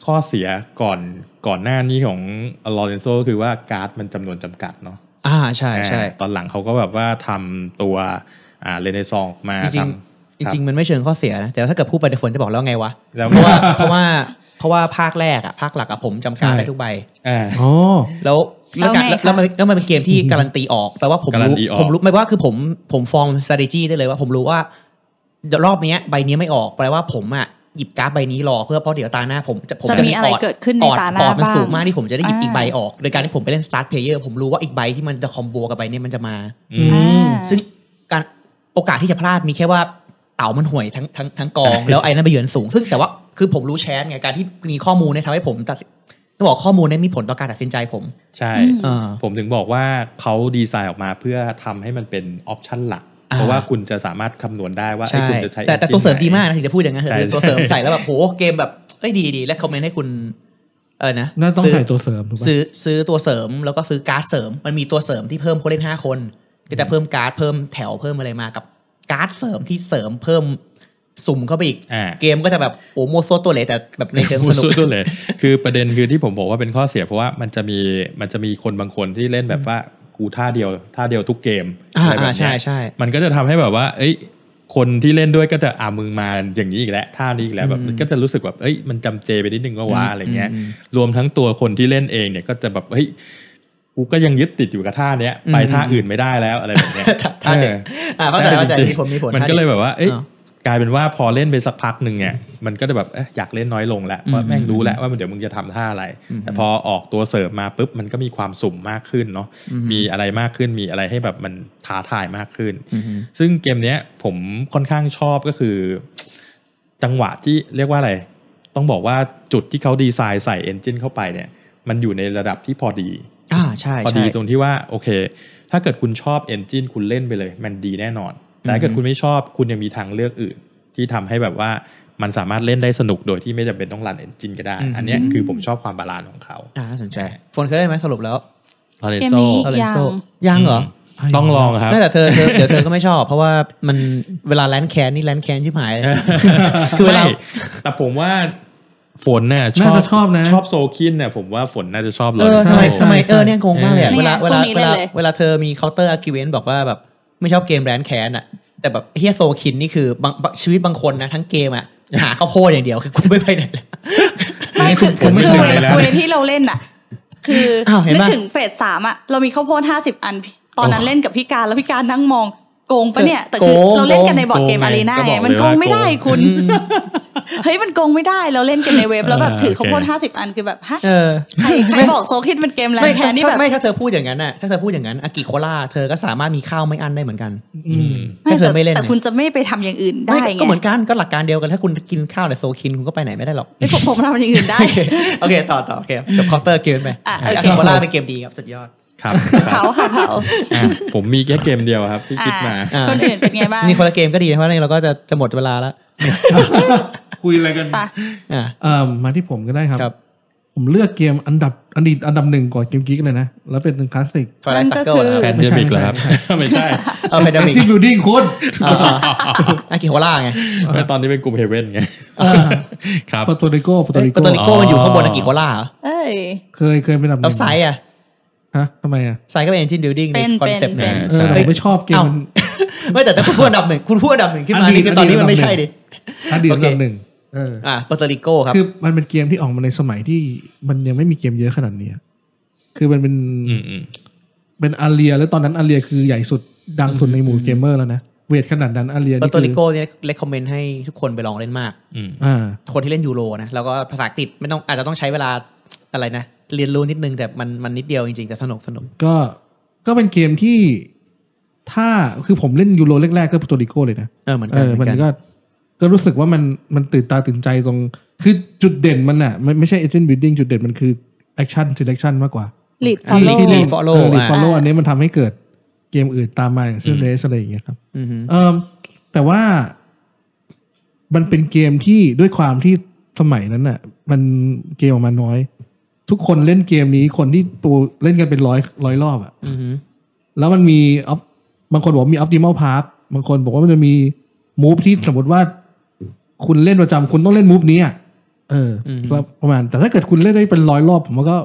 ข้อเสียก่อนก่อนหน้านี้ของลอเรนโซก็คือว่าการ์ดมันจำนวนจำกัดเนาะ
อ่าใช่ใช่
อ่าตอนหลังเขาก็แบบว่าทำตัวอ่าเรเนซองมา
จริง
ทำ
ๆ
คบ
จริง ๆ มันไม่เชิงข้อเสียนะแต่ถ้าเกิดพูดไปเดี๋ยวฝนจะบอกแล้วไงวะ
แล้ว
เพราะว่าเพราะว่าเพราะว่าภาคแรกอะภาคหลักอะผมจำการดได้ทุกใบ
อ่า
อ๋อ
แล้วแล้วการ
แล้วไงคะ
แล้วมันแล้วมันเป็นเกมที่การันตีออกแปลว่าผม
การั
รู้
นตีออก
ผมรู้ไม่ว่าคือผมผมฟอร์ม strategy ได้เลยว่า ผมรู้ว่าเดี๋ยวรอบเนี้ยใบเนี้ยไม่ออกแปลว่าผมอะหยิบการ์ดใบนี้รอเพื่อเพราะเดี๋ยวตาหน้าผมจะผม
จะมีอะไรเกิดขึ้นในตาหน้า
ออดมัน
บ้าง
สูงมากที่ผมจะได้หยิบ
อ่า
อีกใบออกโดยการที่ผมไปเล่น start player ผมรู้ว่าอีกใบที่มันจะคอมโบกับใบเนี้ยมันจะมา
อืม
อ่า
ซึ่งการโอกาสที่จะพลาดมีแค่ว่าเต่ามันห่วยทั้งทั้งทั้งกอง
ใช่
แล้วไอ้นั่นไปเหยือนสูง ซึ่งแต่ว่าคือผมรู้แชทไงการที่มีข้อมูลเนี่ยทำให้ผมตัดสินต้องบอกข้อมูลเนี่ยมีผลต่อการตัดสินใจผม
ใช่
อืม
เออ
ผมถึงบอกว่าเขาดีไซน์ออกมาเพื่อทำให้มันเป็นออปชันหลัก
อ่า
เพราะว่าคุณจะสามารถคำนวณได้ว่าไอ้
ใช่
คุณจะใช้
แต่แต่
engine
ตัวเสริมดีมาก
ไห
นะถึงจะพูดอย่างนั้นเถ
ใช่
อะคือตัว
ใช่
เสริมใส่แล้วแบบโหเกมแบบเอ้ยดีดีและคอมเมนต์ให้คุณเออนะ
น่าต้อง
ซื้
ใส่ตัวเสริมถูกปะ
ซื้อซื้อตัวเสริมแล้วก็ซื้อการ์ดเสริม มันมีตัวเสริมที่เพิ่มผู้เล่นห้าคนก็จะเพิ่มการ์ดเพิ่มแถวเพิ่มอะไรมากับการ์ดเสริมที่เสริมเพิ่มสุ่มเข้าไปอีก
อ่า
เกมก็จะแบบโอ้โมวโซวตัวเลยแต่แบบในเชิง
มู
สนุ
สู้
ก
ด้วยเลย คือประเด็นคือที่ผมบอกว่าเป็นข้อเสียเพราะว่ามันจะมีมันจะมีคนบางคนที่เล่นแบบว่ากูท่าเดียวท่าเดียวทุกเกม
อ่า
อะไรแบบ
อ่าใช่
เนี้ย
ใช่
มันก็จะทำให้แบบว่า เอ้ย คนที่เล่นด้วยก็จะอ่ามือมาอย่างนี้อีกแล้วท่านี้อีกแล้วแบบ
อืม
มันก็จะรู้สึกแบบเอ้ยมันจำเจไปนิดนึงว่าว้า
อืม
อะไรเงี้ย
อืม
รวมทั้งตัวคนที่เล่นเองเนี่ยก็จะแบบเฮ้ยกูก็ยังยึดติดอยู่กับท่าเนี้ยไป
อืม (laughs)
ท่าอื่นไม่ได้แล้วอะไรแบบเนี้ย
ท่าเด็ก
ออ
อ่าเข้าใจเข้าใจ
ช่
มีผลมีผล
มัน
ท่า
ก็เลย
ด็
แบบว่า เอ๊ะ
อ่า
กลายเป็นว่าพอเล่นไปสักพักหนึ่งเนี่ยมันก็จะแบบเอ๊ะอยากเล่นน้อยลงแหละเพ
อื
ราะ
ม
แม่งรู้แล้วว่ามันเดี๋ยวมึงจะทำท่าอะไร
อืม
แต่พอออกตัวเสิร์ฟมาปุ๊บมันก็มีความสุ่มมากขึ้นเนาะ
อืม
มีอะไรมากขึ้นมีอะไรให้แบบมันท้าทายมากขึ้น
อืม
ซึ่งเกมเนี้ยผมค่อนข้างชอบก็คือ จังหวะที่เรียกว่าอะไร ต้องบอกว่าจุดที่เขาดีไซน์ใส่เอนจินเข้าไปเนี่ย มันอยู่ในระดับที่พอดี
อ่าใช่
พอ
ใช่
ดีตรงที่ว่าโอเค ถ้าเกิดคุณชอบเอนจินคุณเล่นไปเลย มันดีแน่นอน แต่ถ้าเกิด
อือฮึ
คุณไม่ชอบคุณยังมีทางเลือกอื่น ที่ทำให้แบบว่ามันสามารถเล่นได้สนุกโดยที่ไม่จำเป็นต้องรันเอนจินก็ได้ อันเนี้ยคือผมชอบความบาลานซ์ของเขา
อ่าน่าสนใจฝนเคยได้ไหมสรุปแล้ว
ลอเรน
เกม
โซ
นี้
เอาเล
ยั
น
ง
โซยังเหรอ
ต้องลองครับ
ไม่แต่เธอเธอเดี๋ยวเธอก็ไม่ชอบ เพราะว่ามันเวลาแลนแคนนี่แลนแคนชิบหายเลย คือเวลา
ไม่แต่ผมว่าฝนเนี่ย
น่าจะชอบนะ
ชอบโซคินเนี่ยผมว่าฝนน่าจะชอบ
เออ
โซ
ทำไม
ใช่
ทำไม
ใช่
เออเนี่ยงงมากเลยอะ
เนี่
เวย ลาเว
พว
ลา
กนี้
เว
เล่
ลาน
เลย
เวลาเธอมีเคาน์เตอร์อาร์กิเวนบอกว่าแบบไม่ชอบเกมแรนแคนอะแต่แบบเฮียโซคินนี่คือบางบางชีวิตบางคนนะทั้งเกมอะหาข้าวโพดอย่างเดียวคือกูไม่ไปไหนเลย
ไม่คือ
ผมไม่
คือ
เค
เวย
เลยนะ
เวที่เราเล่นอ่ะ คือ
อ้าวเห็น
นึก
ปะ
ถึงเฟสสามอ่ะเรามีข้าวโพดห้าสิบอัน ตอนนั้น
โอ้
เล่นกับพี่การแล้วพี่การนั่งมองโกงปะเนี่ย แต่คือ
โกง
เราเล่นกันในบอร์ดเกมอารีนาไงมันโกงไม่ได้คุณ
อืม
เฮ้ยมันโกงไม่ได้เราเล่นกันในเว็บแล้วแบบถือข้าวโพดห้าสิบอันคือแบบฮะ
เออ
ใครใครบอกโซคิดเป็นเกมแร
ไม่
งแท
ถ้าน
นี่แบบ
ไม่ถ้าเธอพูดอย่างนั้นน่ะถ้าเธอพูดอย่างนั้นอากิโคล่าเธอก็สามารถมีข้าวไม่อั้นได้เหมือนกัน
อืม
ไม่
ถ้าเธอไม่เล่น
แต่
ไง
คุณจะไม่ไปทำอย่างอื่นได้
ม่
ไง
ก็เหมือนกันก็หลักการเดียวกันถ้าคุณกินข้าวแต่โซคินคุณก็ไปไหนไม่ได้หรอก
ไม่ผมผมทำอย่างอื่นได้
โอเคโอเคต่อต่อโอเคจบคอร์เตอร์เกมไป
อ่ะ
อา
โอเค
กิโคล่าเป็นเกมดีครับสุดยอด
ครับครั
เผา
บ
ค่ะเผา
อ่ะผมมีแค่เกมเดียว (laughs) ครับที่คิดมา
อ่ะคนอื่นเป็นไงบ้าง
นี่คนละเกมก็ดีนะเพราะว่าเราก็จะจะหมดเวลาแล้ว
คุยอะไรกัน
ไป
อ่ะ
เอ่อมาที่ผมก็ได้ครับ
ครับ
ผมเลือกเกมอันดับอดีตอันดับหนึ่งก่อนเกมกิ๊กเลยนะ แล้วเป็นคลาสสิก
ทวายไลท์
นั่
ซัก
น
เกิ
ก็คือ
ลนะค
แพ
รับ
นเดมิกเหรอครับ ไม่ใช่
เออเพนดมิก
(laughs) Active Building คุณ
อากิโคล่าไง
ไม่ตอนนี้เป็นกลุ่มเฮเว่นไงครับ
ป o ตริโกปตริ
ปา
โก
โตริโก
อ๋อ
มันอยู่ข้างบนอากิโคล่าเหรอ
เอ้ย
เคยเคยเป็นอันดับห
แล้ว
นึ่ง
ไซด์อ่ะ
ฮะทำไมอ่ะ
ไซด์ก็เป็น engine building
เป็น
ในคอนเซ็ปต์
เป็น
เนี่ย
เออ
ใช่
ผมไม่ชอบเกม
เอ้า
มัน
ไม่แต่แต่คุณพูดอันดับหนึ่งคุณพูดอันดับหนึ่งขึ้นมา
อันดี
นี่คือตอนนี้มันไม่ใช่
อันดีอ
ดิ
ดีต
โอ
อั
เค
นดับหนึ่งเออ
อ่ะปาโตริโกครับ
คือมันเป็นเกมที่ออกมาในสมัยที่มันยังไม่มีเกมเยอะขนาดเนี้ยคือมันเป็น
อืมอืม
เป็นอาเรีย แล้วตอนนั้นอาเรียคือใหญ่สุดดังสุดในหมู่เกมเมอร์แล้วนะเวทขนาดนั้นอาเรีย
ปา
นี่
โต
คื
ริ
อ
โกเนี่ยเลคคอมเมนต์ให้ทุกคนไปลองเล่นมาก
อืม
อ่า
คนที่เล่นยูโรนะแล้วก็ภาษาอังกฤษไม่ต้องอาจจะต้องใช้เวลาอะไรนะ เรียนรู้นิดนึงแต่มันมันนิดเดียวจริงๆ แต่สนุกสนุก
ก็ก็เป็นเกมที่ถ้าคือผมเล่นยูโรแรกๆก็ปตริโกเลยนะ
เออเหมือน
เอ
กัน
อ
เหมื
มั
อน นกัน
ก็ก็รู้สึกว่ามันมันตื่นตาตื่นใจตรง คือจุดเด่นมันอ่ะมันไม่ใช่ Agent Building จุดเด่นมันคือ Action Selection มากกว่า
lead
อ่ะ
follow
ที่
เรี
เรี
ย
ย
ก follow
เออ lead
อ่ะ
follow อันนี้มันทำให้เกิดเกมอื่นตามมาอย่างเช่นเรสอะไรอย่างเงี้ยครับ
อือฮึ
เออแต่ว่ามันเป็นเกมที่ด้วยความที่สมัยนั้นน่ะ มันเกมออกมาน้อย ทุกคนเล่นเกมนี้คนที่ตัวเล่นกันเป็นร้อยร้อยรอบอ่ะ
อือฮึ
แล้วมันมีออฟบางคนบอกว่ามีออฟติม l ลพาร์บางคนบอกว่ามันจะมีมูฟที่สมมติว่าคุณเล่นประจำคุณต้องเล่นมูฟนี้อะเอออแล้วประมาณ แต่ถ้าเกิดคุณเล่นได้เป็นร้อยรอบผมว่าก็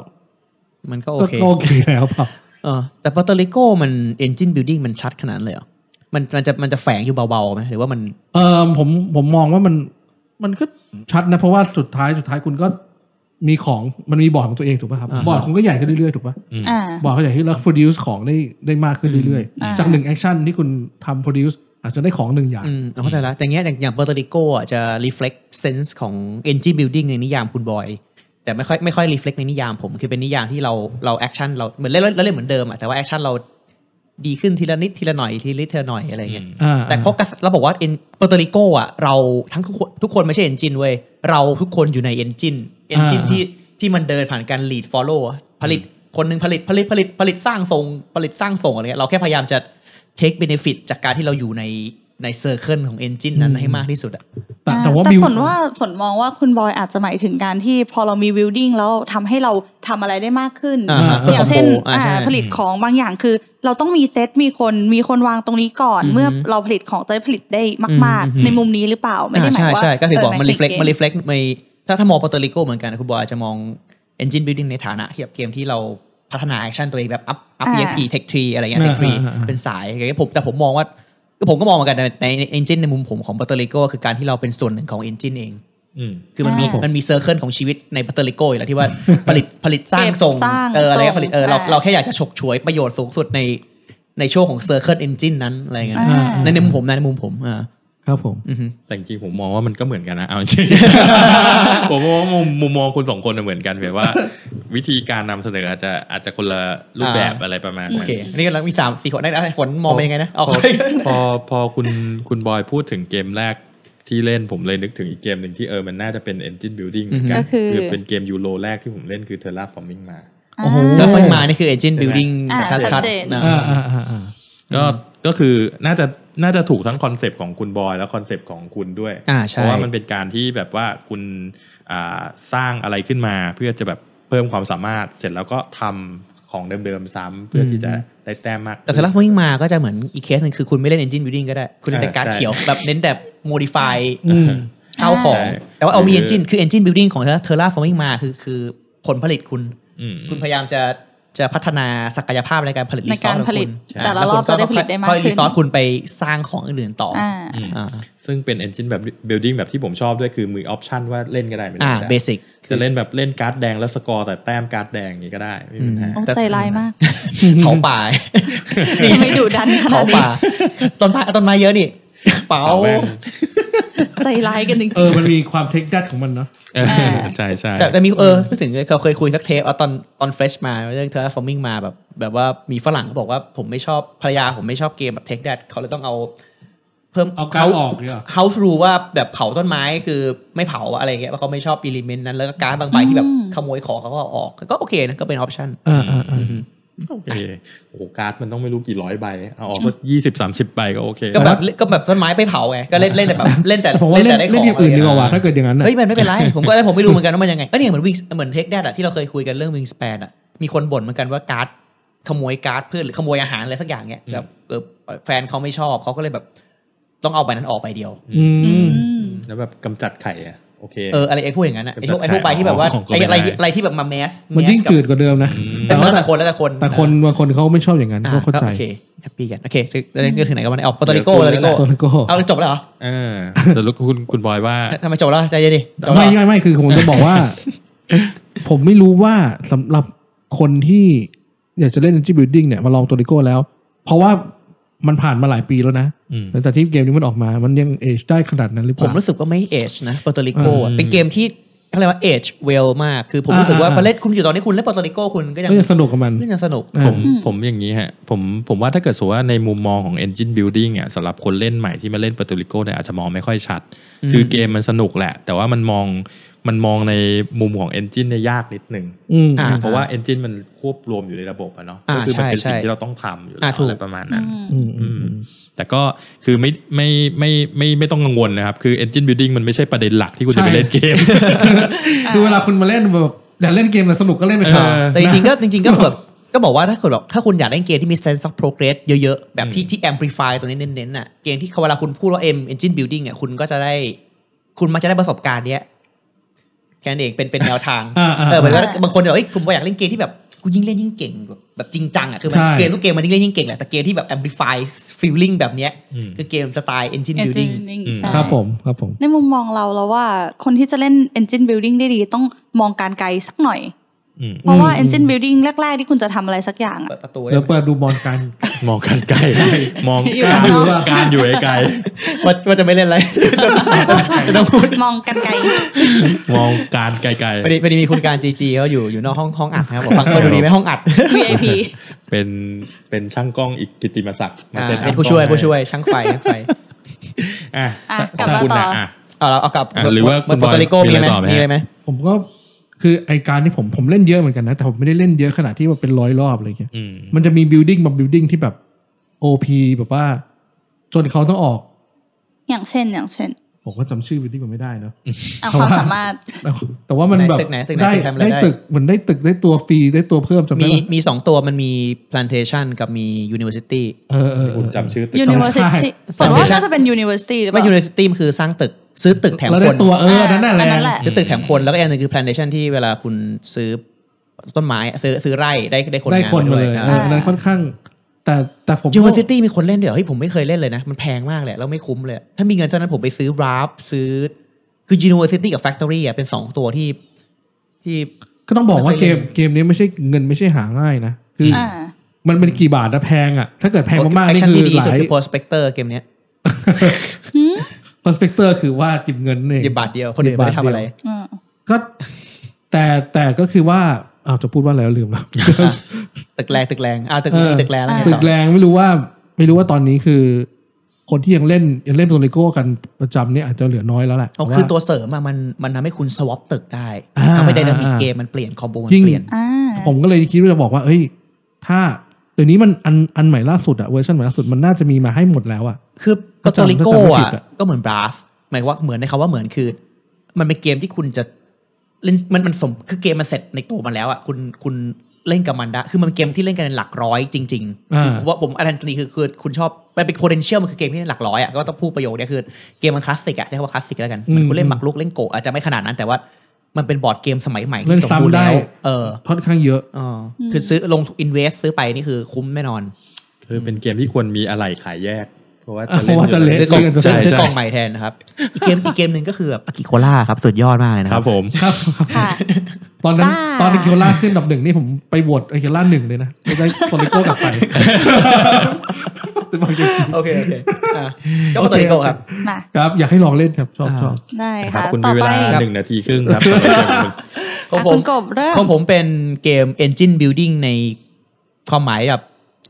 มันก็โอ
ก็
เค
ก็โอเคแล้วเปล่า
เออแต่ปาโตริโกมัน engine building มันชัดขนาดนั้นเลยเหรอมันมันจะมันจะแฝงอยู่เบาๆไหมหรือว่ามัน
เออผมผมมองว่ามันมันก็ชัดนะ เพราะว่าสุดท้ายสุดท้ายคุณก็มีของมันมีบอร์ดของตัวเองถูกป่ะครับ
อ่าฮะ
บอร์ดคุณก็ใหญ่ขึ้นเรื่อยๆถูกป่ะ
อืม
อ่า
บอร์ดเขาใหญ่ขึ้นแล้ว produce ของได้ได้มากขึ้นเรื่อย
อ่า
ๆ จากหนึ่งแอคชั่นที่คุณทำ produce อาจจะได้ของหนึ่งอย่าง
อืมเอาเข้าใจแล้วแต่เงี้ยอย่างอย่างปาโตริโกอ่ะจะ reflect sense ของ engine building ในนิยามคุณบอย แต่ไม่ค่อยไม่ค่อย reflect ในนิยามผมคือเป็นนิยามที่เราเรา action เราเหมือนเล่นเราเล่นเหมือนเดิมอ่ะแต่ว่า action เราดีขึ้นทีละนิดทีละหน่อยทีละนิดทีละหน่อยอะไรเงี้ย
อ่า
แต่เพราะกระแสเราบอกว่าเปอร์ตริโกอ่ะเราทั้งทุกคนทุกคนไม่ใช่เอนจินเว้ยเราทุกคนอยู่ในเอนจินเอนจินที่ที่มันเดินผ่านการ lead follow อะผลิตคนหนึ่งผลิตผลิตผลิตผลิตสร้างทรงผลิตสร้างส่งอะไรเงี้ยเราแค่พยายามจะ take benefit จากการที่เราอยู่ในในเซอร์เคิลของเอนจินนั้นให้มากที่สุดอ่ะ
แต่
อ่
แต่ว่า
แต่
build
ผลว่าผลมองว่าคุณบอยอาจจะหมายถึงการที่พอเรามีวิ l ดิ้งแล้วทำให้เราทำอะไรได้มากขึ้น
อ่าฮะ
เออ
อย่างเช่น
combo อ่า
อ่า
ใช่
ผลิตของบางอย่างคือ เราต้องมีเซตมีคนมีคนวางตรงนี้ก่อน
อือฮึ
เมื่อเราผลิตของเต้ยผลิตได้มาก
อือฮึ
ๆ ในมุมนี้หรือเปล่า ไม่ได้หมายว่า
ใช่ใช่ก็คือบอกมัน
เ
reflect
เป็เ
มัน reflect ในถ้าถ้ามองปอตริโกเหมือนกันคุณบอยอาจจะมอง engine building ในฐานะเทียบเกมที่เราพัฒนา action ตัวเองแบบ up up
อ่า
EFP tech tree อะไรเงี้ย tech tree
อ่าอ่าอ่า
เป็นสายอะไรเงี้ยผมแต่ผมมองว่าก็ผมก็มองเหมือนกันในใน engine ในมุมผมของปอตริโกคือการที่เราเป็นส่วนหนึ่งของ engine เอง
อืม
คือมันมี
อ่ามั
มันมีเซอร์เคิลของชีวิตในปาโตริโกอยู่แล้วที่ว่า ผลิตผลิตสร้าง
เก็บ
ส่ง
สร้าง
เอออะไร
ส่ง
ผลิตเออเรา
อ่า
เราแค่อยากจะฉกฉวยประโยชน์สูงสุดในในช่วงของเซอร์เคิลเอนจินนั้นอะไรเงี้ย
อ่า
ในในมุมผมนะในมุมผมอ่า
ครับผม
อือฮึ
แต่จริงๆผมมองว่ามันก็เหมือนกันนะเอาจริงๆ ผมมองว่ามุมมุมมองคนสองคนน่ะเหมือนกันแบบว่า วิธีการนำเสนออาจจะอาจจะคนละรูปแบบอะไรประมาณ
โอ
นั้น
เคอันนี้กำลังมีสามสี่คนได้แล้วฝนมองไปยังไงนะเอา
พอ
ไป
พอพอคุณคุณบอยพูดถึงเกมแรกที่เล่นผมเลยนึกถึงอีกเกมหนึ่งที่เออมันน่าจะเป็น Engine Building เหมือนน
อือฮึก็คือ
คือเป็นเกมยูโรแรกที่ผมเล่นคือ Terraforming มา
โอ้โห
อ่า
แล้วไฟมานี่คือ engine building
อ่าชั
ชัด
ดเจน
ๆนะ
อ่าอ่าอ่าอ่า
ก็ก็คือน่าจะน่าจะถูกทั้งคอนเซปต์ของคุณบอยและคอนเซปต์ของคุณด้วย
อ่า
เพ
ใช่
ราะว่ามันเป็นการที่แบบว่าคุณอ่าสร้างอะไรขึ้นมาเพื่อจะแบบเพิ่มความสามารถเสร็จแล้วก็ทำของเดิมๆซ้ำเพื่อที่จะได้แต้มมาก
แต่
ขึ้
ถ้าน เราวิ่งมาก็จะเหมือนอีกเคสหนึงคือคุณไม่เล่น engine building ก็ได้ คุณเล่นแต่การ์ด
อ่าใช่
เขียวแบบเน้นแต่ modify
อืม
เข้าของ
ใช่
แต่ว่าเอามี
หรือ
engine คือ engine building ของ Terra Forming มาคือคือผลผลิตคุณ
อืม
คุณพยายามจะจะพัฒนาศักยภาพในการผลิต
ใน
รีซอ
การ
สของ
ผลิ
คุ
ต
ณ
ใช่
แต่ละรอบจะได้ผลิตได้มาก
ค่อย
ขึ้
รี
น
ซอสคุณไปสร้างของอื่นๆต่ออ
อ่า
อืม
อ่า
ซึ่งเป็น engine แบบ building แบบที่ผมชอบด้วยคือมีออปชันว่าเล่นก็ได้ไม่เล่
อ่าน
ก็
เบ
ได้
สิก
จะเล่นแบบเล่นการ์ดแดงแล้วสกอร์แต่แต้มการ์ดแดงอย่างนี้ก็ได้ไม่มีปัญหา
อืม
โอ้ใจร้ายมาก
เขาป่า
ทำไมดุดันขนา
เขา
ดนี้
ป่าต้นไม้ต้นไม้เยอะนี่เป๋า
เอาแว่น
ใจร้ายกันจริง
เออ มันมีความเทคดัตของมันเนาะ
เออใช่ใช่
แต่แต่มีเออพูดถึงเลยเราเคยคุยสักเทปเอาตอนตอนเฟรชมาเรื่องเทอร์ฟอร์มิงมาแบบ แบบว่ามีฝรั่งเขาบอกว่าผมไม่ชอบภรรยาผมไม่ชอบเกมแบบเทคแดดเขาเลยต้องเอาเพิ่ม
เอากาวออกเนี่ยเหรอ
เฮาส์รูว่าแบบเผาต้นไม้คือไม่เผาอะไรเงี้ยเพราะเขาไม่ชอบอิเลเมนต์นั้นแล้วก็การดบางใบที่แบบ
อืม
ขโมยของเขาก็เอาออก ก็โอเคนะก็เป็นออปชั่น
อ่าอ่าอ่า
โอเคโอ้โหการ์ดมันต้องไม่รู้กี่ร้อยใบ เอาออกสักยี่สิบสามสิบใบก็โอเค
ก็แบบก็แบบต้นไม้ไปเผาไงก็เล่นเล่นแต่แบบเล่นแต่
ผมว่าเล่น
แต่ได้ข
เล่
อนง
อย่างอื่น
อะไร
ดีก
เงี้ย
ว่าว่ะถ้าเกิดอย่างนั้นน่ะ
เฮ้ยมันไม่เป็นไรผมก็แล้วผมไม่รู้เหมือนกันว่ามันยังไงเออเนี่ยเหมือนวิงเหมือนเทคแดดอะที่เราเคยคุยกันเรื่องวิงสเปนอะมีคนบ่นเหมือนกันว่าการ์ด ขโมยการ์ดเพื่อนหรือขโมยอาหารอะไรสักอย่างเนี้ยแบบเออแฟนเขาไม่ชอบเขาก็เลยแบบ ต้องเอาใบนั้นออกใบเดียว
อื
ๆอื
ม
ม
แล้วแบบกำจัดไข่อะโอเค
เอออะไรไอ้พวกอย่างนั้นอะไอ้พวก
แบบ
ไอ้พวกใบที่แบบว่า
ขายของก็
ไอ้
ไม่
อะไร
ได้
อะไรที่แบบมาแมส
มันยิ่งจืดกว่าเดิมนะ
ม
แต่
แต่
ว่า
ว่า
แต่คนแล้วแต่คน
แต่คนบางคนเขาไม่ชอบอย่างนั้น
อ่า
ก็เข้าใจ
โอเคแฮปปี้กันโอเคถึงแล้วนี่คือถึงไหนกันวะเนี่ยเอาปอตริโกปอตริโก
ตัวนั้นก็
เอาจบแล้วเหรอ
เออแต่ลูกคุณคุณบอยว่า
ทำไมจบแล้วใจเย็นดิจบแล้ว
ไม่
เหรอ
ไม่ไม่คือผมจะบอกว่า ผมไม่รู้ว่าสำหรับคนที่อยากจะเล่น Energy Building เนี่ยมาลองตัวลิโก้แล้ว เพราะว่ามันผ่านมาหลายปีแล้วนะ
อืม
แต่ที่เกมนี้มันออกมา มันยังเอชได้ขนาดนั้นหรือเป
ผม
ล่า
รู้สึกว่าไม่เอจนะปอตริโก
อืม
เป็นเกมที่เขาเรียกว่าเอจเวลมากคือผมรู้สึกว่า
อ่า
พอเล่นคุณอยู่ตอนนี้คุณเล่นปอตริโกคุณก็ยัง
ก็ยังสนุกกับมัน
เล่นยังสนุก
อ่า
ผม
อืม
ผมอย่างนี้ฮะผมผมว่าถ้าเกิดสมมติว่าในมุมมองของ Engine Building อ่ะสำหรับคนเล่นใหม่ที่มาเล่นป r ตูริโกเนี่ยอาจจะมองไม่ค่อยชัด
อืม
คือเกมมันสนุกแหละ แต่ว่ามันมองมันมองในมุมของ Engine เนี่ยยากนิดนึง
อืม
อ่า
เพราะว่า Engine มันควบรวมอยู่ในระบบอะเนาะ
อ่า
ก็คือมันเป็น
ใช่
สิ่ง
ใช่
ที่เราต้องทำอยู่แล้
อ่าว ถูก
อะไรประมาณนั้น
อืมอืมอืม
แต่ก็คือไม่ไม่ไม่ไม่ไม่ต้องกังวลนะครับ คือ Engine Building มันไม่ใช่ประเด็นหลักที่คุณจะไป
ใช่
เล่นเกม
คือเวลาคุณมาเล่นแบบอยากเล่นเกมแล้วสนุกก็เล่นไปเถอะ
เออ
แต่จริงๆก็จริงๆก็แบบก็บอกว่าถ้าคุณแบบถ้าคุณอยากเล่นเกมที่มี sense of progress เยอะๆ แบบที่ที่ amplify ตัวนี้เน้นๆน่ะเกมที่เวลาคุณพูดว่า M engine building อ่ะคุณก็จะได้ คุณมักจะได้ประสบการณ์เนี้ยแค่นั้นเองเป็นเป็นแนวทาง
อ่าๆ
เออเหมือนว่า
อ่า
บางคนแบบเอ้ยผมอยากเล่นเกมที่แบบกูยิ่งเล่นยิ่งเก่งแบบแบบจริงจังอ่ะคือมัน
ใช่
เกมทุกเกมมันยิ่งเล่นยิ่งเก่งแหละแต่เกมที่แบบ amplify feeling แบบเนี้ย
อืม
คือเกมสไตล์ engine building
engineering ใช่
ครับผมครับผม
ในมุมมองเราแล้วว่าคนที่จะเล่น engine building ได้ดีต้องมองการไกลสักหน่อย
อืม
เพราะว่า
อืม
engine building แรก ๆ ที่คุณจะทำอะไรสักอย่าง
เปิ
อะ
ดประตู
เดี๋ยวเปิดดูบอลกัน
มองการไกลมอง
อยู่
การ
ข้างนอก
การอยู่ไกล
(laughs) ว่าว่าจะไม่เล่นอะไร (laughs) ต้องพูด
มองการไกล
มองการไกล
พอดีพอดีมีคุณการจีจีเขาอยู่อยู่นอกห้องห้องอัด
(laughs)
นะครับบอกฟังเปิดดูดีไหมห้องอัด
VIP
ๆ เป็นเป็นช่างกล้องอีกกิตติมศักดิ์มาเซ็ต
เป็นผู้ช่วยผู้ช่วยช่างไฟช่างไฟ
อ่ะ
อ่ะ
ข
ก
อ
ลั
บ
มา
คุณ
ต่อ
นะ
อ่
อ่ะ
เอาเราเอากลับ
อ่ะหรือว่าคุณ
ปอตริโก
บอย
มีไหม
มีอะไรต่อไหม
มีอะไรไหม
ผมก็คือไอการที่ผมผมเล่นเยอะเหมือนกันนะ แต่ผมไม่ได้เล่นเยอะขนาดที่ว่าเป็นร้อยรอบอะไรอย่างเงี้ย
อืม
มันจะมีบิ l ดิ้งบางบิลดิ้งที่แบบโอพีแบบว่า จนเขาต้องออก
อย่างเช่นอย่างเช่น
ผมก็จำชื่อบิลดิ้งมันไม่ได้เนาะ
อ่ะความสามารถ
แต่แต่ว่ามันแบบ
ตึกไหนตึกไหน
ได้
ตึกทำอะไร
ได้
ได้
ตึกเหมือนได้ตึกได้ตัวฟรีได้ตัวเพิ่มจำ
มี
ได้ปะ
มีสองตัวมันมี plantation กับมี university
เออเออเอ
คุณ
อ
จำชื่อตึก
university ผลว่าน่าจะเป็น university หรือเป
ไม่
ล่า
university มันคือสร้างตึกซื้อตึกแถม
แล้ว
ค
ได้
น
ตัวเอออันนั้นน่ะ
อ่า
แหละ
อันนั้นแหละ
ซื้อตึกแถมคนแล้วก็อย่างหนึ่งคือ plantation ที่เวลาคุณซื้อต้นไม้ซื้อซื้อไร่ได้ได้คน
ได้
งาน
คน
มา
มา
ด้วย
เลย
อ่ะ
เอออันนั้นค่อนข้าง แต่แต่ผมก็
University มีคนเล่นด้วยเหรอเฮ้ยผมไม่เคยเล่นเลยนะ มันแพงมากเลยแล้วไม่คุ้มเลย ถ้ามีเงินเท่านั้นผมไปซื้อ Raft ซื้อ คือ University กับ Factory อ่ะเป็นสองตัวที่ที่
ก็ต้องบอกว่า
ไม่เค
เก
ยเล่
ม
น
เกมนี้ไม่ใช่เงินไม่ใช่หาง่ายนะคืออ
อ่า
มันเป็นกี่บาทนะแพงอ่ะถ้าเกิดแพงมากๆ
แอ
นี่
คชั่น
คือ
ที่ดี
ห
สุด
ลาย
คือ Prospector เกมเนี้ย
คอนสเปกเตอร์คือว่าจิบเงินนั่นเอง
หยิบบาทเดียวคนอื่นไม่ได้ทำอะไร
อ่า
ก็แต่แต่ก็คือว่าอ้าวจะพูดว่าอะไรแล้วลืม
(laughs)
แล้ว
ตึกแรงตึกแรงอ่าตึก
เออ
ตึกแรงแล้วไง
ตึ
ต่
ก
อ
แรงไม่รู้ว่าไม่รู้ว่าตอนนี้คือ คนที่ยังเล่นยังเล่นโซลิโก้กันประจำเนี่ยอาจจะเหลือน้อยแล้วแหละ
เอา
า
คือตัวเสริมอะมันมันทำให้คุณ swap ตึกได้
อ่า
ทำให้ไดนามิก
อ่า
เกมมันเปลี่ยนคอมโบมัน
จริง
เปลี่ยน
อ่า
ผมก็เลยคิดว่าจะบอกว่า เอ้ย ถ้าเดี๋ยวนี้มันอันอันใหม่ล่าสุดอะเวอร์ชันใหม่ล่าสุดมันน่าจะมีมาให้หมดแล้วอะ
คือปาโตริโก
ถ้าจำไม่ผิด
อ่ะ
อะ
ก็เหมือนบราสหมายความว่าเหมือนในคำว่าเหมือนคือ มันเป็นเกมที่คุณจะเล่นมันมันสมคือเกมมันเสร็จในตัวมันแล้วอ่ะคุณคุณเล่นกับมันได้คือมันเป็นเกมที่เล่นกันในหลักร้อยจริงๆคือผมว่าผมอันนี้คือคือคุณชอบมันเป็น potential มันคือเกมที่เล่นหลักร้อยอ่ะก็ต้องพูดประโยคเนี้ยคือเกมมันคลาสสิกอ่ะใช้คำว่าคลาสสิกแล้วกันเหมันคุณเล่นหมากรุกเล่นโกะอาจจะไม่ขนาดนั้นแต่ว่ามันเป็นบอร์ดเกมสมัยใหม่ที่
เล่น
สมบูรณ์
ซ้ำได้
แล้วเออ
ค่อนข้างเยอะ (laughs)
เออคือซื้อลงทุน invest ซื้อไปนี่คือคุ้มแน่นอน
คือเป็นเกมที่ควรมีอะไรขายแยก เพราะว่า
เพราะว่าจะ
อยู่
เละ
แว
ซื้อกล่อง
ใช่
ซื้อ
ใช่
ซื้อกล่องใหม่แทนนะครับ อีกเกมอีกเกมหนึ่งก็คือแบบอากิโคล่าครับ สุดยอดมากเลยนะ
ค
ค
รั
รั
บบ ผม
ครับ
ค่ะ
ตอนนั้น
จ้า
ตอนเคียวล่าขึ้นอันดับหนึ่งนี่ผมไปโหวตเคียวล่าหนึ่งเลยนะจะได้โซลิโก้กลับ
(laughs)
ไป
โอเค โอเคอ่ะก็มาตัวนี้ก็ครับ
มา
ครับอยากให้ลองเล่นครับชอบชอบ
ได้
นะครั
ค่ะ
บคุณ
ต่
มี
อ
เว
ไป
ลา
อ่ะ
หนึ่งนาทีครึ่งครับ
ของผ
คุ
ม
ณกบเริ่ม
ของผมเป็นเกม engine building ในความหมายแบบ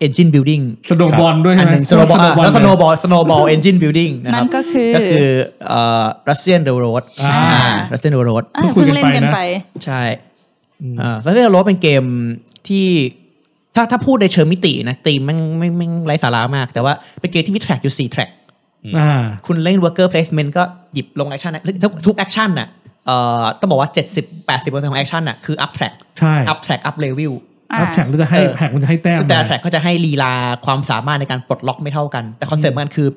engine building
สโนว์บอลด้วย
อัน
ใช่
ห
ไหม
นึ่ง snowball อ่ะแล้ว
สโนว์บอล
snowball snowball engine building นะค
นั่
รับ
นก็คือ
ก็คือเอ่อ Russian railroad
อ่า
Russian railroad
อ่ะ
คุย
เพิ่ง
กัน
เล่นกัน
ไป
ไป
นะ
ใช่ อ่าแล้วเรื่องรถเป็นเกมที่ถ้าถ้าพูดในเชิงมิตินะตีมแม่งแม่งแม่งไร้สาระมาก แต่ว่าเป็นเกมที่มีแทร็กอยู่4แทร็ก
อ่า
คุณเล่น worker placement ก็หยิบลงแอคชั่นนะทุกทุกแอคชั่นน่ะเอ่อต้องบอกว่า 70 80%ของแอคชั่นน่ะคือ up track
ใช่
up track up level
อ่ะ
อัพแข่งมันจะให้
เออ
แข่งมันจะให้แต้ม
ซึ่งแต่ละแทร็กก็จะให้ลีลาความสามารถในการปลดล็อกไม่เท่ากัน แต่คอนเซ็ปต์มันคือ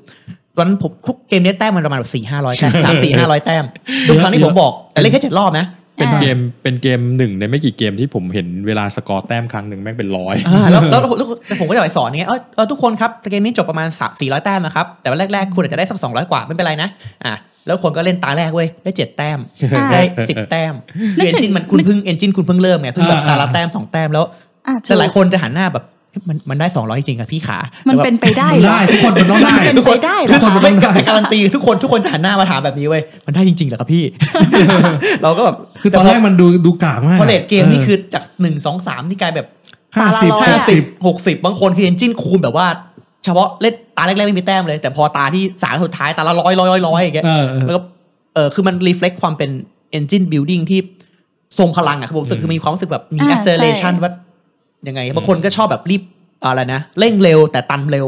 ตอนนั้นผมทุกเกมเนี้ยแต้มมันประมาณแบบสี่ห้าร้อยแต้มสามสี่ห้าร้อยแต้มทุกครั้งที่ผมบอกแต่เล่นแค่เจ็ดรอบนะ
เป็นเกมเป็นเกมหนึ่งในไม่กี่เกมที่ผมเห็นเวลาสกอร์แต้มครั้งหนึ่งแม่งเป็นร้อย
อ่าแล้วแล้วแล้วแล้วผมก็จะไปสอนไงเออเออทุกคนครับเกมนี้จบประมาณสักสี่ร้อยแต้มนะครับ แต่ว่าแรก ๆ คุณอาจจะได้สักสองร้อยกว่า ไม่เป็นไรนะอ่ะแล้วคนก็เล่นตาแรกเว้ย ได้เจ็ดแต้ม
อ่า
ได้สิบแต้ม
นึ
เอก น
ถึง
จินมันคุณเพิ่งเอนจินคุณเพิ่งเริ่มไงเพิ่งแบบตาละแต้มสองแต้มแล้ว
อ่ะ
แต่หลาย
ถูก
คนจะหันหน้าแบบเฮ้ยมันมันได้สองร้อยจริงๆอะพี่ขา
มั
มัน
เป็นไปได้
มัน
เหรอ
ได้ทุกคนมันต้องได้
มันเป็นไปได้เหรอ
ทุกคนมันต้องได้
การันตีทุกคนทุกคนจะหันหน้ามาถามแบบนี้เว้ยมันได้จริงๆเหรอครับพี่ เราก็แบบ
คือตอนแรกมันดูดูกากมาก
พอเลทเกมนี่คือจากหนึ่งสองสามนี่กลายแบบ
ห้า
ตาละ
สิบ
ร้อย
ห้า
ห้า
สิ
สิ
บบ
หกสิบบางคนคือเอนจินคูณแบบว่า เฉพาะเล่นตาแรกๆไม่มีแต้มเลย แต่พอตาที่สามสุดท้ายตาละร้อยร้อยร้อยร้อยอย่างเงี้ย
เออเออ
แล้วก็เออคือมันรีเฟล็กความเป็นเอนจินบิลดิ่งที่ทรงพลังอะครับผมรู้สึกคือมีความรู้สึกแบบมี
อ่า
a c c e l e r a t i o n
ใช่
ว่ายังไง บางคนก็ชอบแบบรีบอะไรนะ เร่งเร็วแต่ตันเร็ว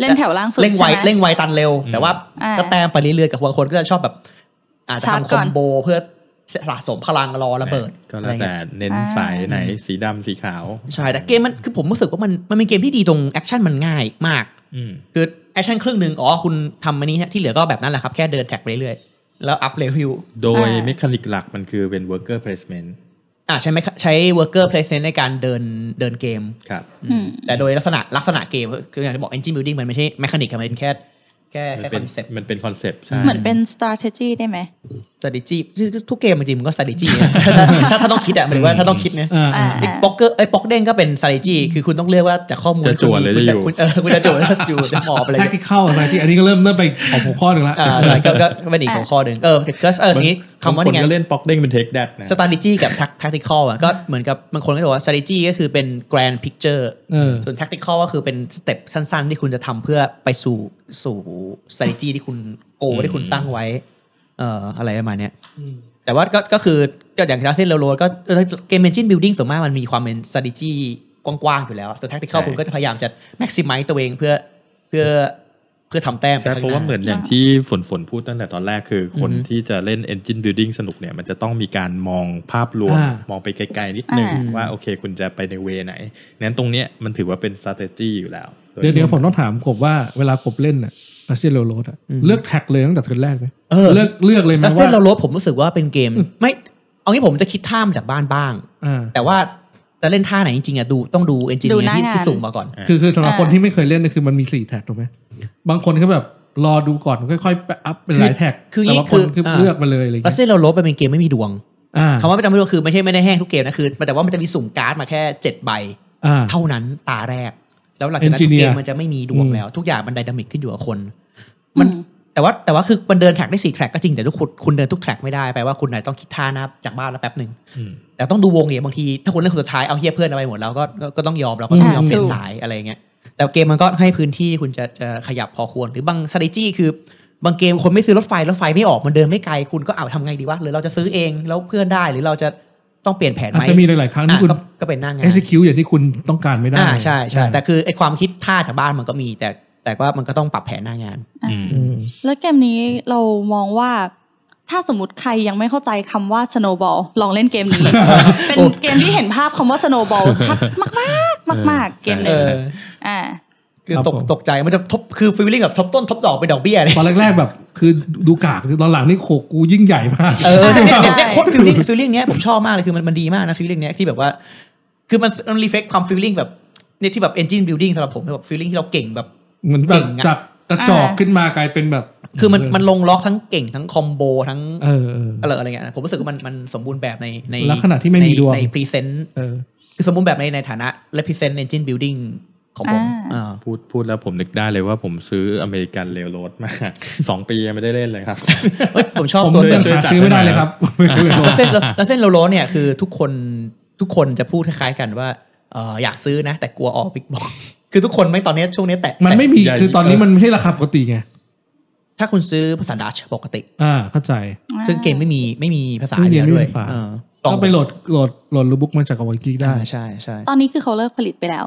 เล่นแถวล่างสุด
เร่งไว
ใช่ไหม
เร่งไวตันเร็ว แต่ว่า
อ่า
ก็แต้มไปเรื่อยๆกับบางคนก็จะชอบแบบ อาจจะ
ชาร์จ
ทำค
ก่
อ
อน
มโบเพื่อสะสมพลังรอระเบิด
ก็
อะ
แล้
ไร
ว
เงี้ย
แต่เน้นสายไหนสีดำสีขาว
ใช่แต่เกมมันคือผมรู้สึกว่ามันมันเป็นเกมที่ดีตรงแอคชั่นมันง่ายมาก
อืม
คือแอคชั่นครึ่งหนึ่งอ๋อคุณทำอันนี้ฮะที่เหลือก็แบบนั้นแหละครับ แค่เดินแท็กไปเรื่อยๆแล้วอัพเลเวล
โดย
อ่า
เมคานิกหลักมันคือเป็น worker placement
อ่าใช้ไหมใช้ worker placement ในการเดินเดินเกม
ครับ
อืม
แต่โดยลักษณะลักษณะเกมก็คืออย่างที่บอก engine building มันไม่ใช่ mechanic อะมันเป็นแค่แค่
มัน
แค่
เป็น
concept
มันเป็นคอนเซปต์ใช่
เหมือนเป็น strategy ได้ไหม
strategy ซึ่งทุกเกมจริงๆมันก็ strategy
(laughs)
นะถ้าถ้าถ้าต้องคิดอะหมายถึงว่าถ้าต้องคิดเนี่ย
อ่า
อ่า
ไอ้ป๊อกเกอร์ไอ้ป๊อกเด้งก็เป็น strategy คือคุณต้องเลือกว่าจากข้อมูล
จะจั่วหรือจะอยู่
คุณเออคุณจะจั่วหรือจะอยู่จะหมอบอะไรอ
(laughs)
แท็
ย่าง
ก
เงี้ย
ที่เข้าอะไรที่อันนี้ก็เริ่มเริ่มไปขอหัวข้อหนึ่งละ
อ่าใช่ก็ก็ก็เป็นอีกหัวข้อหนึ่งเออก็เออทีนี้คำว่า
บง
นี่ไง
นก็เล่นป๊อกเด้งเป็นเทคแดดนะ
strategy กับ tac- tactical อ่ะก็เหมือนกับบางคนก็จะบอกว่า strategy ก็คือเป็น grand picture
เออ
ส่วน tactical ก็คือเป็น step สั้นๆ ที่คุณจะทำเพื่อไปสู่สู่ strategy ที่คุณ goal ที่คุณตั้งไว้ เอ่ออะไรประมาณเนี้ยแต่ว่าก็ก็คือก็อย่างที่เส้นเรลโรดก็เกม engine building ส่วนมากมันมีความเป็น strategy กว้างๆ อยู่แล้ว ส่วน tactical
ใช่
คุณก็จะพยายามจะ maximize ตัวเองเพื่อเพื่อเพื่อทำแต้มไป
ใช่
ข้ง
เพราะว่า
น้
เหมือนอย่างที่ฝนฝนพูดตั้งแต่ตอนแรกคือคน
อือฮึ
ที่จะเล่น Engine Building สนุกเนี่ย มันจะต้องมีการมองภาพรวม
อ่าม
องไปไกล ๆ นิดนึง
อ่า
ว่า โอเค คุณจะไปในเวไหนนั้นตรงเนี้ยมันถือว่าเป็น strategy อยู่แล้วโ
เดี๋ยวเดี๋ยวผมต้องถามกบว่าเวลากบเล่นน่ะอาเซียนโรโรดอ่ะ
อืม
เลือกแท็กเลยตั้งแต่เทิร์นแรกเลย
เออ
เลือกเลือกเลยไหม
แล้วเส้น
ว่า
เราลบผมรู้สึกว่าเป็นเกม ไม่เอางี้ผมจะคิดท่ามาจากบ้านบ้าง
อ่า
แต่ว่าจะเล่นท่าไหนจริงๆอ่ะดูต้องดูเอนจิเนี
ดู
ย
ห
ร์
น้า
ที่
งาน
ที่สุ่มมาก่อน
อ่า
คือคือสำหรับ
อ่า
คนที่ไม่เคยเล่นเนี่ยคือมันมีสี่แท็กถูกไหมบางคนก็แบบรอดูก่อนค่อยๆไปอัพเป็นหลายแท็ก
คือ
แต่ว่า
คือ
คนคืออา เลือกมาเลยอะไรอย่าง
แล้ว
เงี้ย
เส้นเราลบมันเป็นเกมไม่มีดวง
อ่า
คำว่าไม่จำไม่ดวงคือไม่ใช่ไม่ได้แห้งทุกเกมนะคือแต่ว่ามันจะมีสุ่มการ์ดมาแค่เจ็ดใบ
อ่า
เท่านั้นตาแรก แล้วหลังจากนั้นทุกเก
Engineer
มมันจะไม่มีดวง
อืม
แล้ว ทุกอย่างมันไดนามิกขึ้นอยู่กับคน มัน
อืม
แต่ว่าแต่ว่าคือมันเดินแทร็กได้สี่แทร็กก็จริงแต่ทุกคุณคุณเดินทุกแทร็กไม่ได้แปลว่าคุณอาจต้องคิดท่านับจากบ้านแล้วแป๊บหนึ่ง
อืม
แต่ต้องดูวงเนี่ยบางทีถ้าคนเล่นคนสุดท้ายเอาเฮียเพื่อนเอาไปหมดแล้วก็ก็ก็ต้องยอมเราก็ต้องยอม
อืม
เป็นสายอะไรอย่างเงี้ยแต่เกมมันก็ให้พื้นที่คุณจะจะขยับพอควร หรือบาง strategy คือบางเกมคนไม่ซื้อรถไฟรถไฟไม่ออกมันเดินไม่ไกลคุณก็เอาทำไงดีวะหรือเราจะซื้อเองแล้วเพื่อนได้หรือเราจะต้องเปลี่ยนแผน
อาจ
ไหม
จะมีหลาย ๆ ครั้ง
อ่ะ
ที่คุณ
ก็ก็เป็นหน้างาน
execute อย่างที่คุณต้องการไม่ได้
อ่าใช่ใช่แต่คือไอความคิดท่าจากบ้านมันก็มี แต่แต่ว่ามันก็ต้องปรับแผนหน้างาน
อืม
แล้วเกมนี้เรามองว่า ถ้าสมมติใครยังไม่เข้าใจคำว่า snowball ลองเล่นเกม
(laughs)
นี้ เป็นเกมที่เห็นภาพคำว่า snowball ชัดมากๆมากๆเกมห
เอ
นึ่ง
อ
อ่า
คือตกตกใจมันจะทบคือฟีลลิ่งแบบทบต้นทบดอกเป็นดอกเบี้ยเลย
ตอนแรก ๆ แบบ คือดูกากตอนหลังนี่โขกกูยิ่งใหญ่มาก
เออเนี่ย
ใช่
เนี่ยเนี่ยโคตรฟิลลิ่งฟิลลิ่งเนี้ยผมชอบมากเลยคือมันมันดีมากนะฟิลลิ่งเนี้ยที่แบบว่า คือมันมันรีเฟกความฟิลลิ่งแบบเนี่ยที่แบบเอนจินบิลดิ่งสำหรับผมแบบฟิลลิ่งที่เราเก่งแบบ
(laughs) เหมือนแบ
เก่
บ
งอะ
จากกระจอกขึ้นมากลายเป็นแบบ
คือมันมันลงล็อกทั้งเก่งทั้งคอมโบทั้ง
เออเออ
อะไรอะไรเงี้ยนะผมรู้สึกว่ามันมันสมบูรณ์แบบในใน
ลักษณะที่ไม่มีดวง
ในในพรีเซนต์
เออ
คือสมบูรณ์แบบในในฐานะและพรีเซนต์เอนจินบิลดิ่งของผม
อ่า
อ่า
พูดพูดแล้วผมนึกได้เลยว่าผมซื้ออเมริกันเรลโรดมา (laughs) สองปียังไม่ได้เล่นเลยครับ
เอ้ยผมชอบ
ผม
ตัว
เลื
เส้
อนก
ช่วย
หา
จัด
ซื้อไม่ได้
ให้หน่อย
เลยครับไม่รู้เลย
แล้วเส้นแล้วเส้นโลโลเนี่ยคือทุกคนทุกคนจะพูดคล้ายๆกันว่าเอออยากซื้อนะ แต่กลัวออกบิ๊ก (laughs) บอกคือทุกคนไม่ตอนเนี้ยช่วงเนี้ยแตะ
มันไม่มี
ใหญ่
คือตอนนี้มันไม่ใช่ราคาปกติไง
ถ้าคุณซื้อภาษาดัชปกติ
อ่าเข้าใจ
ซึ่งเกมไม่มีไม่มีภาษา
ไม่มี
เดียวด้วย
ไม่มีภาษา
เออ
ต้องไปโหลดโหลดโหลดรูบุ๊กมาจากอวกิกได้
อ่าใช่ใช่
ตอนนี้คือเขาเลิกผลิตไปแล้ว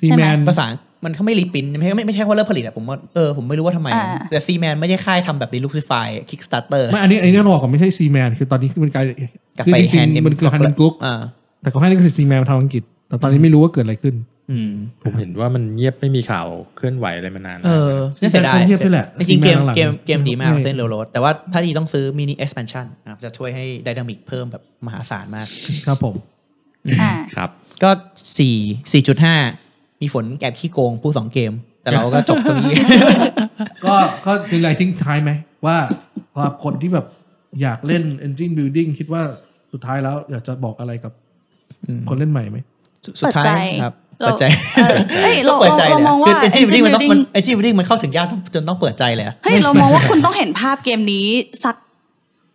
ซีแมน
ภาษามันเขาไม่รีปรินท์ไม่ไม่ไม่ใช่ว่าเลิกผลิตอะผมว่าเออผมไม่รู้ว่าทำไม
อ่า
แต่ซีแมนไม่ใช่ค่ายทำแบบดีลูซิฟายคิกสตาร์เตอร์
ไม่อันนี้อันนี้ต้องบอกก่อนไม่ใช่ซีแมนคือตอนนี้คือมันกลาย
กลับ
คือ
ไป
จ
แฮ
ริง
นด์เอ็ม
ๆมันคือฮันนกรุ๊ก
อ่า
แต่เขาให้นี่คือซีแมนมาทำอังกฤษ แต่ตอนนี้ไม่รู้ว่าเกิดอะไรขึ้น
อืม
ผมเห็นว่ามันเงียบไม่มีข่าวเคลื่อนไหวอะไรมานาน
เอ
แล้ว
อน่าเสียดาย
เทียบด้วยแหละ
จริงๆเกม
Seaman หลังๆ
เกมเกมดีมาก
ไม่
เส้นเร็วรถแต่ว่าถ้าดีต้องซื้อมินิเอ็กซ์แพนชั่นนะครับจะช่วยให้ไดนามิกเพิ่มแบบมหาศาลมาก
ครับผม
อ่า
ครับ
ก็สี่สี่จุดห้ามีฝนแอบขี้โกงผู้สองเกม แต่เราก็จบตรงนี้
ก็ก็มีอะไรทิ้งท้ายไหมว่าสำหรับคนที่แบบอยากเล่น Engine Building คิดว่าสุดท้ายแล้วอยากจะบอกอะไรกับ
อืม
คนเล่นใหม่ไหม
สุสุดท้าย
เปิดใจ
ครับ
เรา
เปิดใจ
เออเอ้ยเรา
ต้องเปิดใจ
เรา
เลย
มอง
อะ
ว่า
คือไอจี
engine
บิลดิ้งมันต้อง
building
มันไอจีบิลดิ้งมันเข้าถึงยากต้องจนต้องเปิดใจเลยอะ
เฮ้ยเรามองว่าคุณต้องเห็นภาพเกมนี้สัก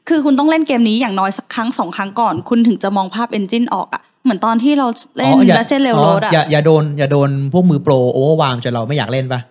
คือคุณต้องเล่นเกมนี้อย่างน้อยสักครั้งสองครั้งก่อน คุณถึงจะมองภาพเอนจินออกอะเหมือนตอนที่เราเล่น
อ๋ออย่า
และเช่นเรลโรดอะ
ย่าอย่าโดนอย่าโดนพวกมือโปรโอเวอร์วามจนเราไม่อยากเล่นป่ะ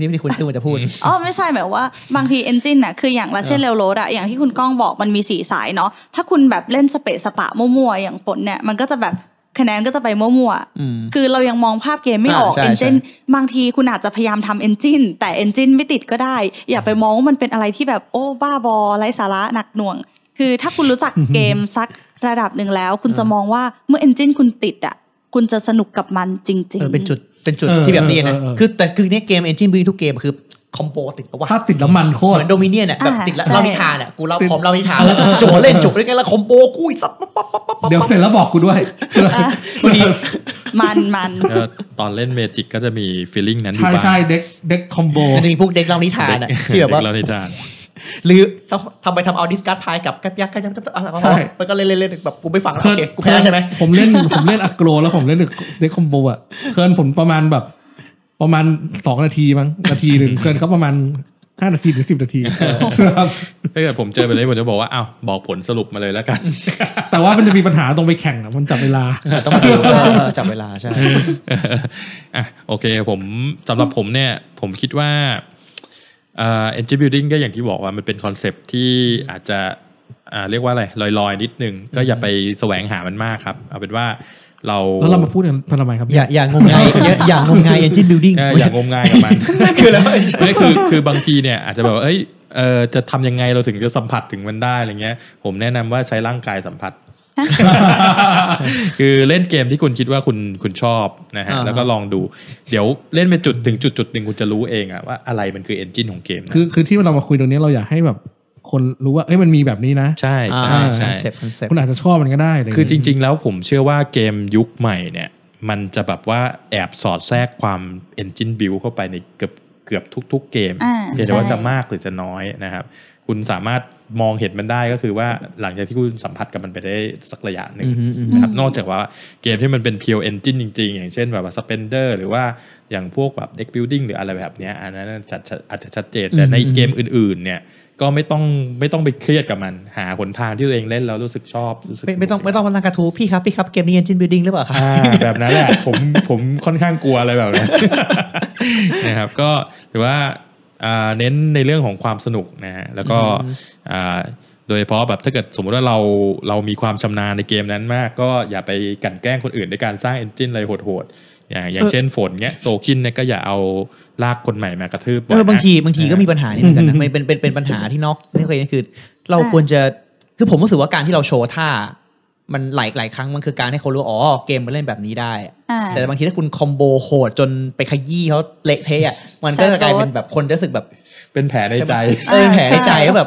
ที่ที่คุณตื้อมันจะพูด
อ๋อไม่ใช่หมายว่าบางทีเอนจินอะคืออย่างละเช่นเรลโรดอะอย่างที่คุณก้องบอกมันมีสีสายเนาะถ้าคุณแบบเล่นสเปะสปะมั่วๆอย่างฝนเนี่ยมันก็จะแบบคะแนนก็จะไปมั่วๆ
อืม
คือเรายังมองภาพเกมไม่ออก
อ่าใช่
เอนจิน
ใช่
บางทีคุณอาจจะพยายามทำเอนจินแต่เอนจินไม่ติดก็ได้ อย่าไปมองว่ามันเป็นอะไรที่แบบโอ้บ้าบอไร้สาระหนักหน่วง คือถ้าคุณรู้จักเกมสักระดับหนึ่งแล้ว คุณจะมองว่าเมื่อเอนจินคุณติดอ่ะคุณจะสนุกกับมันจริง
เออ
ๆ
เป็นจุดเป็นจุด
เออ
ที่แบบนี้นะ
เออเออ
คือแต่คือเนี่ยเกมเอนจินบิลดิ้งทุกเกมคือคอมโบติดปะวะ
ถ้าติดแล้วมันโค
เห
ต
มื
ร
อนโดมิเนียนอะแบบติดละเล่านิทานอะกูเล่า
ติด
พร้อมเล่านิทานแล้วจบเล่นจบด้วยกันแล้วคอมโบกูอีสัตว์ปั๊บปั๊บปั๊บปั๊บปั๊บ
เดี๋ยวเสร็จแล้วบอกกูด้วย
อ่ะ (laughs)
พอดี
มันมัน
แล้วตอนเล่นเมจิกก็จะมีฟีลลิ่งนั้นอยู่
ใช่
บ้าง
ใช่เด็กเด็กคอมโบ
มันจะมีพวกเด็กเล่านิทานอะที่แบบว่า
เด็กเราในจาน
หรือถ้าทำไปทำเอาดิสการ์ดพายกับแก๊บยักษ์แก๊บยักษ์อะไรก็
ใช่
มันก็เล่นเล่นๆๆแบบกูไม่ฟังแล้วโอเคกูแพ้ใช่ไหม
ผมเล่นผมเล่นอักโกรแล้วผมเล่นเด็กคอมโบอ่ะเคิร์นผมประมาณแบบ ประมาณสองนาทีมั้งนาทีหนึ่งเคิร์นเขาประมาณห้านาทีถึงสิบนาทีครับ
ถ้าเกิดผมเจอแบบนี้ผมจะบอกว่าอ้าวบอกผลสรุปมาเลยแล้ว
(laughs)
กัน
แต่ว่ามันจะมีปัญหาตรงไปแข่งอะมันจับเวลา
ต้องมาดูเออจับเวลาใช่
อ่ะโอเคผมสำหรับผมเนี่ย ผมคิดว่าเอ่อ engine building ก็อย่างที่บอกว่ามันเป็นคอนเซปต์ที่อาจจะอ่าเรียกว่าอะไรลอยๆ นิดนึง ก็อย่าไปแสวงหามันมากครับ เอาเป็นว่าเรา
แล้วเรามาพูดกันทำไมครับ
อย่าอย่างมงายอย่าอย่างมงายเอนจินบิลดิ้ง
เอ่ออย่างงมงายกับมัน
คือแล้ว
ไม่คือคือบางทีเนี่ยอาจจะแบบว่าเอ้ยเออจะทำยังไงเราถึงจะสัมผัสถึงมันได้อะไรเงี้ย ผมแนะนำว่าใช้ร่างกายสัมผัส คือเล่นเกมที่คุณคิดว่าคุณคุณชอบนะฮะ
อ่าฮะ
แล้วก็ลองดู เดี๋ยวเล่นไปจุดถึงจุดจุดหนึ่งคุณจะรู้เองอะว่าอะไรมันคือเอนจินของเกมนะ
คือคือที่เรามาคุยตรงนี้เราอยากให้แบบ คนรู้ว่าเอ้ยมันมีแบบนี้นะ
ใช่ใช่
อ่าค
ใช่
อนเซ็ปต์คอนเซ็ปต์
คุณอาจจะชอบมันก็ได้ะไย่า
คือ
เย
จริง ๆ แล้วผมเชื่อว่าเกมยุคใหม่เนี่ย มันจะแบบว่าแอบสอดแทรกความ Engine Build เข้าไปในเกือบเกือบทุก ๆ เกม
อ่า
เพียงแต่
ใช่
ว่าจะมากหรือจะน้อยนะครับ คุณสามารถมองเห็นมันได้ก็คือว่าหลังจากที่คุณสัมผัสกับมันไปได้สักระยะหนึ่ง
อืมอืมอืม
นะครับ
อืม
นอกจากว่าเกมที่มันเป็น pure engine จริง ๆ อย่างเช่นแบบว่า spender หรือว่าอย่างพวกแบบ deck building หรืออะไรแบบเนี้ยอันนั้นจะจะอาจจะชัดเจน แต่ใน
อืม
เกมอื่น ๆ เนี่ยก็ไม่ต้องไม่ต้องไปเครียดกับมัน หาหนทางที่ตัวเองเล่นแล้วรู้สึกชอบรู้สึก
ไม่ไม่ต้อ
สนุ
ง
ก
ไม่ต้องมาตั้งกระทู้พี่ครับพี่ครับเกมนี้ engine building หรือเปล่าครับ
อ่าแบบนั้นแหละ ผมผมค่อนข้างกลัวอะไรแบบนั้น (laughs) นะครับก็ถือว่าอ่าเน้นในเรื่องของความสนุกนะฮะแล้วก็อ่าโดยเฉพาะแบบถ้าเกิดสมมุติว่าเราเรามีความชำนาญในเกมนั้นมาก ก็อย่าไปกลั่นแกล้งคนอื่นในการสร้างเอนจินอะไรโหดๆอย่างอย่างเช่นฝนเนี้ยโซคินเนี่ยก็อย่าเอาลากคนใหม่มากระทืบบ่ย
เอ
นะ
อบางทีบางทีก็มี
นะฮะ
ปัญหานี่เหมือนกันนะมันเป็นเป็นเป็นปัญหาที่นอกไม่เคยคือ เรา
อ่า
ควรจะคือผมรู้สึกว่าการที่เราโชว์ท่า มันหลายหลายครั้งมันคือการให้เขารู้อ๋อเกมมันเล่นแบบนี้ได้
อ่า
แต่บางทีถ้าคุณคอมโบโหดจนไปขยี้เขาเละเทะอะมันก็จะกลายเป็นแบบคนรู้สึกแบบ
เป็นแผลในใจ
เออแผลในใจ
ใช่
ก็แบบ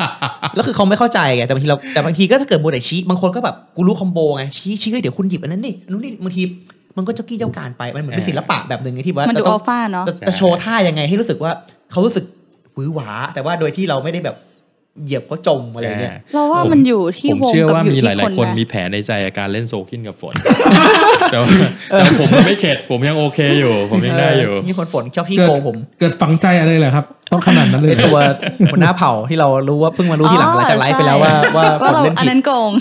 แล้วคือเขาไม่เข้าใจไงแต่บางทีเราแต่บางทีก็ถ้าเกิดโบแต่ชี้บางคนก็แบบกูรู้คอมโบไงชี้ชี้เฮ้ยเดี๋ยวคุณหยิบอันนั้นนี่อันนู้นนี่บางทีมันก็เจ้ากี้เจ้าการไปมันเหมือนเป็นศิลปะแบบหนึ่งไงที่ว่า
มันดู
เราต้
อั
อ
ล
ง
ฟาเนาะ
จะจะโชว์ท่ายังไงให้รู้สึกว่าเขารู้สึกหวือหวา แต่ว่าโดยที่เราไม่ได้แบบเหยียบเขาจมอะไรเงี้ย
เราว่า
ผม
มันอยู่ที่
ผม
วง
เชื่อ
กับ
ว่า
อยู่
มีห
ที่
ลาย ๆ ค
คน
น
นะ
มีแผลในใจอาการเล่นโซคินกับฝ
(laughs)
น แต่ว่าแต่ผมไม่เข็ดผมยังโอเคอยู่ ผมยังได้อยู่
มีคนฝนชอบพี่
เกิด
โกงผม
เกิดฝังใจอะไรเหรอครับ ต้องขนาดนั้นเลย
เป็นตัวหัวหน้าเผ่าที่เรารู้ว่าเพิ่งมารู้ทีหลังหลังจากไลฟ์ไปแล้วว่าว่า
ว่า
ฝน
เรา
เล่น
อัน
ผิด
นั้นโกง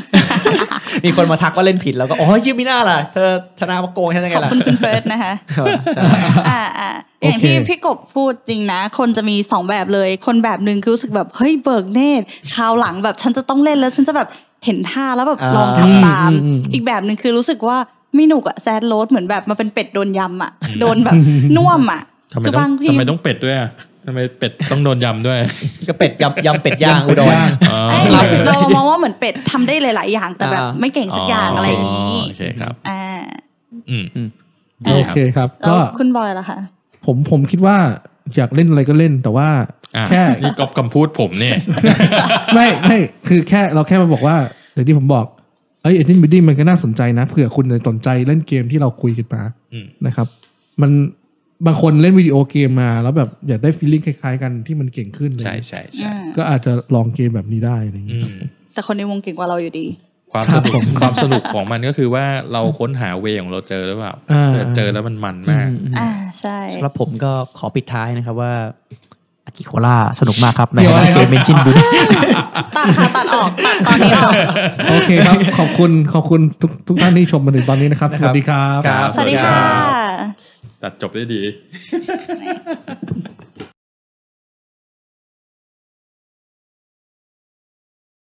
มีคนมาทักว่าเล่นผิดแล้วก็อ๋อชื่อมิน่าล่ะเธอชนะมาโกงใช่ไหม
ขอบ
ล่ะ
คุณคุณเฟิร์สนะคะอ่าอ่าอย่างที่พี่กบพูดจริงนะ คนจะมีสองแบบเลย คนแบบหนึ่งคือรู้สึกแบบ เฮ้ยเบิกเนตรคราวหลังแบบฉันจะต้องเล่นแล้ว ฉันจะแบบเห็นท่าแล้วแบบลองทำตาม อีกแบบหนึ่งคือรู้สึกว่าไม่หนุกอะแซดโรสเหมือนแบบมาเป็นเป็ดโดนยำอะโดนแบบน่วมอะ
ทำไม
คื
ต้อบ
อาง งที
ทำไมต้องเป็ดด้วยอะทำไมเป็ดต้องโดนยำด้วย
ก็เป็ดยำยำเป็ดย่างอุดร
อ๋อ
เอ้ย
ไม่
เรา
ป็นไร
เรามองว่าเหมือนเป็ดทำได้หลาย ๆ อย่างแต่แบบ
อ่า
ไม่เก่งสักอย่างอะไรอย่างนี้
โอเคครับ
อ่า
อืม
โอ
ดีครับ
เคครับ
แล้ว
ก็
คุณบอยล่ะคะ
ผมผมคิดว่าอยากเล่นอะไรก็เล่น แต่ว่า
อ่ะ
แค่
นี่กอบคำพูดผมเนี่ย
ไม่ไม่คือแค่เราแค่มาบอกว่าอย่างที่ผมบอกเอ้ยเอ็นจินบิดดี้มันก็น่าสนใจนะเผื่อคุณจะสนใจเล่นเกมที่เราคุยกันมา
อืม
นะครับ มันบางคนเล่นวิดีโอเกมมาแล้วแบบอยากได้ฟีลลิ่งคล้ายๆ กันที่มันเก่งขึ้นอะไร
ใช่
เงี้ย
ใช่ใช่
อืม
ก็อาจจะลองเกมแบบนี้ได้อะไรอย่าง
อื
เงี้ยค
ม
รับ
แต่คนในวงเก่งกว่าเราอยู่ดี
ความ
ค
ส
รับ
นุก
ผม
ความสนุกของมันก็คือว่าเราค้นหาเวของเราเจอหรือเปล่า
อ่า
เจอแล้วมันมันมาก
อ่าใช่
สำหรับผมก็ขอปิดท้ายนะครับว่าอากิโคล่าสนุกมากครับใน
เดี๋ยวอะไรค
เก
รับ
มเมนชินบุญ
ตัดค่ะตัดออกตัดตอนนี้ออก
โอเคครับ ขอบคุณขอบคุณทุกทุกท่านที่ชมมาถึงตอนนี้นะครับ
นะ
ส
ครับ
วัสดีครับ
ครับ
สวัสดีค่ะ
ตัดจบได้ดี